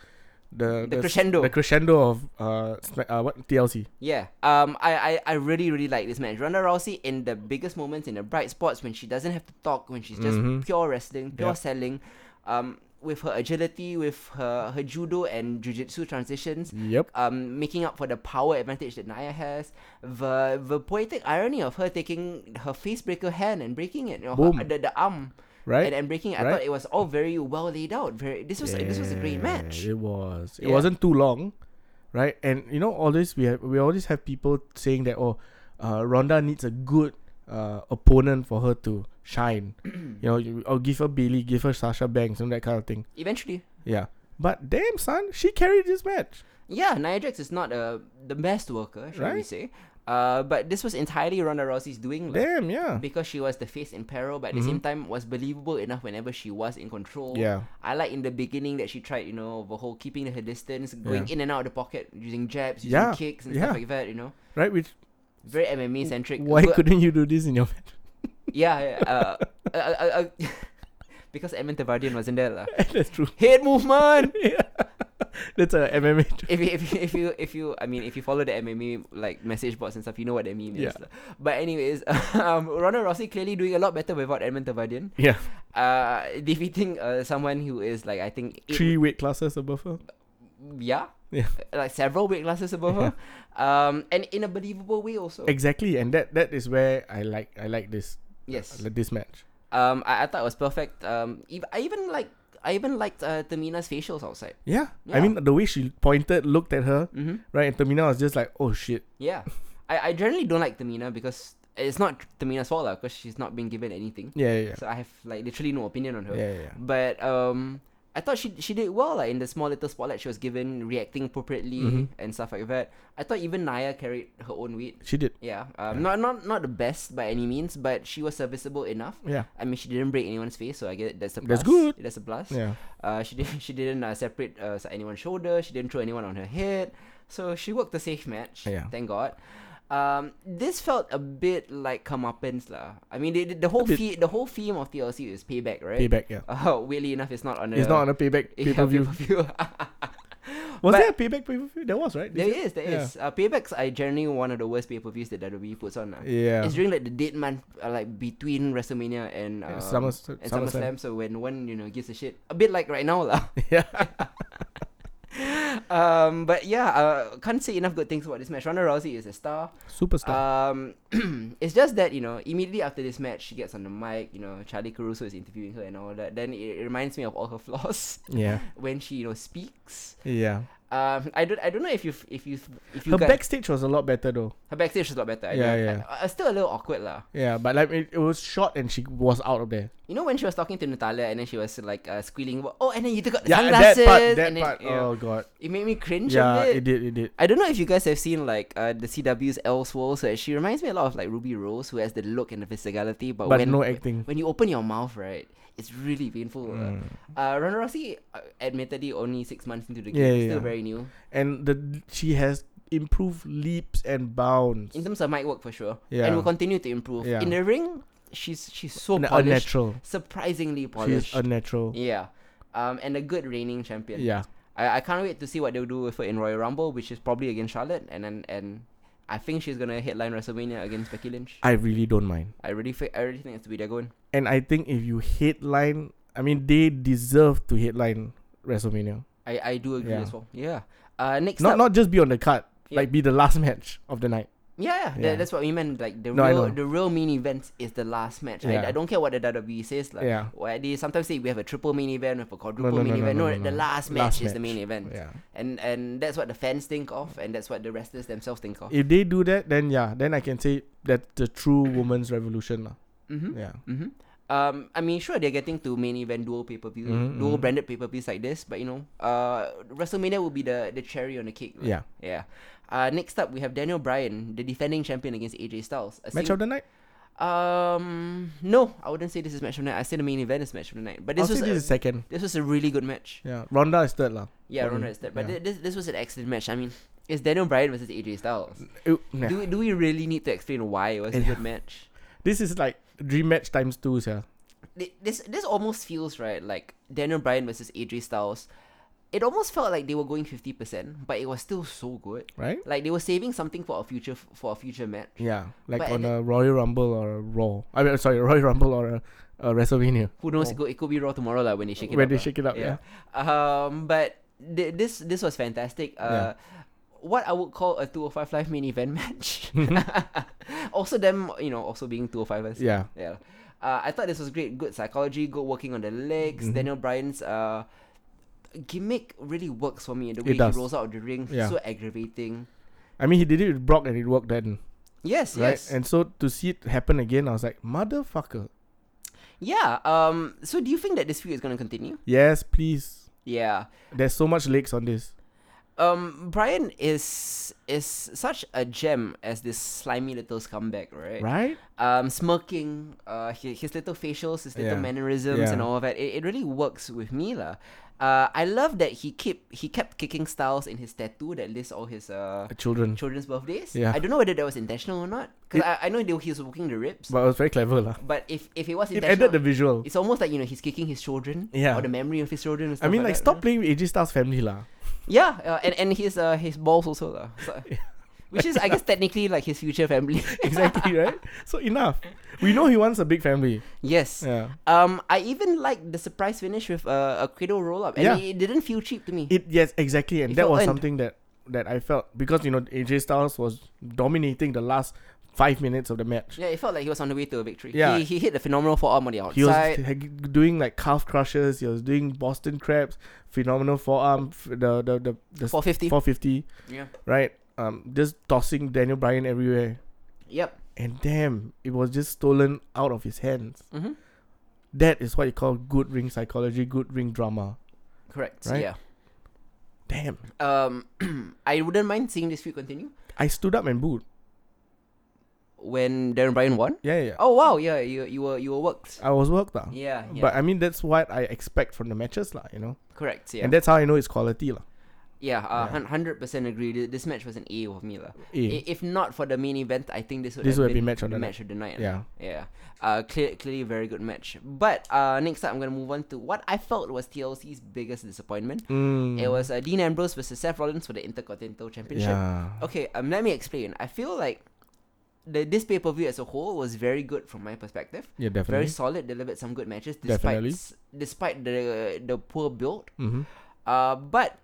[SPEAKER 2] The,
[SPEAKER 1] The
[SPEAKER 2] s-
[SPEAKER 1] crescendo.
[SPEAKER 2] the crescendo of uh, Smack- uh what TLC
[SPEAKER 1] Yeah. Um. I, I, I really really like this match. Ronda Rousey in the biggest moments, in the bright spots when she doesn't have to talk, when she's just
[SPEAKER 2] Mhm.
[SPEAKER 1] pure wrestling, pure
[SPEAKER 2] Yep.
[SPEAKER 1] selling, um, with her agility, with her her judo and jujitsu transitions.
[SPEAKER 2] Yep.
[SPEAKER 1] Um, making up for the power advantage that Naya has, the the poetic irony of her taking her facebreaker hand and breaking it, you know, her-
[SPEAKER 2] Boom.
[SPEAKER 1] the, the arm,
[SPEAKER 2] Right.
[SPEAKER 1] and, and breaking it. I
[SPEAKER 2] Right.
[SPEAKER 1] thought it was all very well laid out. Very this was this was a great
[SPEAKER 2] Yeah,
[SPEAKER 1] match.
[SPEAKER 2] It was. It
[SPEAKER 1] Yeah.
[SPEAKER 2] wasn't too long, right? And you know, always we have, we always have people saying that oh, uh, Ronda needs a good uh, opponent for her to shine. you know, you, or give her Bailey, give her Sasha Banks, and that kind of thing.
[SPEAKER 1] Eventually,
[SPEAKER 2] Yeah. But damn, son, she carried this match.
[SPEAKER 1] yeah, Nia Jax is not uh, the best worker, shall we
[SPEAKER 2] Right.
[SPEAKER 1] say? Uh, but this was entirely Ronda Rousey's doing. lah.
[SPEAKER 2] Damn, yeah.
[SPEAKER 1] because she was the face in peril, but at the same time was believable enough whenever she was in control.
[SPEAKER 2] Yeah.
[SPEAKER 1] I like in the beginning that she tried, you know, the whole keeping her distance, going
[SPEAKER 2] Yeah.
[SPEAKER 1] in and out of the pocket, using jabs, using
[SPEAKER 2] Yeah,
[SPEAKER 1] kicks and
[SPEAKER 2] yeah.
[SPEAKER 1] stuff like that, you know.
[SPEAKER 2] Right? Which
[SPEAKER 1] Very MMA centric.
[SPEAKER 2] why couldn't you do this in your match?
[SPEAKER 1] Yeah. yeah, Uh, uh, uh, uh, because Edmund Tavardian wasn't there. lah.
[SPEAKER 2] That's true.
[SPEAKER 1] Head movement!
[SPEAKER 2] yeah. That's a MMA. tr-
[SPEAKER 1] if you, if you, if you if you I mean if you follow the MMA like message boards and stuff, you know what that meme
[SPEAKER 2] Yeah.
[SPEAKER 1] is. But anyways, um, Ronda Rousey clearly doing a lot better without Edmund Tavadian.
[SPEAKER 2] Yeah.
[SPEAKER 1] Uh, defeating uh, someone who is like I think eight-
[SPEAKER 2] Three weight classes above her.
[SPEAKER 1] Oh. yeah,
[SPEAKER 2] Yeah.
[SPEAKER 1] like several weight classes above her, um, and in a believable way also.
[SPEAKER 2] Exactly, and that that is where I like I like this
[SPEAKER 1] yes.
[SPEAKER 2] like this match.
[SPEAKER 1] Um, I, I thought it was perfect. Um, ev- I even like I even liked uh, Tamina's facials outside.
[SPEAKER 2] Yeah.
[SPEAKER 1] Yeah.
[SPEAKER 2] I mean the way she pointed, looked at her,
[SPEAKER 1] Mm-hmm.
[SPEAKER 2] right, and Tamina was just like, Oh shit.
[SPEAKER 1] Yeah, I, I generally don't like Tamina because it's not Tamina's fault because she's not been given anything.
[SPEAKER 2] Yeah, yeah,
[SPEAKER 1] So I have like literally no opinion on
[SPEAKER 2] yeah.
[SPEAKER 1] her.
[SPEAKER 2] Yeah, yeah, yeah.
[SPEAKER 1] But um, I thought she she did well like in the small little spotlight she was given, reacting appropriately
[SPEAKER 2] Mhm.
[SPEAKER 1] and stuff like that. I thought even Naya carried her own weight.
[SPEAKER 2] She did.
[SPEAKER 1] Yeah, um, not not not the best by any means, but she was serviceable enough.
[SPEAKER 2] Yeah.
[SPEAKER 1] I mean, she didn't break anyone's face, so I get that's a plus.
[SPEAKER 2] That's good.
[SPEAKER 1] That's a plus.
[SPEAKER 2] Yeah.
[SPEAKER 1] Uh, she didn't she didn't uh, separate uh, anyone's shoulder. She didn't throw anyone on her head. So she worked a safe match.
[SPEAKER 2] Yeah.
[SPEAKER 1] Thank God. Um, this felt a bit like comeuppance lah. I mean, the, the, the whole
[SPEAKER 2] bit.
[SPEAKER 1] the, the whole theme of TLC is payback, right?
[SPEAKER 2] Payback, yeah.
[SPEAKER 1] Oh, weirdly enough, it's not on.
[SPEAKER 2] It's
[SPEAKER 1] a-
[SPEAKER 2] not on a payback
[SPEAKER 1] yeah,
[SPEAKER 2] pay per view.
[SPEAKER 1] pay-per-view. But-
[SPEAKER 2] Was there a payback pay per view? There was, right?
[SPEAKER 1] there is,
[SPEAKER 2] This
[SPEAKER 1] there is. Uh,
[SPEAKER 2] Yeah.
[SPEAKER 1] Paybacks are generally one of the worst pay per views that WWE puts on. lah.
[SPEAKER 2] year? Yeah.
[SPEAKER 1] It's during like the date month, uh, like between WrestleMania and, um,
[SPEAKER 2] And Summer-
[SPEAKER 1] and SummerSlam.
[SPEAKER 2] SummerSlam.
[SPEAKER 1] So when one you know gives a shit, a bit like right now lah.
[SPEAKER 2] yeah.
[SPEAKER 1] Um, but yeah, uh, can't say enough good things about this match. Ronda Rousey is a star.
[SPEAKER 2] Superstar.
[SPEAKER 1] Um, it's just that you know immediately after this match, she gets on the mic. You know, Charlie Caruso is interviewing her and all that. Then it, it reminds me of all her flaws
[SPEAKER 2] yeah.
[SPEAKER 1] when she you know speaks.
[SPEAKER 2] Yeah.
[SPEAKER 1] Um, I don't I don't know if you if you if you
[SPEAKER 2] Her
[SPEAKER 1] guys-
[SPEAKER 2] backstage was a lot better though.
[SPEAKER 1] her backstage is a lot better. I
[SPEAKER 2] Yeah,
[SPEAKER 1] don't-
[SPEAKER 2] yeah.
[SPEAKER 1] I- I- still a little awkward lah.
[SPEAKER 2] Yeah, but like it, it was short and she was out of there.
[SPEAKER 1] You know when she was talking to Natalia and then she was like uh, squealing, "Oh, and then you took out the
[SPEAKER 2] Yeah, and that
[SPEAKER 1] sunglasses."
[SPEAKER 2] part, that
[SPEAKER 1] and then,
[SPEAKER 2] part.
[SPEAKER 1] you know,
[SPEAKER 2] Oh god.
[SPEAKER 1] it made me cringe a
[SPEAKER 2] Yeah,
[SPEAKER 1] bit.
[SPEAKER 2] it did, it did.
[SPEAKER 1] I don't know if you guys have seen like uh, the CW's Elseworlds. So she reminds me a lot of like Ruby Rose, who has the look and the physicality, but,
[SPEAKER 2] But
[SPEAKER 1] when
[SPEAKER 2] no acting. Hmm.
[SPEAKER 1] when you open your mouth, right, it's really painful. Uh, Uh, Ronda Rousey, uh, admittedly, only six months into the game,
[SPEAKER 2] Yeah, yeah,
[SPEAKER 1] still
[SPEAKER 2] yeah.
[SPEAKER 1] very new
[SPEAKER 2] And the she has improved leaps and bounds.
[SPEAKER 1] in terms of mic work for sure,
[SPEAKER 2] Yeah.
[SPEAKER 1] and will continue to improve.
[SPEAKER 2] Yeah.
[SPEAKER 1] In the ring, she's she's so
[SPEAKER 2] N-
[SPEAKER 1] polished,
[SPEAKER 2] unnatural.
[SPEAKER 1] surprisingly
[SPEAKER 2] She's
[SPEAKER 1] polished.
[SPEAKER 2] unnatural.
[SPEAKER 1] yeah, um, and a good reigning champion.
[SPEAKER 2] Yeah.
[SPEAKER 1] I, I can't wait to see what they'll do with her in Royal Rumble, which is probably against Charlotte, and then and I think she's gonna headline WrestleMania against Becky Lynch.
[SPEAKER 2] I really don't mind.
[SPEAKER 1] I really, fi- I really think it's to be their going.
[SPEAKER 2] And I think if you headline, I mean, they deserve to headline WrestleMania.
[SPEAKER 1] I, I do agree
[SPEAKER 2] Yeah.
[SPEAKER 1] as well. Yeah. Uh, next up,
[SPEAKER 2] Not not just be on the card,
[SPEAKER 1] Yeah.
[SPEAKER 2] like be the last match of the night.
[SPEAKER 1] yeah, yeah, tha-
[SPEAKER 2] Yeah.
[SPEAKER 1] that's what we meant. Like the
[SPEAKER 2] No, I
[SPEAKER 1] real,
[SPEAKER 2] know.
[SPEAKER 1] the real main event is the last match. I,
[SPEAKER 2] Yeah.
[SPEAKER 1] I don't care what the WWE says. Like,
[SPEAKER 2] Yeah.
[SPEAKER 1] why they sometimes say we have a triple main event, we have a quadruple
[SPEAKER 2] no,
[SPEAKER 1] main
[SPEAKER 2] no,
[SPEAKER 1] event. No,
[SPEAKER 2] no, no,
[SPEAKER 1] the
[SPEAKER 2] no.
[SPEAKER 1] last match
[SPEAKER 2] Last
[SPEAKER 1] is the main event,
[SPEAKER 2] Yeah.
[SPEAKER 1] and and that's what the fans think of, and that's what the wrestlers themselves think of.
[SPEAKER 2] If they do that, then yeah, then I can say that the true woman's revolution. lah.
[SPEAKER 1] mm-hmm.
[SPEAKER 2] Yeah.
[SPEAKER 1] Mm-hmm. Um, I mean, sure they're getting to main event dual pay per view,
[SPEAKER 2] Mhm,
[SPEAKER 1] dual
[SPEAKER 2] mhm.
[SPEAKER 1] branded pay per views like this, but you know, uh, WrestleMania will be the the cherry on the cake. right?
[SPEAKER 2] Yeah.
[SPEAKER 1] yeah. Uh, next up we have Daniel Bryan, the defending champion against AJ Styles. A
[SPEAKER 2] Match
[SPEAKER 1] sing-
[SPEAKER 2] of the night.
[SPEAKER 1] um, no, I wouldn't say this is match of the night. I say the main event is match of the night, but
[SPEAKER 2] I'll
[SPEAKER 1] this was
[SPEAKER 2] say
[SPEAKER 1] a,
[SPEAKER 2] this is second.
[SPEAKER 1] this was a really good match.
[SPEAKER 2] Yeah. Ronda is third lah.
[SPEAKER 1] Yeah,
[SPEAKER 2] For me,
[SPEAKER 1] Ronda is that, but
[SPEAKER 2] yeah.
[SPEAKER 1] thi- this this was an excellent match. I mean, it's Daniel Bryan versus AJ Styles.
[SPEAKER 2] Ew, nah.
[SPEAKER 1] Do we, do we really need to explain why it was a
[SPEAKER 2] Yeah.
[SPEAKER 1] good match?
[SPEAKER 2] This is like dream match times two, yeah.
[SPEAKER 1] thi- this this almost feels right like Daniel Bryan versus AJ Styles. It almost felt like they were going fifty percent, but it was still so good.
[SPEAKER 2] Right?
[SPEAKER 1] Like they were saving something for a future for a future match.
[SPEAKER 2] Yeah. Like
[SPEAKER 1] But
[SPEAKER 2] on
[SPEAKER 1] at
[SPEAKER 2] a Royal Rumble or a Raw. I mean, sorry, Royal Rumble or a, a WrestleMania.
[SPEAKER 1] Who knows?
[SPEAKER 2] Oh.
[SPEAKER 1] It, could, it could be Raw tomorrow, like when they shake it up.
[SPEAKER 2] when they
[SPEAKER 1] lah.
[SPEAKER 2] shake it up, yeah.
[SPEAKER 1] Um, but thi- this this was fantastic. Uh, what I would call a two hundred five live main event match. also them, you know, also being two hundred five.
[SPEAKER 2] Yeah.
[SPEAKER 1] Yeah. Uh, I thought this was great. Good psychology, good working on the legs.
[SPEAKER 2] Mhm.
[SPEAKER 1] Daniel Bryan's uh, gimmick really works for me. The way he
[SPEAKER 2] It does.
[SPEAKER 1] rolls out of the ring,
[SPEAKER 2] Yeah.
[SPEAKER 1] so aggravating.
[SPEAKER 2] I mean, he did it with Brock and it worked then.
[SPEAKER 1] Yes,
[SPEAKER 2] Right?
[SPEAKER 1] yes.
[SPEAKER 2] And so to see it happen again, I was like, motherfucker.
[SPEAKER 1] Yeah. Um. So do you think that this feud is gonna continue?
[SPEAKER 2] Yes, please.
[SPEAKER 1] Yeah.
[SPEAKER 2] There's so much legs on this.
[SPEAKER 1] Um. Brian is is such a gem as this slimy little scumbag, right?
[SPEAKER 2] Right?
[SPEAKER 1] Um. Smirking. Uh. His, his little facials, his little
[SPEAKER 2] Yeah.
[SPEAKER 1] mannerisms, and
[SPEAKER 2] Yeah.
[SPEAKER 1] all of that. It, it really works with me, lah. Uh. I love that he kept he kept kicking styles in his tattoo that lists all his uh.
[SPEAKER 2] Uh, Children.
[SPEAKER 1] Children's birthdays.
[SPEAKER 2] Yeah.
[SPEAKER 1] I don't know whether that was intentional or not, because
[SPEAKER 2] It-
[SPEAKER 1] I, I know they, he's working the ribs.
[SPEAKER 2] But it was very clever lah.
[SPEAKER 1] But if if it was
[SPEAKER 2] It
[SPEAKER 1] intentional,
[SPEAKER 2] added the visual.
[SPEAKER 1] it's almost like you know he's kicking his children.
[SPEAKER 2] Yeah.
[SPEAKER 1] Or the memory of his children. And
[SPEAKER 2] I
[SPEAKER 1] stuff
[SPEAKER 2] mean, like,
[SPEAKER 1] that,
[SPEAKER 2] stop playing with AJ Star's family lah.
[SPEAKER 1] Yeah, uh, and and his uh, his balls also lah. So, which is I guess technically like his future family.
[SPEAKER 2] exactly, right? So enough. We know he wants a big family.
[SPEAKER 1] yes.
[SPEAKER 2] Yeah.
[SPEAKER 1] Um, I even like the surprise finish with uh, a cradle roll up, and
[SPEAKER 2] Yeah.
[SPEAKER 1] it, it didn't feel cheap to me.
[SPEAKER 2] It yes, exactly,
[SPEAKER 1] It
[SPEAKER 2] and that
[SPEAKER 1] felt
[SPEAKER 2] was
[SPEAKER 1] earned.
[SPEAKER 2] something that that I felt because you know AJ Styles was dominating the last five minutes of the match.
[SPEAKER 1] yeah, it felt like he was on the way to a victory.
[SPEAKER 2] Yeah.
[SPEAKER 1] He, he hit the phenomenal forearm on the
[SPEAKER 2] He was
[SPEAKER 1] outside.
[SPEAKER 2] ha- doing like calf crushes. He was doing Boston crabs, phenomenal forearm, f- the the the, the
[SPEAKER 1] 450.
[SPEAKER 2] 450,
[SPEAKER 1] yeah.
[SPEAKER 2] right? Um, just tossing Daniel Bryan everywhere,
[SPEAKER 1] Yep.
[SPEAKER 2] and damn, it was just stolen out of his hands.
[SPEAKER 1] hmm
[SPEAKER 2] That is what you call good ring psychology, good ring drama.
[SPEAKER 1] Correct.
[SPEAKER 2] Right?
[SPEAKER 1] Yeah.
[SPEAKER 2] Damn,
[SPEAKER 1] Um, I wouldn't mind seeing this feud continue
[SPEAKER 2] I stood up and booed.
[SPEAKER 1] when Darren Bryan won.
[SPEAKER 2] Yeah, yeah.
[SPEAKER 1] Oh wow, yeah, you you were you were worked.
[SPEAKER 2] I was worked ah. out.
[SPEAKER 1] Yeah, yeah.
[SPEAKER 2] Uh-huh. But I mean, that's what I expect from the matches, lah. You know.
[SPEAKER 1] correct. Yeah,
[SPEAKER 2] And that's how I know it's quality lah.
[SPEAKER 1] yeah,
[SPEAKER 2] Yeah.
[SPEAKER 1] uh, hundred percent agree. Th- This match was an A with me lah.
[SPEAKER 2] Eh,
[SPEAKER 1] I- If not for the main event, I think this would
[SPEAKER 2] This
[SPEAKER 1] have
[SPEAKER 2] would have been match of the night.
[SPEAKER 1] match of the night.
[SPEAKER 2] yeah.
[SPEAKER 1] yeah. Uh, clear, clearly a very good match. But uh, next up, I'm gonna move on to what I felt was TLC's biggest disappointment.
[SPEAKER 2] Mm.
[SPEAKER 1] It was uh, Dean Ambrose versus Seth Rollins for the Intercontinental Championship.
[SPEAKER 2] Yeah.
[SPEAKER 1] Okay, um, let me explain. I feel like the this pay per view as a whole was very good from my perspective.
[SPEAKER 2] Yeah,
[SPEAKER 1] Very
[SPEAKER 2] definitely.
[SPEAKER 1] solid, delivered some good matches despite
[SPEAKER 2] Definitely.
[SPEAKER 1] s- despite the the poor build.
[SPEAKER 2] hmm
[SPEAKER 1] Uh, but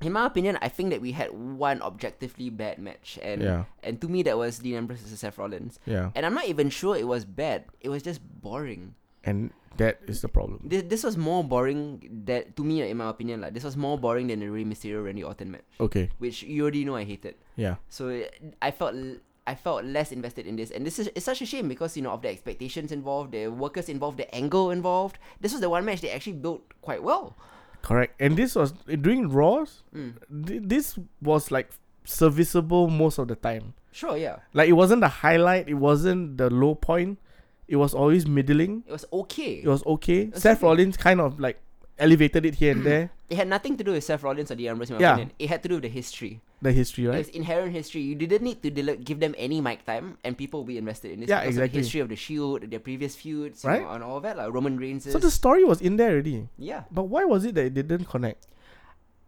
[SPEAKER 1] in my opinion, I think that we had one objectively bad match, and
[SPEAKER 2] Yeah.
[SPEAKER 1] and to me that was Dean Ambrose versus Seth Rollins.
[SPEAKER 2] Yeah.
[SPEAKER 1] And I'm not even sure it was bad. It was just boring.
[SPEAKER 2] And that is the problem.
[SPEAKER 1] This, this was more boring that to me, in my opinion, like this was more boring than the Rey Mysterio Randy Orton match,
[SPEAKER 2] Okay.
[SPEAKER 1] which you already know I hated.
[SPEAKER 2] Yeah.
[SPEAKER 1] So uh, I felt l- I felt less invested in this, and this is it's such a shame because you know of the expectations involved, the workers involved, the angle involved. This was the one match they actually built quite well.
[SPEAKER 2] Correct. And this was eh, during Raws.
[SPEAKER 1] Mm.
[SPEAKER 2] Th- this was like serviceable most of the time.
[SPEAKER 1] Sure, yeah,
[SPEAKER 2] Like it wasn't the highlight. It wasn't the low point. It was always middling.
[SPEAKER 1] it was okay.
[SPEAKER 2] It was okay.
[SPEAKER 1] was
[SPEAKER 2] Seth
[SPEAKER 1] okay.
[SPEAKER 2] Rollins kind of like elevated it here and there.
[SPEAKER 1] It had nothing to do with Seth Rollins or the Ambrose, in my
[SPEAKER 2] Yeah.
[SPEAKER 1] opinion. It had to do with the history.
[SPEAKER 2] The history,
[SPEAKER 1] It
[SPEAKER 2] right?
[SPEAKER 1] was inherent history. You didn't need to deli- give them any mic time, and people will be invested in this.
[SPEAKER 2] Yeah,
[SPEAKER 1] because of
[SPEAKER 2] exactly.
[SPEAKER 1] the history of the Shield, their previous feuds, you
[SPEAKER 2] Right.
[SPEAKER 1] know, and all that, like Roman Reigns.
[SPEAKER 2] So the story was in there already.
[SPEAKER 1] yeah,
[SPEAKER 2] But why was it that it didn't connect?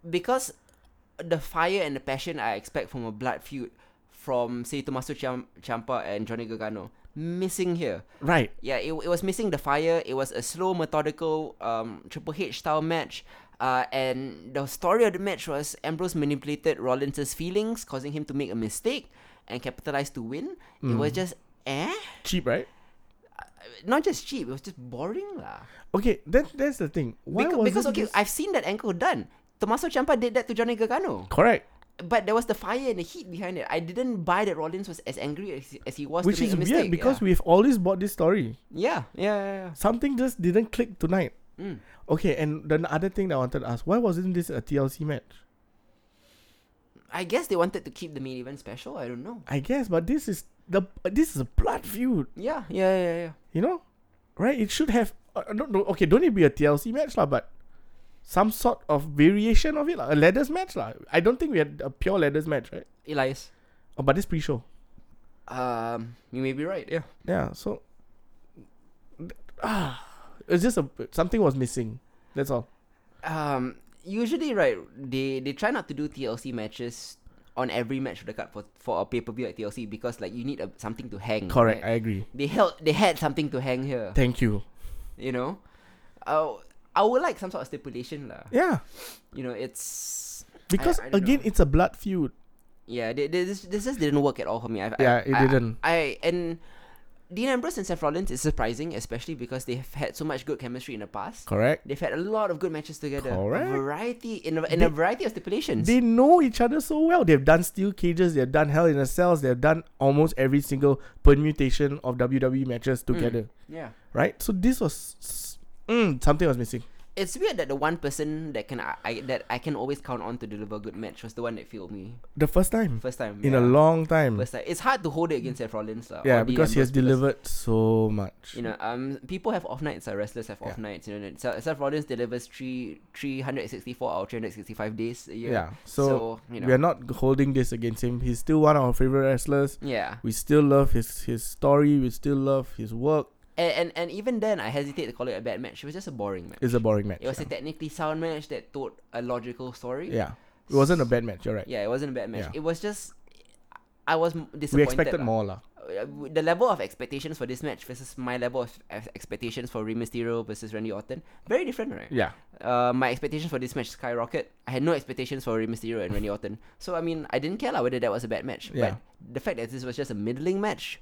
[SPEAKER 1] because the fire and the passion I expect from a blood feud from say Tommaso Ciam- Ciampa and Johnny Gargano missing here.
[SPEAKER 2] Right.
[SPEAKER 1] Yeah, it, it was missing the fire. It was a slow, methodical um, Triple H style match. Uh, and the story of the match was Ambrose manipulated Rollins' feelings, causing him to make a mistake and capitalize to win. It was
[SPEAKER 2] Mm.
[SPEAKER 1] just eh,
[SPEAKER 2] Cheap, right?
[SPEAKER 1] not just cheap. It was just boring lah.
[SPEAKER 2] Okay, that that's the thing. Why
[SPEAKER 1] Beca-
[SPEAKER 2] was
[SPEAKER 1] because
[SPEAKER 2] it
[SPEAKER 1] okay,
[SPEAKER 2] this-
[SPEAKER 1] I've seen that angle done. Tommaso Ciampa did that to Johnny Gargano.
[SPEAKER 2] correct,
[SPEAKER 1] but there was the fire and the heat behind it. I didn't buy that Rollins was as angry as, as he was.
[SPEAKER 2] which
[SPEAKER 1] to make
[SPEAKER 2] is
[SPEAKER 1] a mistake.
[SPEAKER 2] weird because
[SPEAKER 1] yeah.
[SPEAKER 2] we've always bought this story.
[SPEAKER 1] yeah, yeah, yeah,
[SPEAKER 2] Something just didn't click tonight.
[SPEAKER 1] yeah. Mm.
[SPEAKER 2] Okay, and the other thing that I wanted to ask, why wasn't this a TLC match?
[SPEAKER 1] I guess they wanted to keep the main event special. I don't know.
[SPEAKER 2] I guess, but this is the this is a blood feud,
[SPEAKER 1] Yeah, yeah, yeah, yeah.
[SPEAKER 2] you know, right? It should have. Uh, uh, don't, don't- okay, don't it be a TLC match lah, but some sort of variation of it, lah, a ladders match lah. I don't think we had a pure ladders match, right?
[SPEAKER 1] Elias,
[SPEAKER 2] Oh, but this pre-show.
[SPEAKER 1] um, you may be right. Yeah,
[SPEAKER 2] Yeah, so ah, it's just a something was missing. That's all.
[SPEAKER 1] um, usually right, they they try not to do TLC matches on every match of the card for for a pay per view at TLC because like you need a, something to hang.
[SPEAKER 2] Correct,
[SPEAKER 1] right?
[SPEAKER 2] I agree.
[SPEAKER 1] They held they had something to hang here.
[SPEAKER 2] Thank you.
[SPEAKER 1] You know, uh, I would like some sort of stipulation lah.
[SPEAKER 2] Yeah,
[SPEAKER 1] You know, it's
[SPEAKER 2] because
[SPEAKER 1] I don't
[SPEAKER 2] again,
[SPEAKER 1] know.
[SPEAKER 2] it's a blood feud.
[SPEAKER 1] Yeah, they, they, this this just didn't work at all for me. I, I,
[SPEAKER 2] Yeah, it
[SPEAKER 1] I-
[SPEAKER 2] didn't.
[SPEAKER 1] I and Dean Ambrose and Seth Rollins is surprising, especially because they have had so much good chemistry in the past.
[SPEAKER 2] Correct.
[SPEAKER 1] They've had a lot of good matches together. A
[SPEAKER 2] Correct.
[SPEAKER 1] variety in a, in a
[SPEAKER 2] They-
[SPEAKER 1] variety of stipulations.
[SPEAKER 2] They know each other so well. They've done steel cages. They've done hell in
[SPEAKER 1] Mm.
[SPEAKER 2] a cells. They've done almost every single permutation of WWE E matches together.
[SPEAKER 1] yeah.
[SPEAKER 2] right? So this was s- mm, something was missing.
[SPEAKER 1] It's weird that the one person that can I, I that I can always count on to deliver good match was the one that failed me
[SPEAKER 2] The first time
[SPEAKER 1] first time
[SPEAKER 2] in a
[SPEAKER 1] yeah.
[SPEAKER 2] long time.
[SPEAKER 1] First time, it's hard to hold it against Seth Rollins. lah,
[SPEAKER 2] yeah,
[SPEAKER 1] or Dean
[SPEAKER 2] because he has
[SPEAKER 1] Ambrose
[SPEAKER 2] delivered so much.
[SPEAKER 1] You know, um, people have off nights. Uh, wrestlers have off
[SPEAKER 2] Yeah.
[SPEAKER 1] nights. You know, and Seth Seth Rollins delivers three three hundred sixty four or three hundred sixty five days a year.
[SPEAKER 2] yeah.
[SPEAKER 1] So,
[SPEAKER 2] So,
[SPEAKER 1] you know,
[SPEAKER 2] we are not g- holding this against him. He's still one of our favorite wrestlers.
[SPEAKER 1] yeah,
[SPEAKER 2] We still love his his story. We still love his work.
[SPEAKER 1] and, and and even then, I hesitate to call it a bad match. It was just a boring match.
[SPEAKER 2] It's a boring match.
[SPEAKER 1] It was
[SPEAKER 2] yeah.
[SPEAKER 1] a technically sound match that told a logical story.
[SPEAKER 2] yeah. It wasn't a bad match. You're right.
[SPEAKER 1] Yeah, it wasn't a bad match.
[SPEAKER 2] Yeah.
[SPEAKER 1] It was just, I was m- disappointed.
[SPEAKER 2] we expected
[SPEAKER 1] lah.
[SPEAKER 2] more lah.
[SPEAKER 1] Uh, The level of expectations for this match versus my level of ex- expectations for Rey Mysterio versus Randy Orton, very different, right?
[SPEAKER 2] Yeah.
[SPEAKER 1] Uh, my expectations for this match skyrocket. I had no expectations for Rey Mysterio and Randy Orton. So I mean, I didn't care lah whether that was a bad match.
[SPEAKER 2] Yeah.
[SPEAKER 1] But the fact that this was just a middling match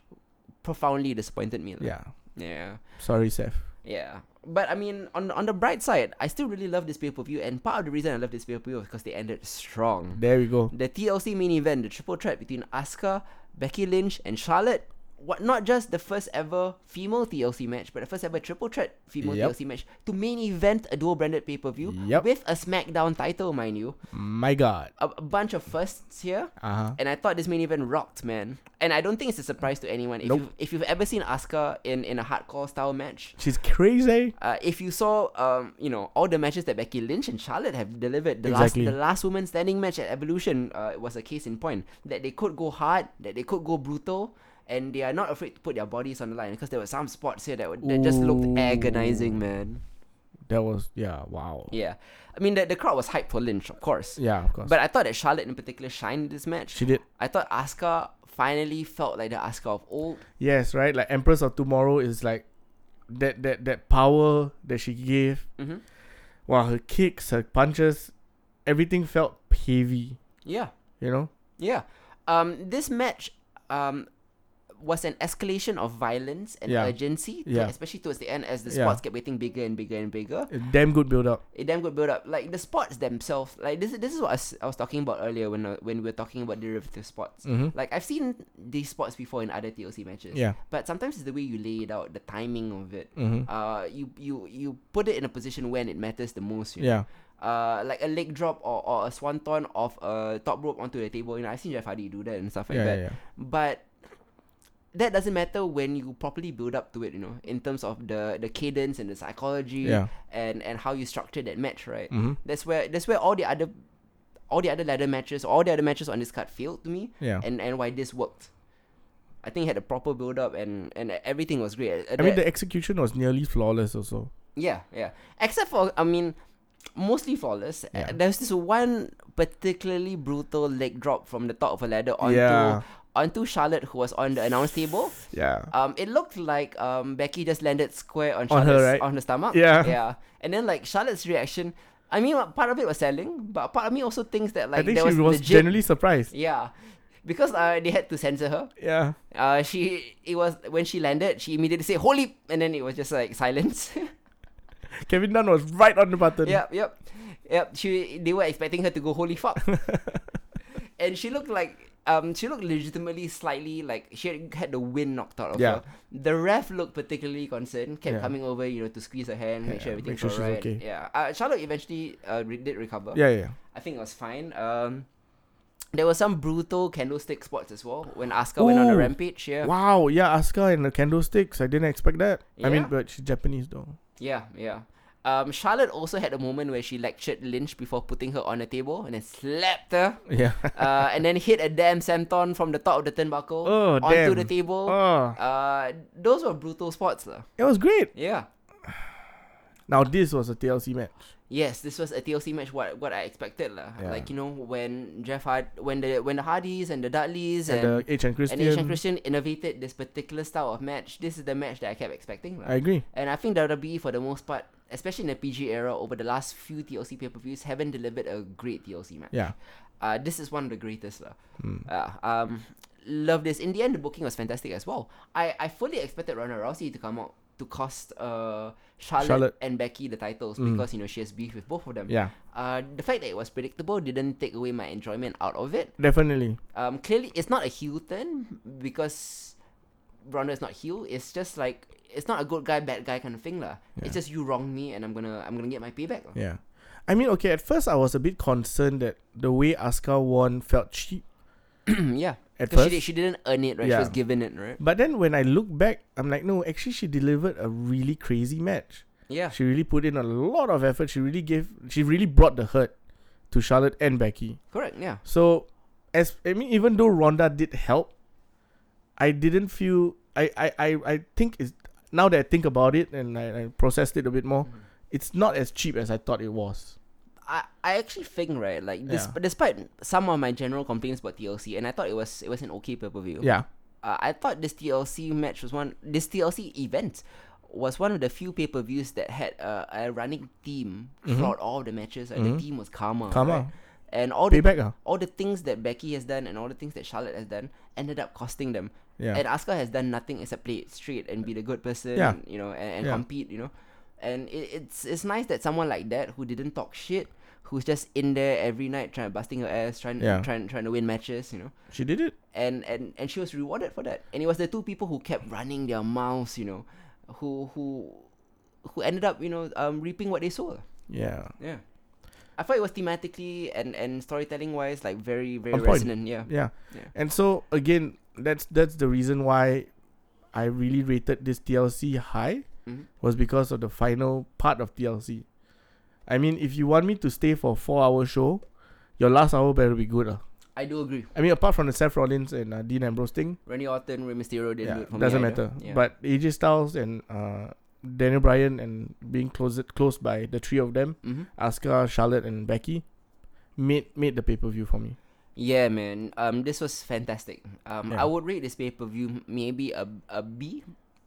[SPEAKER 1] profoundly disappointed me. lah.
[SPEAKER 2] Yeah.
[SPEAKER 1] Yeah.
[SPEAKER 2] Sorry, Seth.
[SPEAKER 1] Yeah. But I mean, on on the bright side, I still really love this pay per view, and part of the reason I love this pay per view is because they ended strong.
[SPEAKER 2] There we go.
[SPEAKER 1] The TLC main event, the triple threat between Asuka, Becky Lynch, and Charlotte. What not just the first ever female TLC match, but the first ever triple threat female
[SPEAKER 2] Yep.
[SPEAKER 1] TLC match to main event a dual branded pay per view
[SPEAKER 2] Yep.
[SPEAKER 1] with a SmackDown title, mind you.
[SPEAKER 2] My God.
[SPEAKER 1] A, a bunch of firsts here.
[SPEAKER 2] Uh huh.
[SPEAKER 1] And I thought this main event rocked, man. And I don't think it's a surprise to anyone. If,
[SPEAKER 2] Nope.
[SPEAKER 1] you've, if you've ever seen Asuka in, in a hardcore style match,
[SPEAKER 2] She's crazy.
[SPEAKER 1] uh, if you saw, um, you know, all the matches that Becky Lynch and Charlotte have delivered, the
[SPEAKER 2] Exactly.
[SPEAKER 1] last the last woman standing match at Evolution uh, was a case in point that they could go hard, that they could go brutal, and they are not afraid to put their bodies on the line because there were some spots here that, were, that just
[SPEAKER 2] Ooh.
[SPEAKER 1] looked agonizing, man.
[SPEAKER 2] That was yeah. Wow.
[SPEAKER 1] Yeah, I mean the the crowd was hyped for Lynch, of course,
[SPEAKER 2] Yeah, of course.
[SPEAKER 1] but I thought that Charlotte in particular shined this match.
[SPEAKER 2] she did.
[SPEAKER 1] I thought Asuka finally felt like the Asuka of old.
[SPEAKER 2] Yes, right. Like Empress of Tomorrow is like that that that power that she gave.
[SPEAKER 1] Mhm.
[SPEAKER 2] Wow, her kicks, her punches, everything felt heavy.
[SPEAKER 1] Yeah.
[SPEAKER 2] You know.
[SPEAKER 1] Yeah. Um, this match um, was an escalation of violence and
[SPEAKER 2] Yeah.
[SPEAKER 1] urgency, to-
[SPEAKER 2] Yeah.
[SPEAKER 1] especially towards the end as the
[SPEAKER 2] Yeah.
[SPEAKER 1] spots kept getting bigger and bigger and bigger.
[SPEAKER 2] A damn good build up.
[SPEAKER 1] It damn good build up. Like the spots themselves, like this, this is what I s- I was talking about earlier when, uh, when we were talking about derivative spots.
[SPEAKER 2] Mm-hmm.
[SPEAKER 1] Like I've seen these spots before in other TLC matches,
[SPEAKER 2] Yeah.
[SPEAKER 1] but sometimes it's the way you lay it out, the timing of it.
[SPEAKER 2] Mm-hmm.
[SPEAKER 1] Uh, you you you put it in a position when it matters the most. You know?
[SPEAKER 2] Yeah.
[SPEAKER 1] uh, like a leg drop or, or a swanton of a top rope onto the table. You know, I've seen Jeff Hardy do that and stuff like
[SPEAKER 2] yeah, yeah,
[SPEAKER 1] that.
[SPEAKER 2] yeah.
[SPEAKER 1] But that doesn't matter when you properly build up to it, you know, in terms of the, the cadence and the psychology
[SPEAKER 2] Yeah.
[SPEAKER 1] and, and how you structure that match, right?
[SPEAKER 2] Mm-hmm.
[SPEAKER 1] That's where that's where all the other all the other ladder matches, all the other matches on this card failed to me
[SPEAKER 2] Yeah.
[SPEAKER 1] and, and why this worked. I think it had a proper build up and, and everything was great. Uh,
[SPEAKER 2] I mean,
[SPEAKER 1] that-
[SPEAKER 2] the execution was nearly flawless, also.
[SPEAKER 1] yeah, yeah. Except for, I mean, mostly flawless. Uh,
[SPEAKER 2] Yeah.
[SPEAKER 1] There's this one particularly brutal leg drop from the top of a ladder onto
[SPEAKER 2] Yeah.
[SPEAKER 1] onto Charlotte, who was on the announce table.
[SPEAKER 2] Yeah.
[SPEAKER 1] Um, it looked like um Becky just landed square on
[SPEAKER 2] On her,
[SPEAKER 1] Charlotte's
[SPEAKER 2] right?
[SPEAKER 1] on her stomach.
[SPEAKER 2] Yeah.
[SPEAKER 1] yeah. And then like Charlotte's reaction. I mean, what- part of it was selling, but part of me also thinks that like
[SPEAKER 2] I think
[SPEAKER 1] there
[SPEAKER 2] she was
[SPEAKER 1] legit-
[SPEAKER 2] genuinely surprised.
[SPEAKER 1] yeah. Because uh, they had to censor her.
[SPEAKER 2] Yeah.
[SPEAKER 1] Uh, she it was when she landed, she immediately said "Holy!" and then it was just like silence.
[SPEAKER 2] Kevin Dunn was right on the button.
[SPEAKER 1] Yep, yep, yep. She they were expecting her to go holy fuck, and she looked like um she looked legitimately slightly like she had, had the wind knocked out of
[SPEAKER 2] Yeah.
[SPEAKER 1] her. The ref looked particularly concerned, kept
[SPEAKER 2] Yeah.
[SPEAKER 1] coming over you know to squeeze her hand, make sure
[SPEAKER 2] Yeah, make
[SPEAKER 1] everything's
[SPEAKER 2] sure she's
[SPEAKER 1] alright.
[SPEAKER 2] okay.
[SPEAKER 1] Yeah, uh, Charlotte eventually uh, re- did recover.
[SPEAKER 2] Yeah, yeah.
[SPEAKER 1] I think it was fine. Um. There were some brutal candlestick spots as well when Asuka went on a
[SPEAKER 2] Ooh.
[SPEAKER 1] rampage. Yeah,
[SPEAKER 2] Wow, yeah, Asuka and the candlesticks. I didn't expect that. I mean,
[SPEAKER 1] Yeah.
[SPEAKER 2] but she's Japanese though.
[SPEAKER 1] yeah, yeah. Um, Charlotte also had a moment where she lectured Lynch before putting her on a table and then slapped her.
[SPEAKER 2] Yeah.
[SPEAKER 1] uh, and then hit a damn senton from the top of the turnbuckle
[SPEAKER 2] Oh,
[SPEAKER 1] onto
[SPEAKER 2] damn.
[SPEAKER 1] the table.
[SPEAKER 2] oh,
[SPEAKER 1] Uh, those were brutal spots, lah.
[SPEAKER 2] it was great.
[SPEAKER 1] Yeah.
[SPEAKER 2] Now this was a TLC match.
[SPEAKER 1] Yes, this was a TLC match. What what I expected, lah.
[SPEAKER 2] Yeah.
[SPEAKER 1] Like you know when Jeff Hard, when the when the Hardys and the Dudleys
[SPEAKER 2] And the
[SPEAKER 1] and,
[SPEAKER 2] H and
[SPEAKER 1] and
[SPEAKER 2] Christian.
[SPEAKER 1] Asian Christian innovated this particular style of match. This is the match that I kept expecting,
[SPEAKER 2] I
[SPEAKER 1] lah.
[SPEAKER 2] agree.
[SPEAKER 1] and I think WWE for the most part, especially in the PG era, over the last few TLC pay per views, haven't delivered a great TLC match.
[SPEAKER 2] Yeah.
[SPEAKER 1] Uh, this is one of the greatest, lah.
[SPEAKER 2] Mm.
[SPEAKER 1] Uh, um, love this. In the end, the booking was fantastic as well. I, I fully expected Ronda Rousey to come out to cost uh, Charlotte,
[SPEAKER 2] Charlotte.
[SPEAKER 1] and Becky the titles
[SPEAKER 2] Mm.
[SPEAKER 1] because you know she has beef with both of them.
[SPEAKER 2] Yeah.
[SPEAKER 1] Uh, the fact that it was predictable didn't take away my enjoyment out of it.
[SPEAKER 2] Definitely.
[SPEAKER 1] Um, clearly it's not a heel turn because Ronda is not heel. It's just like it's not a good guy bad guy kind of thing lah. It's just you wronged me and I'm gonna I'm gonna get my payback. lah.
[SPEAKER 2] Yeah. I mean, okay, at first I was a bit concerned that the way Asuka won felt cheap.
[SPEAKER 1] yeah.
[SPEAKER 2] At
[SPEAKER 1] 'Cause she,
[SPEAKER 2] first.
[SPEAKER 1] did, she didn't earn it, right?
[SPEAKER 2] Yeah.
[SPEAKER 1] She was given it, right?
[SPEAKER 2] But then when I look back, I'm like, no, actually, she delivered a really crazy match.
[SPEAKER 1] Yeah.
[SPEAKER 2] She really put in a lot of effort. She really gave, she really brought the hurt to Charlotte and Becky.
[SPEAKER 1] Correct. Yeah.
[SPEAKER 2] So, as I mean, even though Ronda did help, I didn't feel. I I I, I think is now that I think about it and I, I processed it a bit more, it's not as cheap as I thought it was.
[SPEAKER 1] I, I actually think right like this
[SPEAKER 2] Yeah.
[SPEAKER 1] despite some of my general complaints about TLC and I thought it was it was an okay pay per view.
[SPEAKER 2] Yeah.
[SPEAKER 1] Uh, I thought this TLC match was one this TLC event was one of the few pay per views that had a, a running theme throughout all the matches. Like the theme was karma.
[SPEAKER 2] Mm-hmm. Karma.
[SPEAKER 1] right? And all the
[SPEAKER 2] Payback. ah.
[SPEAKER 1] all the things that Becky has done and all the things that Charlotte has done ended up costing them.
[SPEAKER 2] Yeah.
[SPEAKER 1] And Asuka has done nothing except play it straight and be the good person,
[SPEAKER 2] Yeah.
[SPEAKER 1] you know, and, and
[SPEAKER 2] Yeah.
[SPEAKER 1] compete, you know. And it, it's it's nice that someone like that who didn't talk shit, who's just in there every night trying busting her ass, trying
[SPEAKER 2] Yeah.
[SPEAKER 1] trying trying to win matches, you know.
[SPEAKER 2] She did it.
[SPEAKER 1] And, and and she was rewarded for that. And it was the two people who kept running their mouths, you know, who who who ended up, you know, um, reaping what they sowed.
[SPEAKER 2] Yeah.
[SPEAKER 1] Yeah. I thought it was thematically and, and storytelling wise like very very
[SPEAKER 2] On point.
[SPEAKER 1] resonant. Yeah.
[SPEAKER 2] Yeah.
[SPEAKER 1] Yeah.
[SPEAKER 2] And so again, that's that's the reason why I really rated this DLC high
[SPEAKER 1] Mhm.
[SPEAKER 2] was because of the final part of DLC. I mean, if you want me to stay for a four hour show, your last hour better be good. ah.
[SPEAKER 1] I do agree.
[SPEAKER 2] I mean, apart from the Seth Rollins and uh, Dean Ambrose thing,
[SPEAKER 1] Randy Orton, Rey Mysterio didn't do
[SPEAKER 2] yeah,
[SPEAKER 1] it for me.
[SPEAKER 2] doesn't
[SPEAKER 1] either.
[SPEAKER 2] matter.
[SPEAKER 1] Yeah.
[SPEAKER 2] But AJ Styles and uh, Daniel Bryan and being close close by the three of them,
[SPEAKER 1] Mhm.
[SPEAKER 2] Asuka, Charlotte, and Becky, made made the pay per view for me.
[SPEAKER 1] yeah, man. Um, this was fantastic. Um,
[SPEAKER 2] Yeah.
[SPEAKER 1] I would rate this pay per view maybe a a B.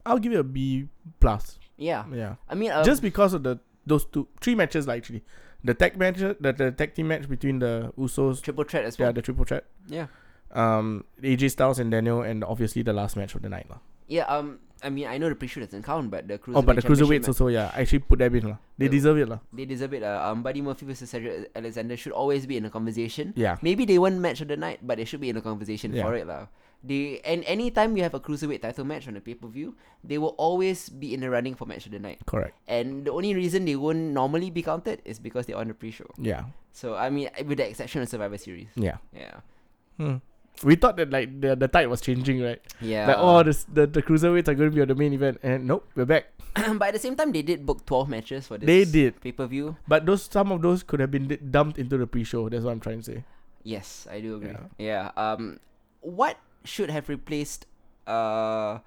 [SPEAKER 2] I'll give it a B plus.
[SPEAKER 1] Yeah.
[SPEAKER 2] Yeah.
[SPEAKER 1] I mean, um,
[SPEAKER 2] just because of the those two three matches like actually the tag match the, the tag team match between the Usos
[SPEAKER 1] triple threat as
[SPEAKER 2] yeah
[SPEAKER 1] well.
[SPEAKER 2] the triple threat
[SPEAKER 1] Yeah.
[SPEAKER 2] um AJ Styles and Daniel and obviously the last match of the night lah.
[SPEAKER 1] Yeah. Um, I mean, I know the pre-show doesn't count, but the cruiserweight
[SPEAKER 2] oh but the
[SPEAKER 1] championship
[SPEAKER 2] cruiserweights also yeah I actually put them in lah. they
[SPEAKER 1] Yeah.
[SPEAKER 2] deserve it lah.
[SPEAKER 1] ma- they deserve it. Uh, um, Buddy Murphy versus Cedric Alexander should always be in a conversation.
[SPEAKER 2] yeah
[SPEAKER 1] Maybe they won't match of the night, but they should be in a conversation
[SPEAKER 2] Yeah.
[SPEAKER 1] for it, lah. They and anytime you have a cruiserweight title match on a pay per view, they will always be in the running for match of the night.
[SPEAKER 2] correct
[SPEAKER 1] And the only reason they won't normally be counted is because they're on the pre-show.
[SPEAKER 2] yeah
[SPEAKER 1] So I mean, eh, with the exception of Survivor Series.
[SPEAKER 2] yeah
[SPEAKER 1] Yeah.
[SPEAKER 2] hmm. we thought that like the the tide was changing right
[SPEAKER 1] Yeah.
[SPEAKER 2] like oh this, the the cruiserweights are going to be on the main event and nope we're back
[SPEAKER 1] but at the same time, they did book twelve matches for this.
[SPEAKER 2] They did.
[SPEAKER 1] pay per view.
[SPEAKER 2] but those some of those could have been d- dumped into the pre-show that's what I'm trying to say
[SPEAKER 1] Yes, I do agree. Yeah. Um, what should have replaced uh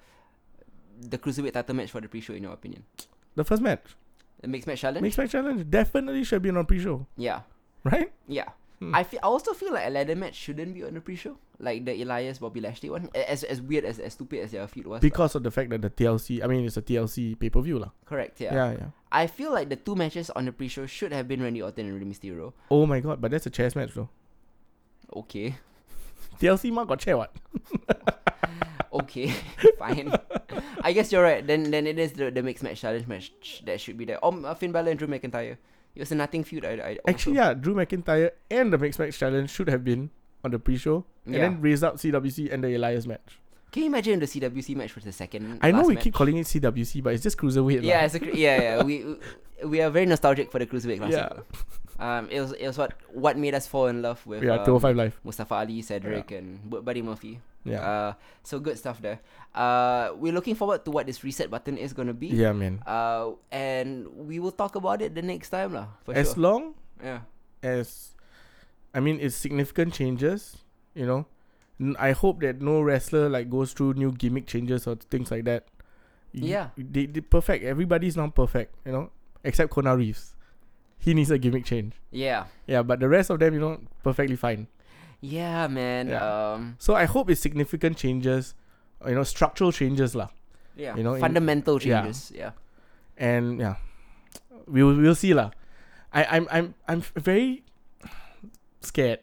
[SPEAKER 1] the cruiserweight title match for the pre-show in your opinion?
[SPEAKER 2] the first match
[SPEAKER 1] The mixed match challenge.
[SPEAKER 2] mixed match challenge definitely should have been on pre-show
[SPEAKER 1] yeah.
[SPEAKER 2] right
[SPEAKER 1] Yeah.
[SPEAKER 2] Hmm.
[SPEAKER 1] I feel I also feel like a ladder match shouldn't be on the pre-show, like the Elias Bobby Lashley one. A- As as weird as as stupid as their feud was. but-
[SPEAKER 2] because of the fact that the TLC, I mean, it's a TLC pay per view lah.
[SPEAKER 1] correct.
[SPEAKER 2] Yeah.
[SPEAKER 1] Yeah.
[SPEAKER 2] yeah,
[SPEAKER 1] I feel like the two matches on the pre-show should have been Randy Orton and Rey Mysterio.
[SPEAKER 2] Oh my god, but that's a chess match though.
[SPEAKER 1] Okay.
[SPEAKER 2] TLC mark got chair what?
[SPEAKER 1] Okay. Fine. I guess you're right. Then then it is the, the mixed match challenge match sh- that should be there. Oh, uh, Finn Balor and Drew McIntyre. It was a nothing feud. I, I also-
[SPEAKER 2] Actually, yeah, Drew McIntyre and the mixed match challenge should have been on the pre-show, and
[SPEAKER 1] Yeah.
[SPEAKER 2] then raised up CWC and the Elias match.
[SPEAKER 1] Can you imagine the CWC match was the second?
[SPEAKER 2] I know
[SPEAKER 1] last
[SPEAKER 2] we
[SPEAKER 1] match?
[SPEAKER 2] keep calling it CWC, but it's just cruiserweight. lah.
[SPEAKER 1] Yeah, it's a, cr- yeah, yeah. We we- we are very nostalgic for the cruiserweight classic.
[SPEAKER 2] Yeah.
[SPEAKER 1] Um, it was it was what what made us fall in love with
[SPEAKER 2] yeah,
[SPEAKER 1] um,
[SPEAKER 2] two oh five live.
[SPEAKER 1] Mustafa Ali, Cedric, and Bu- Buddy Murphy.
[SPEAKER 2] Yeah,
[SPEAKER 1] Uh, so good stuff there. Uh, we're looking forward to what this reset button is gonna be.
[SPEAKER 2] yeah, man.
[SPEAKER 1] Uh, and we will talk about it the next time lah. For
[SPEAKER 2] As
[SPEAKER 1] sure.
[SPEAKER 2] long
[SPEAKER 1] yeah.
[SPEAKER 2] as, I mean, it's significant changes. You know, N- I hope that no wrestler like goes through new gimmick changes or things like that. You-
[SPEAKER 1] Yeah.
[SPEAKER 2] they, they perfect. Everybody's not perfect. You know, except Kona Reeves, he needs a gimmick change.
[SPEAKER 1] Yeah.
[SPEAKER 2] Yeah, but the rest of them, you know, perfectly fine.
[SPEAKER 1] Yeah, man.
[SPEAKER 2] Yeah.
[SPEAKER 1] Um.
[SPEAKER 2] So I hope it's significant changes, uh, you know, structural changes lah.
[SPEAKER 1] Yeah.
[SPEAKER 2] You know, in-
[SPEAKER 1] fundamental
[SPEAKER 2] yeah.
[SPEAKER 1] changes. Yeah.
[SPEAKER 2] And yeah, we will we'll see lah. I I'm I'm I'm f- very scared.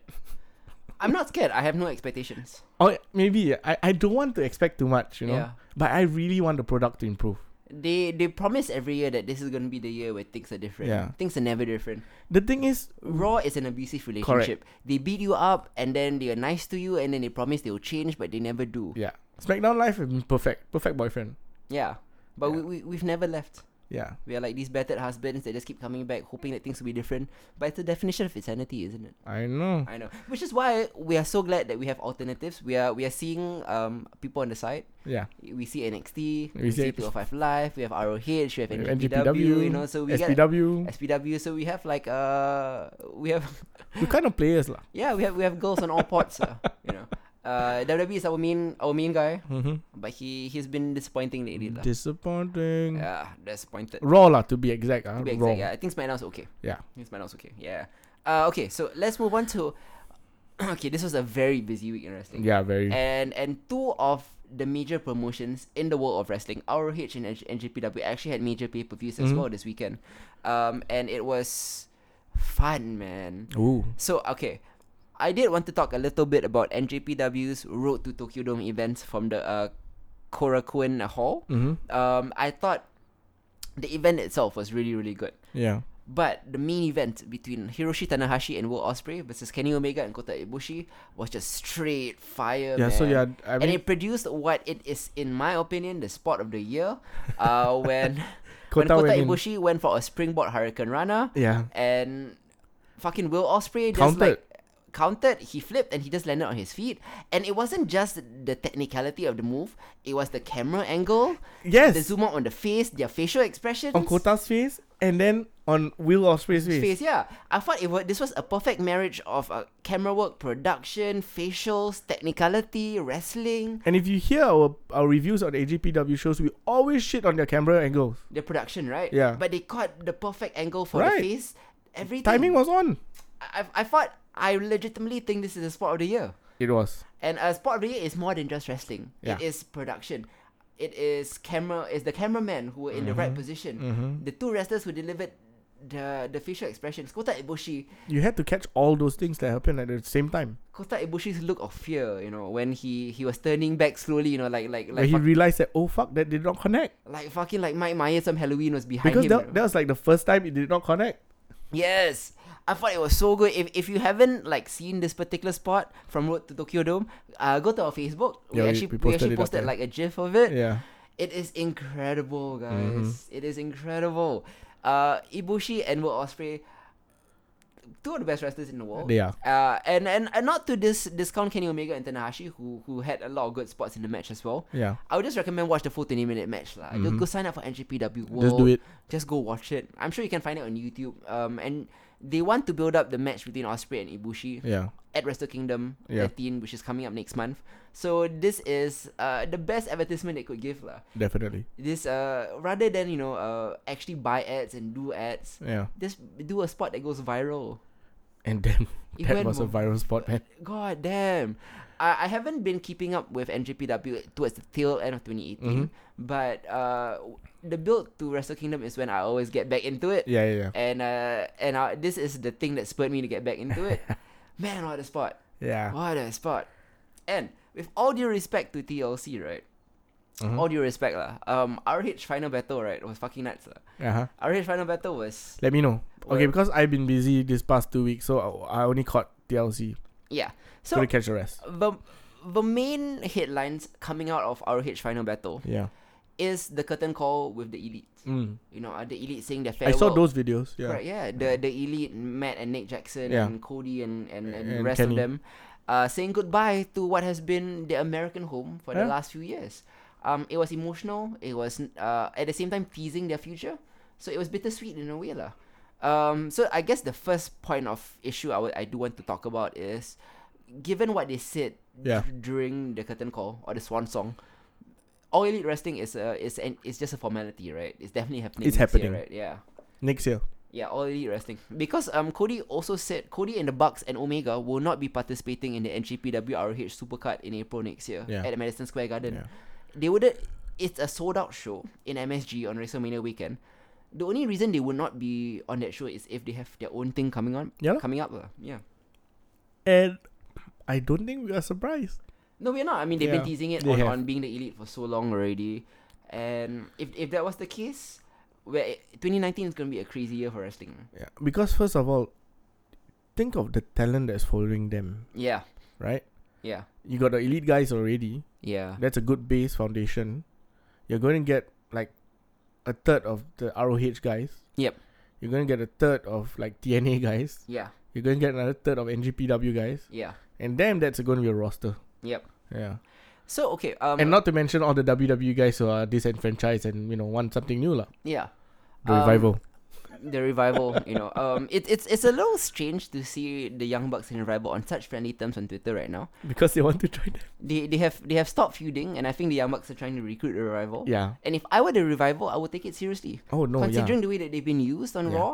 [SPEAKER 1] I'm not scared. I have no expectations.
[SPEAKER 2] Or Oh, maybe I, I don't want to expect too much, you know.
[SPEAKER 1] Yeah.
[SPEAKER 2] But I really want the product to improve.
[SPEAKER 1] They they promise every year that this is gonna be the year where things are different.
[SPEAKER 2] Yeah.
[SPEAKER 1] Things are never different.
[SPEAKER 2] The thing is,
[SPEAKER 1] Raw is an abusive relationship. They beat you up and then they are nice to you and then they promise they will change but they never do.
[SPEAKER 2] yeah, SmackDown Live has been perfect, perfect boyfriend.
[SPEAKER 1] Yeah. But
[SPEAKER 2] Yeah.
[SPEAKER 1] we, we we've never left.
[SPEAKER 2] Yeah.
[SPEAKER 1] We are like these battered husbands that just keep coming back, hoping that things will be different. But it's the definition of insanity, isn't it?
[SPEAKER 2] I know.
[SPEAKER 1] I know. Which is why we are so glad that we have alternatives. We are we are seeing um people on the side.
[SPEAKER 2] Yeah.
[SPEAKER 1] We see NXT, we,
[SPEAKER 2] We see
[SPEAKER 1] see 205 Live, we have ROH, we have
[SPEAKER 2] We have
[SPEAKER 1] NGPW, you know, so we get
[SPEAKER 2] SPW.
[SPEAKER 1] SPW. So we have like uh we have
[SPEAKER 2] we kind of players lah.
[SPEAKER 1] yeah we have we have girls on all pots, uh, you know. Uh, WWE is our main our main guy,
[SPEAKER 2] Mm-hmm.
[SPEAKER 1] but he he's been disappointing lately lah.
[SPEAKER 2] Disappointing.
[SPEAKER 1] Yeah, disappointed.
[SPEAKER 2] Raw lah to be exact. Ah,
[SPEAKER 1] To be
[SPEAKER 2] Raw.
[SPEAKER 1] exact, yeah. I think SmackDown's okay.
[SPEAKER 2] Yeah.
[SPEAKER 1] I think SmackDown's okay. Yeah. Uh, okay, so let's move on to. okay, this was a very busy week in wrestling.
[SPEAKER 2] Yeah, very.
[SPEAKER 1] And and two of the major promotions in the world of wrestling, ROH and N- NJPW, actually had major pay per views as
[SPEAKER 2] Mhm.
[SPEAKER 1] well this weekend. Um, and it was fun, man.
[SPEAKER 2] Ooh.
[SPEAKER 1] So okay, I did want to talk a little bit about NJPW's Road to Tokyo Dome events from the uh, Korakuen Hall.
[SPEAKER 2] Mm-hmm.
[SPEAKER 1] Um, I thought the event itself was really really good.
[SPEAKER 2] Yeah.
[SPEAKER 1] But the main event between Hiroshi Tanahashi and Will Osprey versus Kenny Omega and Kota Ibushi was just straight fire. man.
[SPEAKER 2] yeah. So yeah, I
[SPEAKER 1] and
[SPEAKER 2] mean,
[SPEAKER 1] it produced what it is, in my opinion, the spot of the year, uh, when when
[SPEAKER 2] Kota
[SPEAKER 1] Kota
[SPEAKER 2] went in.
[SPEAKER 1] Ibushi went for a springboard Hurricane Runner,
[SPEAKER 2] yeah.
[SPEAKER 1] and fucking Will Osprey just
[SPEAKER 2] Countered.
[SPEAKER 1] like countered. He flipped and he just landed on his feet. And it wasn't just the technicality of the move; it was the camera angle,
[SPEAKER 2] Yes.
[SPEAKER 1] the zoom out on the face, their facial expressions
[SPEAKER 2] on Kota's face and then on Will Ospreay's face.
[SPEAKER 1] face. Yeah, I thought it was this was a perfect marriage of uh, camera work, production, facials, technicality, wrestling,
[SPEAKER 2] And if you hear our our reviews on AGPW shows, we always shit on their camera angles.
[SPEAKER 1] the production, right?
[SPEAKER 2] Yeah.
[SPEAKER 1] But they caught the perfect angle for
[SPEAKER 2] Right.
[SPEAKER 1] the face. Everything.
[SPEAKER 2] Timing was on.
[SPEAKER 1] I, I I thought I legitimately think this is a spot of the year,
[SPEAKER 2] It was.
[SPEAKER 1] and a spot of the year is more than just wrestling.
[SPEAKER 2] Yeah.
[SPEAKER 1] It is production. It is camera. Is the cameraman who were in
[SPEAKER 2] Mm-hmm.
[SPEAKER 1] the right position.
[SPEAKER 2] Mm.
[SPEAKER 1] The two wrestlers who delivered the the facial expressions. Kota Ibushi.
[SPEAKER 2] You had to catch all those things that happened at the same time.
[SPEAKER 1] Kota Ibushi's look of fear, you know, when he he was turning back slowly, you know, like like
[SPEAKER 2] Where
[SPEAKER 1] like
[SPEAKER 2] he
[SPEAKER 1] fuck,
[SPEAKER 2] realized that oh fuck that did not connect
[SPEAKER 1] like fucking like Mike Myers from Halloween was behind him.
[SPEAKER 2] because
[SPEAKER 1] you
[SPEAKER 2] that,
[SPEAKER 1] know.
[SPEAKER 2] that was like the first time it did not connect.
[SPEAKER 1] yes, I thought it was so good. If if you haven't like seen this particular spot from Road to Tokyo Dome, uh, go to our Facebook. We
[SPEAKER 2] Yeah, we-
[SPEAKER 1] actually
[SPEAKER 2] we
[SPEAKER 1] we,
[SPEAKER 2] posted
[SPEAKER 1] actually
[SPEAKER 2] it up
[SPEAKER 1] posted
[SPEAKER 2] there.
[SPEAKER 1] like a GIF of it.
[SPEAKER 2] Yeah. Mm-hmm.
[SPEAKER 1] It is incredible, guys. It is incredible. Uh, Ibushi and Will Osprey, two of the best wrestlers in the world.
[SPEAKER 2] They are.
[SPEAKER 1] Uh, and, and and not to dis- discount Kenny Omega and Tanahashi, who who had a lot of good spots in the match as well.
[SPEAKER 2] Yeah.
[SPEAKER 1] I would just recommend watch the full 20 minute match. lah. Go, go sign up for NGPW World.
[SPEAKER 2] Mm-hmm. Just do it.
[SPEAKER 1] Just go watch it. I'm sure you can find it on YouTube. Um, and they want to build up the match between Osprey and Ibushi
[SPEAKER 2] Yeah.
[SPEAKER 1] at Wrestle Kingdom
[SPEAKER 2] Yeah.
[SPEAKER 1] 13, which is coming up next month. So this is uh, the best advertisement they could give. lah.
[SPEAKER 2] Definitely.
[SPEAKER 1] This uh, rather than you know uh, actually buy ads and do ads,
[SPEAKER 2] Yeah.
[SPEAKER 1] just do a spot that goes viral.
[SPEAKER 2] And then
[SPEAKER 1] It
[SPEAKER 2] that
[SPEAKER 1] went
[SPEAKER 2] was
[SPEAKER 1] mo-
[SPEAKER 2] a viral spot, man.
[SPEAKER 1] God damn. I, I haven't been keeping up with NJPW towards the tail end of 2018, but uh, w- the build to Wrestle Kingdom is when I always get back into it.
[SPEAKER 2] Yeah, yeah, yeah.
[SPEAKER 1] And uh, and uh, this is the thing that spurred me to get back into it. Man, what a spot.
[SPEAKER 2] Yeah.
[SPEAKER 1] What a spot. And with all due respect to TLC, right?
[SPEAKER 2] Mhm.
[SPEAKER 1] All due respect, lah. Um, RH Final Battle, right, was fucking nuts. lah.
[SPEAKER 2] Uh-huh.
[SPEAKER 1] RH Final Battle was,
[SPEAKER 2] Let me know. Okay,
[SPEAKER 1] Well-
[SPEAKER 2] because I've been busy this past two weeks, so I, I only caught TLC.
[SPEAKER 1] yeah. So,
[SPEAKER 2] So, Couldn't catch the rest.
[SPEAKER 1] the the main headlines coming out of RH final battle
[SPEAKER 2] Yeah.
[SPEAKER 1] is the curtain call with the elite.
[SPEAKER 2] Mm.
[SPEAKER 1] You know, uh, the elite saying their
[SPEAKER 2] I
[SPEAKER 1] farewell.
[SPEAKER 2] saw those videos. Yeah.
[SPEAKER 1] Correct, yeah. The the elite Matt and Nick Jackson
[SPEAKER 2] Yeah.
[SPEAKER 1] and Cody and and, and,
[SPEAKER 2] And
[SPEAKER 1] the rest
[SPEAKER 2] Kenny.
[SPEAKER 1] of them, uh, saying goodbye to what has been the American home for the
[SPEAKER 2] Yeah.
[SPEAKER 1] last few years. Um, it was emotional. It was uh, at the same time teasing their future, so it was bittersweet in a way, lah. Um, so I guess the first point of issue I would I do want to talk about is, given what they said
[SPEAKER 2] Yeah.
[SPEAKER 1] d- during the curtain call or the swan song. All elite wrestling is a is an it's just a formality, right? It's definitely happening.
[SPEAKER 2] It's
[SPEAKER 1] next year,
[SPEAKER 2] happening.
[SPEAKER 1] right? Yeah.
[SPEAKER 2] Next year.
[SPEAKER 1] Yeah, all elite wrestling. Because um Cody also said Cody and the Bucks and Omega will not be participating in the NGPW ROH Supercard in April next year
[SPEAKER 2] Yeah.
[SPEAKER 1] at Madison Square Garden.
[SPEAKER 2] Yeah.
[SPEAKER 1] They wouldn't it's a sold out show in MSG on WrestleMania weekend. The only reason they would not be on that show is if they have their own thing coming on
[SPEAKER 2] Yeah lah.
[SPEAKER 1] coming up. lah. Yeah.
[SPEAKER 2] And I don't think we are surprised.
[SPEAKER 1] No, we're not. I mean, they've been
[SPEAKER 2] Yeah,
[SPEAKER 1] teasing it
[SPEAKER 2] they
[SPEAKER 1] on,
[SPEAKER 2] have.
[SPEAKER 1] on being the elite for so long already, and if if that was the case, where 2019 is gonna be a crazy year for wrestling.
[SPEAKER 2] Yeah. Because first of all, think of the talent that's following them,
[SPEAKER 1] Yeah,
[SPEAKER 2] right?
[SPEAKER 1] yeah,
[SPEAKER 2] You got the elite guys already.
[SPEAKER 1] yeah,
[SPEAKER 2] That's a good base foundation. You're going to get like a third of the ROH guys.
[SPEAKER 1] Yep.
[SPEAKER 2] You're gonna get a third of like TNA guys.
[SPEAKER 1] Yeah.
[SPEAKER 2] You're gonna get another third of NGPW guys.
[SPEAKER 1] Yeah.
[SPEAKER 2] And damn, that's gonna be a roster.
[SPEAKER 1] Yep.
[SPEAKER 2] Yeah.
[SPEAKER 1] So okay. Um.
[SPEAKER 2] and not to mention all the WWE guys who are disenfranchised and you know want something new lah.
[SPEAKER 1] yeah.
[SPEAKER 2] The
[SPEAKER 1] Um,
[SPEAKER 2] revival.
[SPEAKER 1] the revival, you know, um, it, it's it's a little strange to see the Young Bucks and revival on such friendly terms on Twitter right now.
[SPEAKER 2] Because they want to try that.
[SPEAKER 1] They they have they have stopped feuding, and I think the Young Bucks are trying to recruit the revival.
[SPEAKER 2] Yeah.
[SPEAKER 1] And if I were the revival, I would take it seriously.
[SPEAKER 2] Oh no,
[SPEAKER 1] Considering
[SPEAKER 2] yeah.
[SPEAKER 1] the way that they've been used on
[SPEAKER 2] Yeah.
[SPEAKER 1] Raw,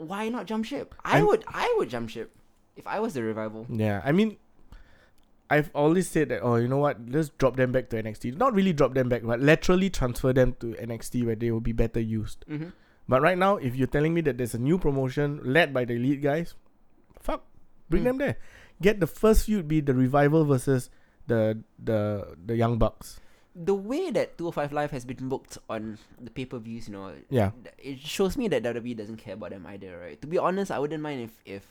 [SPEAKER 1] why not jump ship? I
[SPEAKER 2] I'm-
[SPEAKER 1] would I would jump ship if I was the revival.
[SPEAKER 2] Yeah. I mean I've always said that oh you know what, let's drop them back to NXT. Not really drop them back, but laterally transfer them to NXT where they will be better used.
[SPEAKER 1] Mm-hmm.
[SPEAKER 2] But right now, if you're telling me that there's a new promotion led by the elite guys, fuck. Bring
[SPEAKER 1] Mm.
[SPEAKER 2] them there. Get the first feud be the revival versus the the the young bucks.
[SPEAKER 1] The way that 205 Live has been booked on the pay per views, you know,
[SPEAKER 2] Yeah.
[SPEAKER 1] th- it shows me that WWE doesn't care about them either, right? To be honest, I wouldn't mind if if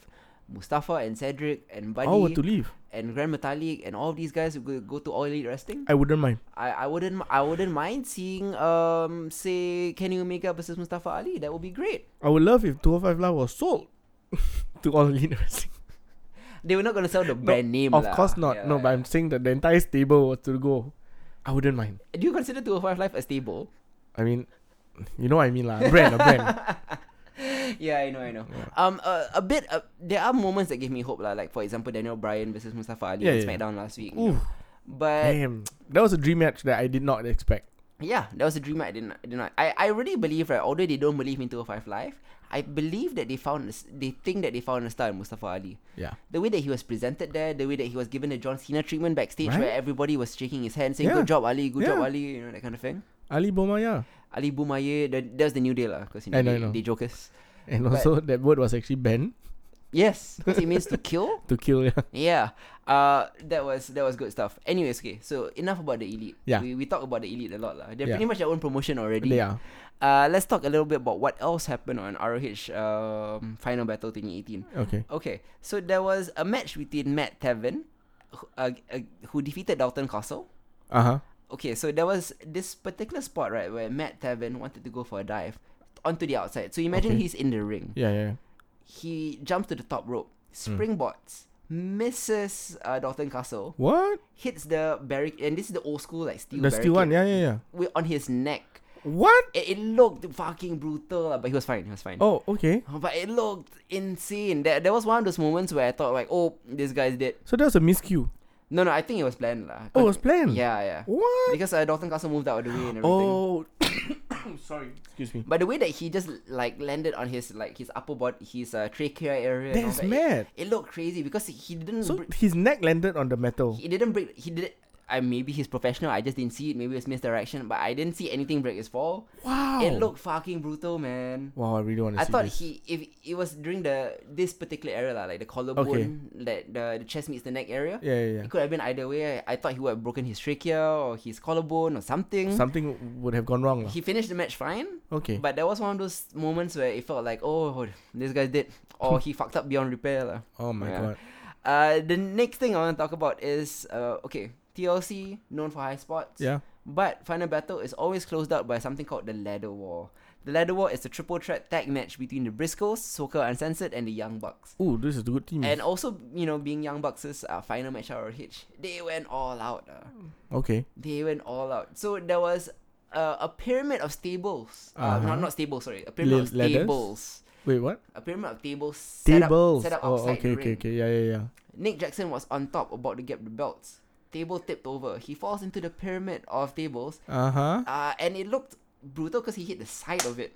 [SPEAKER 1] Mustafa and Cedric and Buddy
[SPEAKER 2] I were to leave.
[SPEAKER 1] and Grand Metalik and all of these guys who go, go to All Elite Wrestling.
[SPEAKER 2] I wouldn't mind.
[SPEAKER 1] I, I wouldn't m- I wouldn't mind seeing um say Kenny Omega versus Mustafa Ali. That would be great.
[SPEAKER 2] I would love if 205 Live was sold to all elite wrestling.
[SPEAKER 1] They were not gonna sell the brand name.
[SPEAKER 2] Of
[SPEAKER 1] lah.
[SPEAKER 2] course not.
[SPEAKER 1] Yeah,
[SPEAKER 2] no, but I'm saying that the entire stable was to go. I wouldn't mind.
[SPEAKER 1] Do you consider 205 Live a stable?
[SPEAKER 2] I mean, you know what I mean, lah. Brand, a brand.
[SPEAKER 1] yeah, I know, I know.
[SPEAKER 2] Yeah.
[SPEAKER 1] Um, uh, a bit. Uh, there are moments that give me hope, lah. Like for example, Daniel Bryan versus Mustafa Ali in
[SPEAKER 2] Yeah, yeah.
[SPEAKER 1] SmackDown last week. you
[SPEAKER 2] Ooh,
[SPEAKER 1] know. But
[SPEAKER 2] damn. That was a dream match that I did not expect.
[SPEAKER 1] yeah, that was a dream. I didn't. I did not. I, I really believe, right? Although they don't believe in 205 Live, I believe that they found. a s- They think that they found a star in Mustafa Ali.
[SPEAKER 2] Yeah.
[SPEAKER 1] The way that he was presented there, the way that he was given the John Cena treatment backstage,
[SPEAKER 2] Right.
[SPEAKER 1] where everybody was shaking his hand, saying
[SPEAKER 2] Yeah.
[SPEAKER 1] "Good job, Ali. Good job,
[SPEAKER 2] Yeah.
[SPEAKER 1] Ali." You know that kind of thing.
[SPEAKER 2] Ali Bomaya.
[SPEAKER 1] Ali Bumaye. That, that was the new deal, because you know,
[SPEAKER 2] I know, I
[SPEAKER 1] they,
[SPEAKER 2] know.
[SPEAKER 1] they jokers.
[SPEAKER 2] And
[SPEAKER 1] But-
[SPEAKER 2] also, that word was actually banned
[SPEAKER 1] Yes, because it means to kill.
[SPEAKER 2] to kill. Yeah.
[SPEAKER 1] Yeah. Uh that was that was good stuff. Anyways, okay, so enough about the elite.
[SPEAKER 2] Yeah.
[SPEAKER 1] We, we talk about the elite a lot. lah. They're
[SPEAKER 2] Yeah.
[SPEAKER 1] pretty much their own promotion already.
[SPEAKER 2] They are.
[SPEAKER 1] Uh let's talk a little bit about what else happened on ROH um Final Battle 2018.
[SPEAKER 2] Okay.
[SPEAKER 1] Okay. So there was a match between Matt Taven who, uh, uh, who defeated Dalton Castle.
[SPEAKER 2] Uh huh.
[SPEAKER 1] Okay, so there was this particular spot right where Matt Taven wanted to go for a dive onto the outside. So imagine
[SPEAKER 2] Okay.
[SPEAKER 1] he's in the ring
[SPEAKER 2] Yeah, yeah.
[SPEAKER 1] he jumps to the top rope,
[SPEAKER 2] Hmm.
[SPEAKER 1] springboards, misses uh, Dalton Castle,
[SPEAKER 2] What?
[SPEAKER 1] hits the barric, and this is the old school like steel.
[SPEAKER 2] The steel one.
[SPEAKER 1] barricade
[SPEAKER 2] Yeah, yeah, yeah.
[SPEAKER 1] wi- on his neck.
[SPEAKER 2] What?
[SPEAKER 1] It, it looked fucking brutal, lah, but he was fine. He was fine.
[SPEAKER 2] Oh, okay.
[SPEAKER 1] But it looked insane. There, there was one of those moments where I thought like, oh, this guy's dead.
[SPEAKER 2] So that was a miscue.
[SPEAKER 1] No, no, I think it was planned lah.
[SPEAKER 2] Oh, it
[SPEAKER 1] 'Cause-
[SPEAKER 2] was planned.
[SPEAKER 1] Yeah, yeah.
[SPEAKER 2] What?
[SPEAKER 1] Because uh, Dalton Castle moved out of the way and everything.
[SPEAKER 2] Oh. Sorry. Excuse me.
[SPEAKER 1] But the way that he just like landed on his like his upper body, his uh, trachea area, and all
[SPEAKER 2] That's
[SPEAKER 1] that, it-
[SPEAKER 2] mad.
[SPEAKER 1] It, looked crazy because he didn't.
[SPEAKER 2] So
[SPEAKER 1] br-
[SPEAKER 2] his neck landed on the metal.
[SPEAKER 1] he didn't break. He did. I maybe he's professional. I just didn't see it. Maybe it's misdirection. But I didn't see anything break his fall.
[SPEAKER 2] Wow.
[SPEAKER 1] It looked fucking brutal, man.
[SPEAKER 2] Wow, I really want to
[SPEAKER 1] I
[SPEAKER 2] see
[SPEAKER 1] thought
[SPEAKER 2] this.
[SPEAKER 1] he if it was during the this particular area lah, like the collarbone, that the, the chest meets the neck area.
[SPEAKER 2] yeah, yeah,
[SPEAKER 1] It could have been either way. I, I thought he would have broken his trachea or his collarbone or
[SPEAKER 2] yeah.
[SPEAKER 1] something.
[SPEAKER 2] Something would have gone wrong. lah.
[SPEAKER 1] He finished the match fine,
[SPEAKER 2] okay.
[SPEAKER 1] Mm-hmm. but there was one of those moments where it felt like, oh, this guy did, or he fucked up beyond repair lah.
[SPEAKER 2] oh my
[SPEAKER 1] yeah.
[SPEAKER 2] god.
[SPEAKER 1] Uh, the next thing I want to talk about is uh, okay, TLC known for high spots.
[SPEAKER 2] Yeah.
[SPEAKER 1] But Final Battle is always closed out by something called the Ladder War. The Ladder War is a triple threat tag match between the Briscoes, Soccer Uncensored, and the Young Bucks.
[SPEAKER 2] Ooh, this is a good team.
[SPEAKER 1] And also, you know, being Young Bucks' uh, final match out of Hitch, they went all out. uh.
[SPEAKER 2] okay.
[SPEAKER 1] They went all out. So there was uh, a pyramid of stables. Uh,
[SPEAKER 2] Uh-huh.
[SPEAKER 1] not, not stables, sorry. A pyramid
[SPEAKER 2] La-
[SPEAKER 1] of
[SPEAKER 2] ladders?
[SPEAKER 1] tables.
[SPEAKER 2] Wait, what?
[SPEAKER 1] A pyramid of tables set up,
[SPEAKER 2] Tables.
[SPEAKER 1] set up
[SPEAKER 2] oh,
[SPEAKER 1] outside
[SPEAKER 2] okay,
[SPEAKER 1] the
[SPEAKER 2] okay,
[SPEAKER 1] ring.
[SPEAKER 2] okay. Yeah, yeah, yeah.
[SPEAKER 1] Nick Jackson was on top about to get the belts. Table tipped over. He falls into the pyramid of tables
[SPEAKER 2] Uh huh.
[SPEAKER 1] uh, and it looked brutal because he hit the side of it.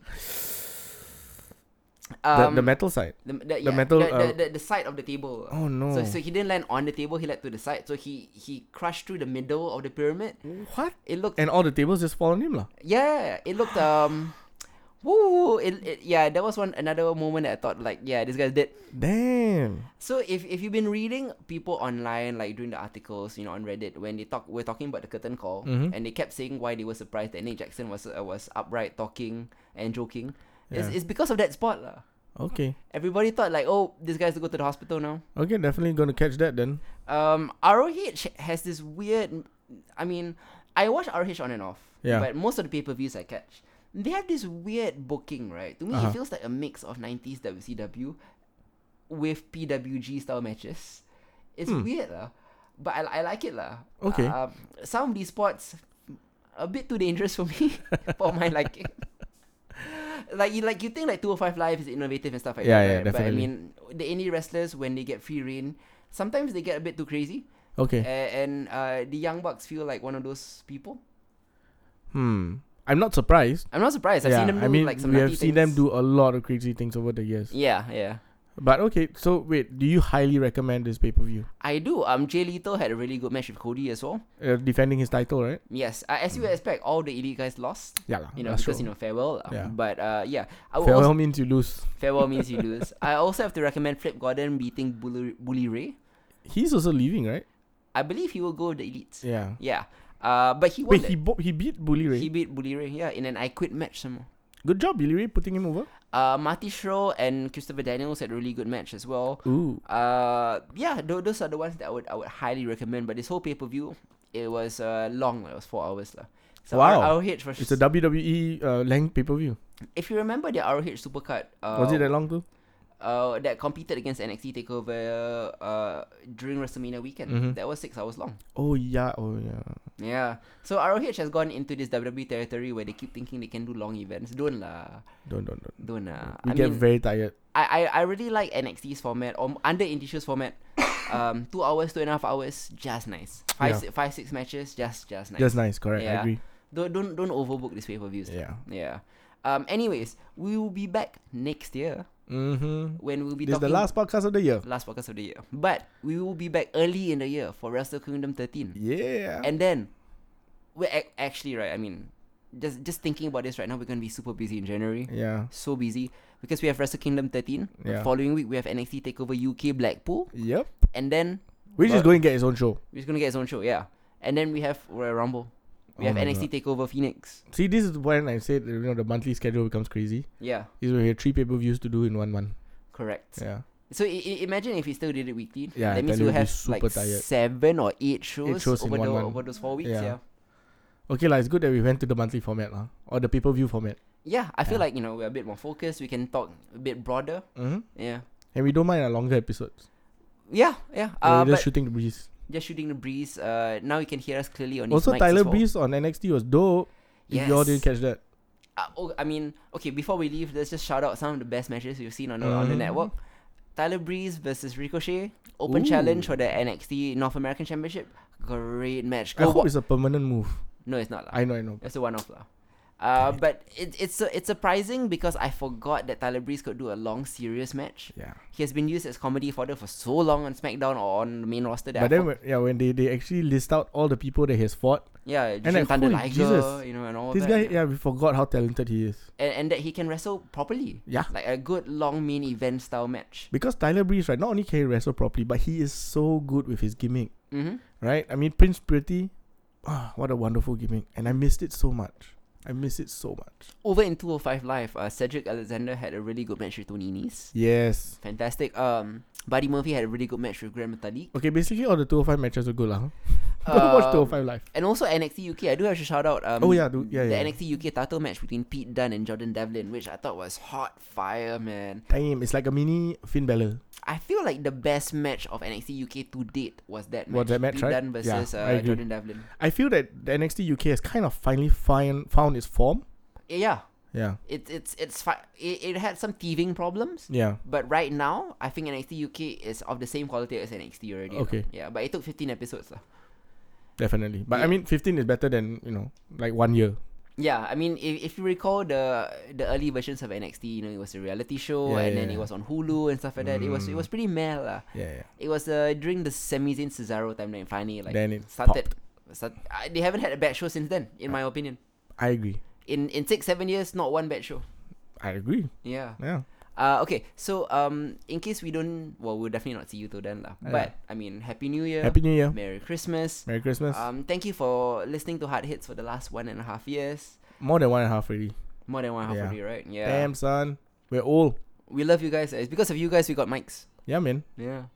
[SPEAKER 1] Um,
[SPEAKER 2] The, the metal side.
[SPEAKER 1] the, yeah,
[SPEAKER 2] metal,
[SPEAKER 1] the, the,
[SPEAKER 2] uh,
[SPEAKER 1] the, the side of the table.
[SPEAKER 2] Oh no.
[SPEAKER 1] So, so he didn't land on the table. He landed to the side. So he he crushed through the middle of the pyramid.
[SPEAKER 2] what?
[SPEAKER 1] It looked
[SPEAKER 2] And all the tables just fall on him lah.
[SPEAKER 1] yeah. It looked um, woo. It, it yeah. That was one another moment that I thought like yeah, this guy's dead.
[SPEAKER 2] Damn.
[SPEAKER 1] So if if you've been reading people online, like during the articles, you know, on Reddit, when they talk, we're talking about the curtain call,
[SPEAKER 2] Mhm.
[SPEAKER 1] and they kept saying why they were surprised that Nick Jackson was uh, was upright talking and joking. It's,
[SPEAKER 2] Yeah.
[SPEAKER 1] it's because of that spot, lah.
[SPEAKER 2] Okay.
[SPEAKER 1] Everybody thought like, oh, this guy's to go to the hospital now.
[SPEAKER 2] Okay, definitely gonna catch that then.
[SPEAKER 1] Um, ROH has this weird. I mean, I watch ROH on and off.
[SPEAKER 2] Yeah.
[SPEAKER 1] But most of the pay per views I catch. they have this weird booking, right? To me,
[SPEAKER 2] Uh-huh.
[SPEAKER 1] it feels like a mix of 90s WCW with PWG style matches. It's weird, lah. But I, I like it, lah.
[SPEAKER 2] Hmm. Okay.
[SPEAKER 1] Um, some of these spots, a bit too dangerous for me, for my liking. Like you like you think like 205 Live is innovative and stuff like that.
[SPEAKER 2] Yeah, yeah,
[SPEAKER 1] right? But I
[SPEAKER 2] definitely.
[SPEAKER 1] mean the indie wrestlers when they get free reign, sometimes they get a bit too crazy.
[SPEAKER 2] Okay.
[SPEAKER 1] A- and uh, the Young Bucks feel like one of those people.
[SPEAKER 2] Hmm. I'm not surprised.
[SPEAKER 1] I'm not surprised. I've
[SPEAKER 2] yeah,
[SPEAKER 1] seen them do
[SPEAKER 2] I mean,
[SPEAKER 1] like some
[SPEAKER 2] we have
[SPEAKER 1] nutty
[SPEAKER 2] seen them
[SPEAKER 1] things.
[SPEAKER 2] do a lot of crazy things over the years.
[SPEAKER 1] Yeah, yeah.
[SPEAKER 2] But okay, so wait, do you highly recommend this pay per view?
[SPEAKER 1] I do. Um, Jay Lethal had a really good match with Cody as well.
[SPEAKER 2] Uh, defending his title, right?
[SPEAKER 1] Yes, uh, as you would expect, all the elite guys lost.
[SPEAKER 2] Yeah, lah,
[SPEAKER 1] You know,
[SPEAKER 2] that's
[SPEAKER 1] because
[SPEAKER 2] true.
[SPEAKER 1] you know farewell. um,
[SPEAKER 2] Yeah.
[SPEAKER 1] But uh, yeah, I would
[SPEAKER 2] Farewell
[SPEAKER 1] also-
[SPEAKER 2] means you lose.
[SPEAKER 1] farewell means you lose. I also have to recommend Flip Gordon beating Bully, Bully Ray.
[SPEAKER 2] He's also leaving, right?
[SPEAKER 1] I believe he will go with the elites.
[SPEAKER 2] Yeah.
[SPEAKER 1] Yeah. Uh, but he won.
[SPEAKER 2] Wait, he
[SPEAKER 1] that.
[SPEAKER 2] bo- he beat Bully Ray.
[SPEAKER 1] he beat Bully Ray. Yeah, in an I Quit match. Some more.
[SPEAKER 2] Good job, Bully Ray, putting him over.
[SPEAKER 1] Uh, Marty Schro and Christopher Daniels had a really good match as well.
[SPEAKER 2] Ooh.
[SPEAKER 1] Uh, yeah, tho- those are the ones that I would I would highly recommend. But this whole pay per view, it was uh, long. It was four hours lah. So
[SPEAKER 2] Wow.
[SPEAKER 1] R- ROH was
[SPEAKER 2] It's a WWE uh, length pay per view.
[SPEAKER 1] if you remember the ROH Supercard, uh,
[SPEAKER 2] Was it that long too?
[SPEAKER 1] uh, that competed against NXT Takeover uh, during WrestleMania weekend.
[SPEAKER 2] Mhm.
[SPEAKER 1] That was six hours long.
[SPEAKER 2] Oh yeah, oh yeah.
[SPEAKER 1] Yeah. So ROH has gone into this WWE territory where they keep thinking they can do long events. Don't lah.
[SPEAKER 2] Don't don't don't.
[SPEAKER 1] Don't lah.
[SPEAKER 2] We
[SPEAKER 1] I
[SPEAKER 2] get
[SPEAKER 1] mean,
[SPEAKER 2] very tired.
[SPEAKER 1] I, I I really like NXT's format or under Indish's format. um, two hours, two and a half hours, just nice. Five,
[SPEAKER 2] Yeah.
[SPEAKER 1] si- five, six matches, just, just nice.
[SPEAKER 2] That's nice, correct. I
[SPEAKER 1] Yeah.
[SPEAKER 2] agree.
[SPEAKER 1] don't, don't, don't overbook these pay per views.
[SPEAKER 2] Yeah.
[SPEAKER 1] Yeah. Um. Anyways, we will be back next year
[SPEAKER 2] Mm-hmm.
[SPEAKER 1] when we'll be
[SPEAKER 2] This is the
[SPEAKER 1] talking
[SPEAKER 2] last podcast of the year.
[SPEAKER 1] last podcast of the year. But we will be back early in the year for Wrestle Kingdom 13,
[SPEAKER 2] Yeah.
[SPEAKER 1] and then we're ac- actually right. I mean, just just thinking about this right now, we're gonna be super busy in January.
[SPEAKER 2] yeah.
[SPEAKER 1] So busy because we have Wrestle Kingdom 13. The
[SPEAKER 2] Yeah.
[SPEAKER 1] following week we have NXT Takeover UK Blackpool,
[SPEAKER 2] Yep.
[SPEAKER 1] and then
[SPEAKER 2] Which is
[SPEAKER 1] But-
[SPEAKER 2] going to get its own show.
[SPEAKER 1] He's gonna get his own show, yeah. And then we have Royal Rumble. We
[SPEAKER 2] Oh
[SPEAKER 1] have
[SPEAKER 2] my
[SPEAKER 1] NXT Takeover Phoenix.
[SPEAKER 2] See, this is when I said you know the monthly schedule becomes crazy.
[SPEAKER 1] Yeah,
[SPEAKER 2] Is when you have three pay per views to do in one month.
[SPEAKER 1] correct.
[SPEAKER 2] Yeah.
[SPEAKER 1] So I- I- imagine if we still did it weekly.
[SPEAKER 2] Yeah,
[SPEAKER 1] that means
[SPEAKER 2] then
[SPEAKER 1] we'll
[SPEAKER 2] we'll be
[SPEAKER 1] have like
[SPEAKER 2] super tired.
[SPEAKER 1] seven or eight shows,
[SPEAKER 2] shows in
[SPEAKER 1] over,
[SPEAKER 2] one
[SPEAKER 1] the,
[SPEAKER 2] month.
[SPEAKER 1] over those four weeks. Yeah,
[SPEAKER 2] Yeah. Okay, lah. It's good that we went to the monthly format, lah, or the pay per view format.
[SPEAKER 1] yeah. I feel
[SPEAKER 2] Yeah.
[SPEAKER 1] like you know we're a bit more focused. We can talk a bit broader.
[SPEAKER 2] Mm-hmm.
[SPEAKER 1] Yeah,
[SPEAKER 2] And we don't mind a longer episodes.
[SPEAKER 1] yeah, yeah.
[SPEAKER 2] Uh,
[SPEAKER 1] Uh,
[SPEAKER 2] just
[SPEAKER 1] but
[SPEAKER 2] shooting the breeze.
[SPEAKER 1] just shooting the breeze. Uh, now you can hear us clearly on these
[SPEAKER 2] Also,
[SPEAKER 1] mics as
[SPEAKER 2] Tyler
[SPEAKER 1] well.
[SPEAKER 2] Breeze on NXT was dope. If y'all didn't
[SPEAKER 1] Yes.
[SPEAKER 2] catch that,
[SPEAKER 1] uh, oh, I mean, okay, before we leave, let's just shout out some of the best matches we've seen on, the on the
[SPEAKER 2] Mhm.
[SPEAKER 1] network. Tyler Breeze versus Ricochet, open
[SPEAKER 2] Ooh.
[SPEAKER 1] challenge for the NXT North American Championship. Great match.
[SPEAKER 2] I
[SPEAKER 1] Go
[SPEAKER 2] hope
[SPEAKER 1] wa-
[SPEAKER 2] it's a permanent move.
[SPEAKER 1] no, it's not. lah.
[SPEAKER 2] I know, I know.
[SPEAKER 1] It's a one off. lah. Uh, but it, it's su- it's surprising because I forgot that Tyler Breeze could do a long, serious match.
[SPEAKER 2] Yeah.
[SPEAKER 1] He has been used as comedy fodder for so long on SmackDown or on the main roster. That I
[SPEAKER 2] But then,
[SPEAKER 1] for-
[SPEAKER 2] when, yeah, when they, they actually list out all the people that he has fought,
[SPEAKER 1] yeah,
[SPEAKER 2] and like,
[SPEAKER 1] Thunder
[SPEAKER 2] holy
[SPEAKER 1] Liger,
[SPEAKER 2] Jesus,
[SPEAKER 1] you know, and all
[SPEAKER 2] this
[SPEAKER 1] that.
[SPEAKER 2] guy,
[SPEAKER 1] yeah.
[SPEAKER 2] yeah, we forgot how talented he is.
[SPEAKER 1] And, and that he can wrestle properly.
[SPEAKER 2] Yeah.
[SPEAKER 1] Like a good long main event style match.
[SPEAKER 2] Because Tyler Breeze, right, not only can he wrestle properly, but he is so good with his gimmick,
[SPEAKER 1] Mm-hmm.
[SPEAKER 2] right? I mean, Prince Pretty, ah, what a wonderful gimmick. And I missed it so much. I miss it so much.
[SPEAKER 1] Over in 205 Live, uh, Cedric Alexander had a really good match with Tony Nese.
[SPEAKER 2] Yes.
[SPEAKER 1] Fantastic. Um, Buddy Murphy had a really good match with Graham Metalik.
[SPEAKER 2] Okay, basically all the 205 matches were good, lah. Go watch
[SPEAKER 1] Um,
[SPEAKER 2] 205 live.
[SPEAKER 1] And also NXT UK, I do have to shout out. Um,
[SPEAKER 2] Oh, yeah, do- yeah,
[SPEAKER 1] the
[SPEAKER 2] yeah.
[SPEAKER 1] NXT UK title match between Pete Dunne and Jordan Devlin, which I thought was hot fire, man.
[SPEAKER 2] Damn, it's like a mini Finn Balor.
[SPEAKER 1] I feel like the best match of NXT UK to date was that match.
[SPEAKER 2] Was that match,
[SPEAKER 1] Pete
[SPEAKER 2] right?
[SPEAKER 1] Dunne
[SPEAKER 2] Yeah,
[SPEAKER 1] versus
[SPEAKER 2] I
[SPEAKER 1] uh,
[SPEAKER 2] agree.
[SPEAKER 1] Jordan Devlin.
[SPEAKER 2] I feel that the NXT UK has kind of finally find, found its form.
[SPEAKER 1] Yeah, Yeah,
[SPEAKER 2] Yeah.
[SPEAKER 1] it, it's it's fi- it, it had some teething problems.
[SPEAKER 2] Yeah.
[SPEAKER 1] But right now, I think NXT UK is of the same quality as NXT already. lah.
[SPEAKER 2] Okay.
[SPEAKER 1] Yeah, but it took 15 episodes. lah.
[SPEAKER 2] Definitely. But I
[SPEAKER 1] Yeah.
[SPEAKER 2] mean, 15 is better than, you know, like one year.
[SPEAKER 1] Yeah, I mean, if, if you recall the the early versions of NXT, you know, it was a reality show,
[SPEAKER 2] Yeah,
[SPEAKER 1] and
[SPEAKER 2] yeah,
[SPEAKER 1] then it
[SPEAKER 2] yeah.
[SPEAKER 1] was on Hulu and stuff like that. It was it was pretty meh lah.
[SPEAKER 2] Yeah,
[SPEAKER 1] It was uh, during the Sami Zayn Cesaro time that finally like
[SPEAKER 2] Then it
[SPEAKER 1] started. Start, uh, they haven't had a bad show since then, in my opinion.
[SPEAKER 2] I agree.
[SPEAKER 1] In in six seven years, not one bad show.
[SPEAKER 2] I agree.
[SPEAKER 1] Yeah.
[SPEAKER 2] Yeah.
[SPEAKER 1] Uh, okay. So um, in case we don't, well, we'll definitely not see you till then lah.
[SPEAKER 2] Yeah.
[SPEAKER 1] But I mean, Happy New Year,
[SPEAKER 2] Happy New Year.
[SPEAKER 1] Merry Christmas.
[SPEAKER 2] Merry Christmas.
[SPEAKER 1] Um, thank you for listening to Hard Hits for the last one and a half years.
[SPEAKER 2] More than one and a half already.
[SPEAKER 1] More than one half
[SPEAKER 2] Yeah.
[SPEAKER 1] already, right? Yeah.
[SPEAKER 2] Damn, son. We're old.
[SPEAKER 1] We love you guys. It's because of you guys we got mics.
[SPEAKER 2] Yeah, man.
[SPEAKER 1] Yeah.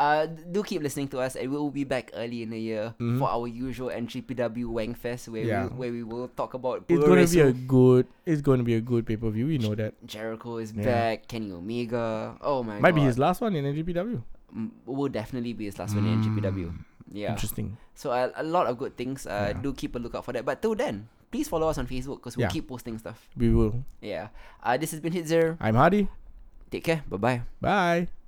[SPEAKER 1] Uh, d- do keep listening to us, and we will be back early in the year for our usual NGPW Wang Fest, where
[SPEAKER 2] Mm-hmm. Yeah.
[SPEAKER 1] we, where we will talk about
[SPEAKER 2] It's gonna be a
[SPEAKER 1] Puroresu.
[SPEAKER 2] good. It's gonna be a good pay per view. You know that.
[SPEAKER 1] Jericho is
[SPEAKER 2] Yeah.
[SPEAKER 1] back, Kenny Omega. Oh my
[SPEAKER 2] Might
[SPEAKER 1] god,
[SPEAKER 2] be his last one in NGPW.
[SPEAKER 1] M- will definitely be his last one
[SPEAKER 2] Mm.
[SPEAKER 1] in NGPW. Yeah.
[SPEAKER 2] Interesting.
[SPEAKER 1] So a, a lot of good things. Uh,
[SPEAKER 2] Yeah.
[SPEAKER 1] do keep a lookout for that. But till then, please follow us on Facebook because we'll
[SPEAKER 2] Yeah.
[SPEAKER 1] keep posting stuff.
[SPEAKER 2] We will.
[SPEAKER 1] Yeah. Uh, this has been Hit Zero.
[SPEAKER 2] I'm Hardy.
[SPEAKER 1] Take care. Bye bye.
[SPEAKER 2] Bye.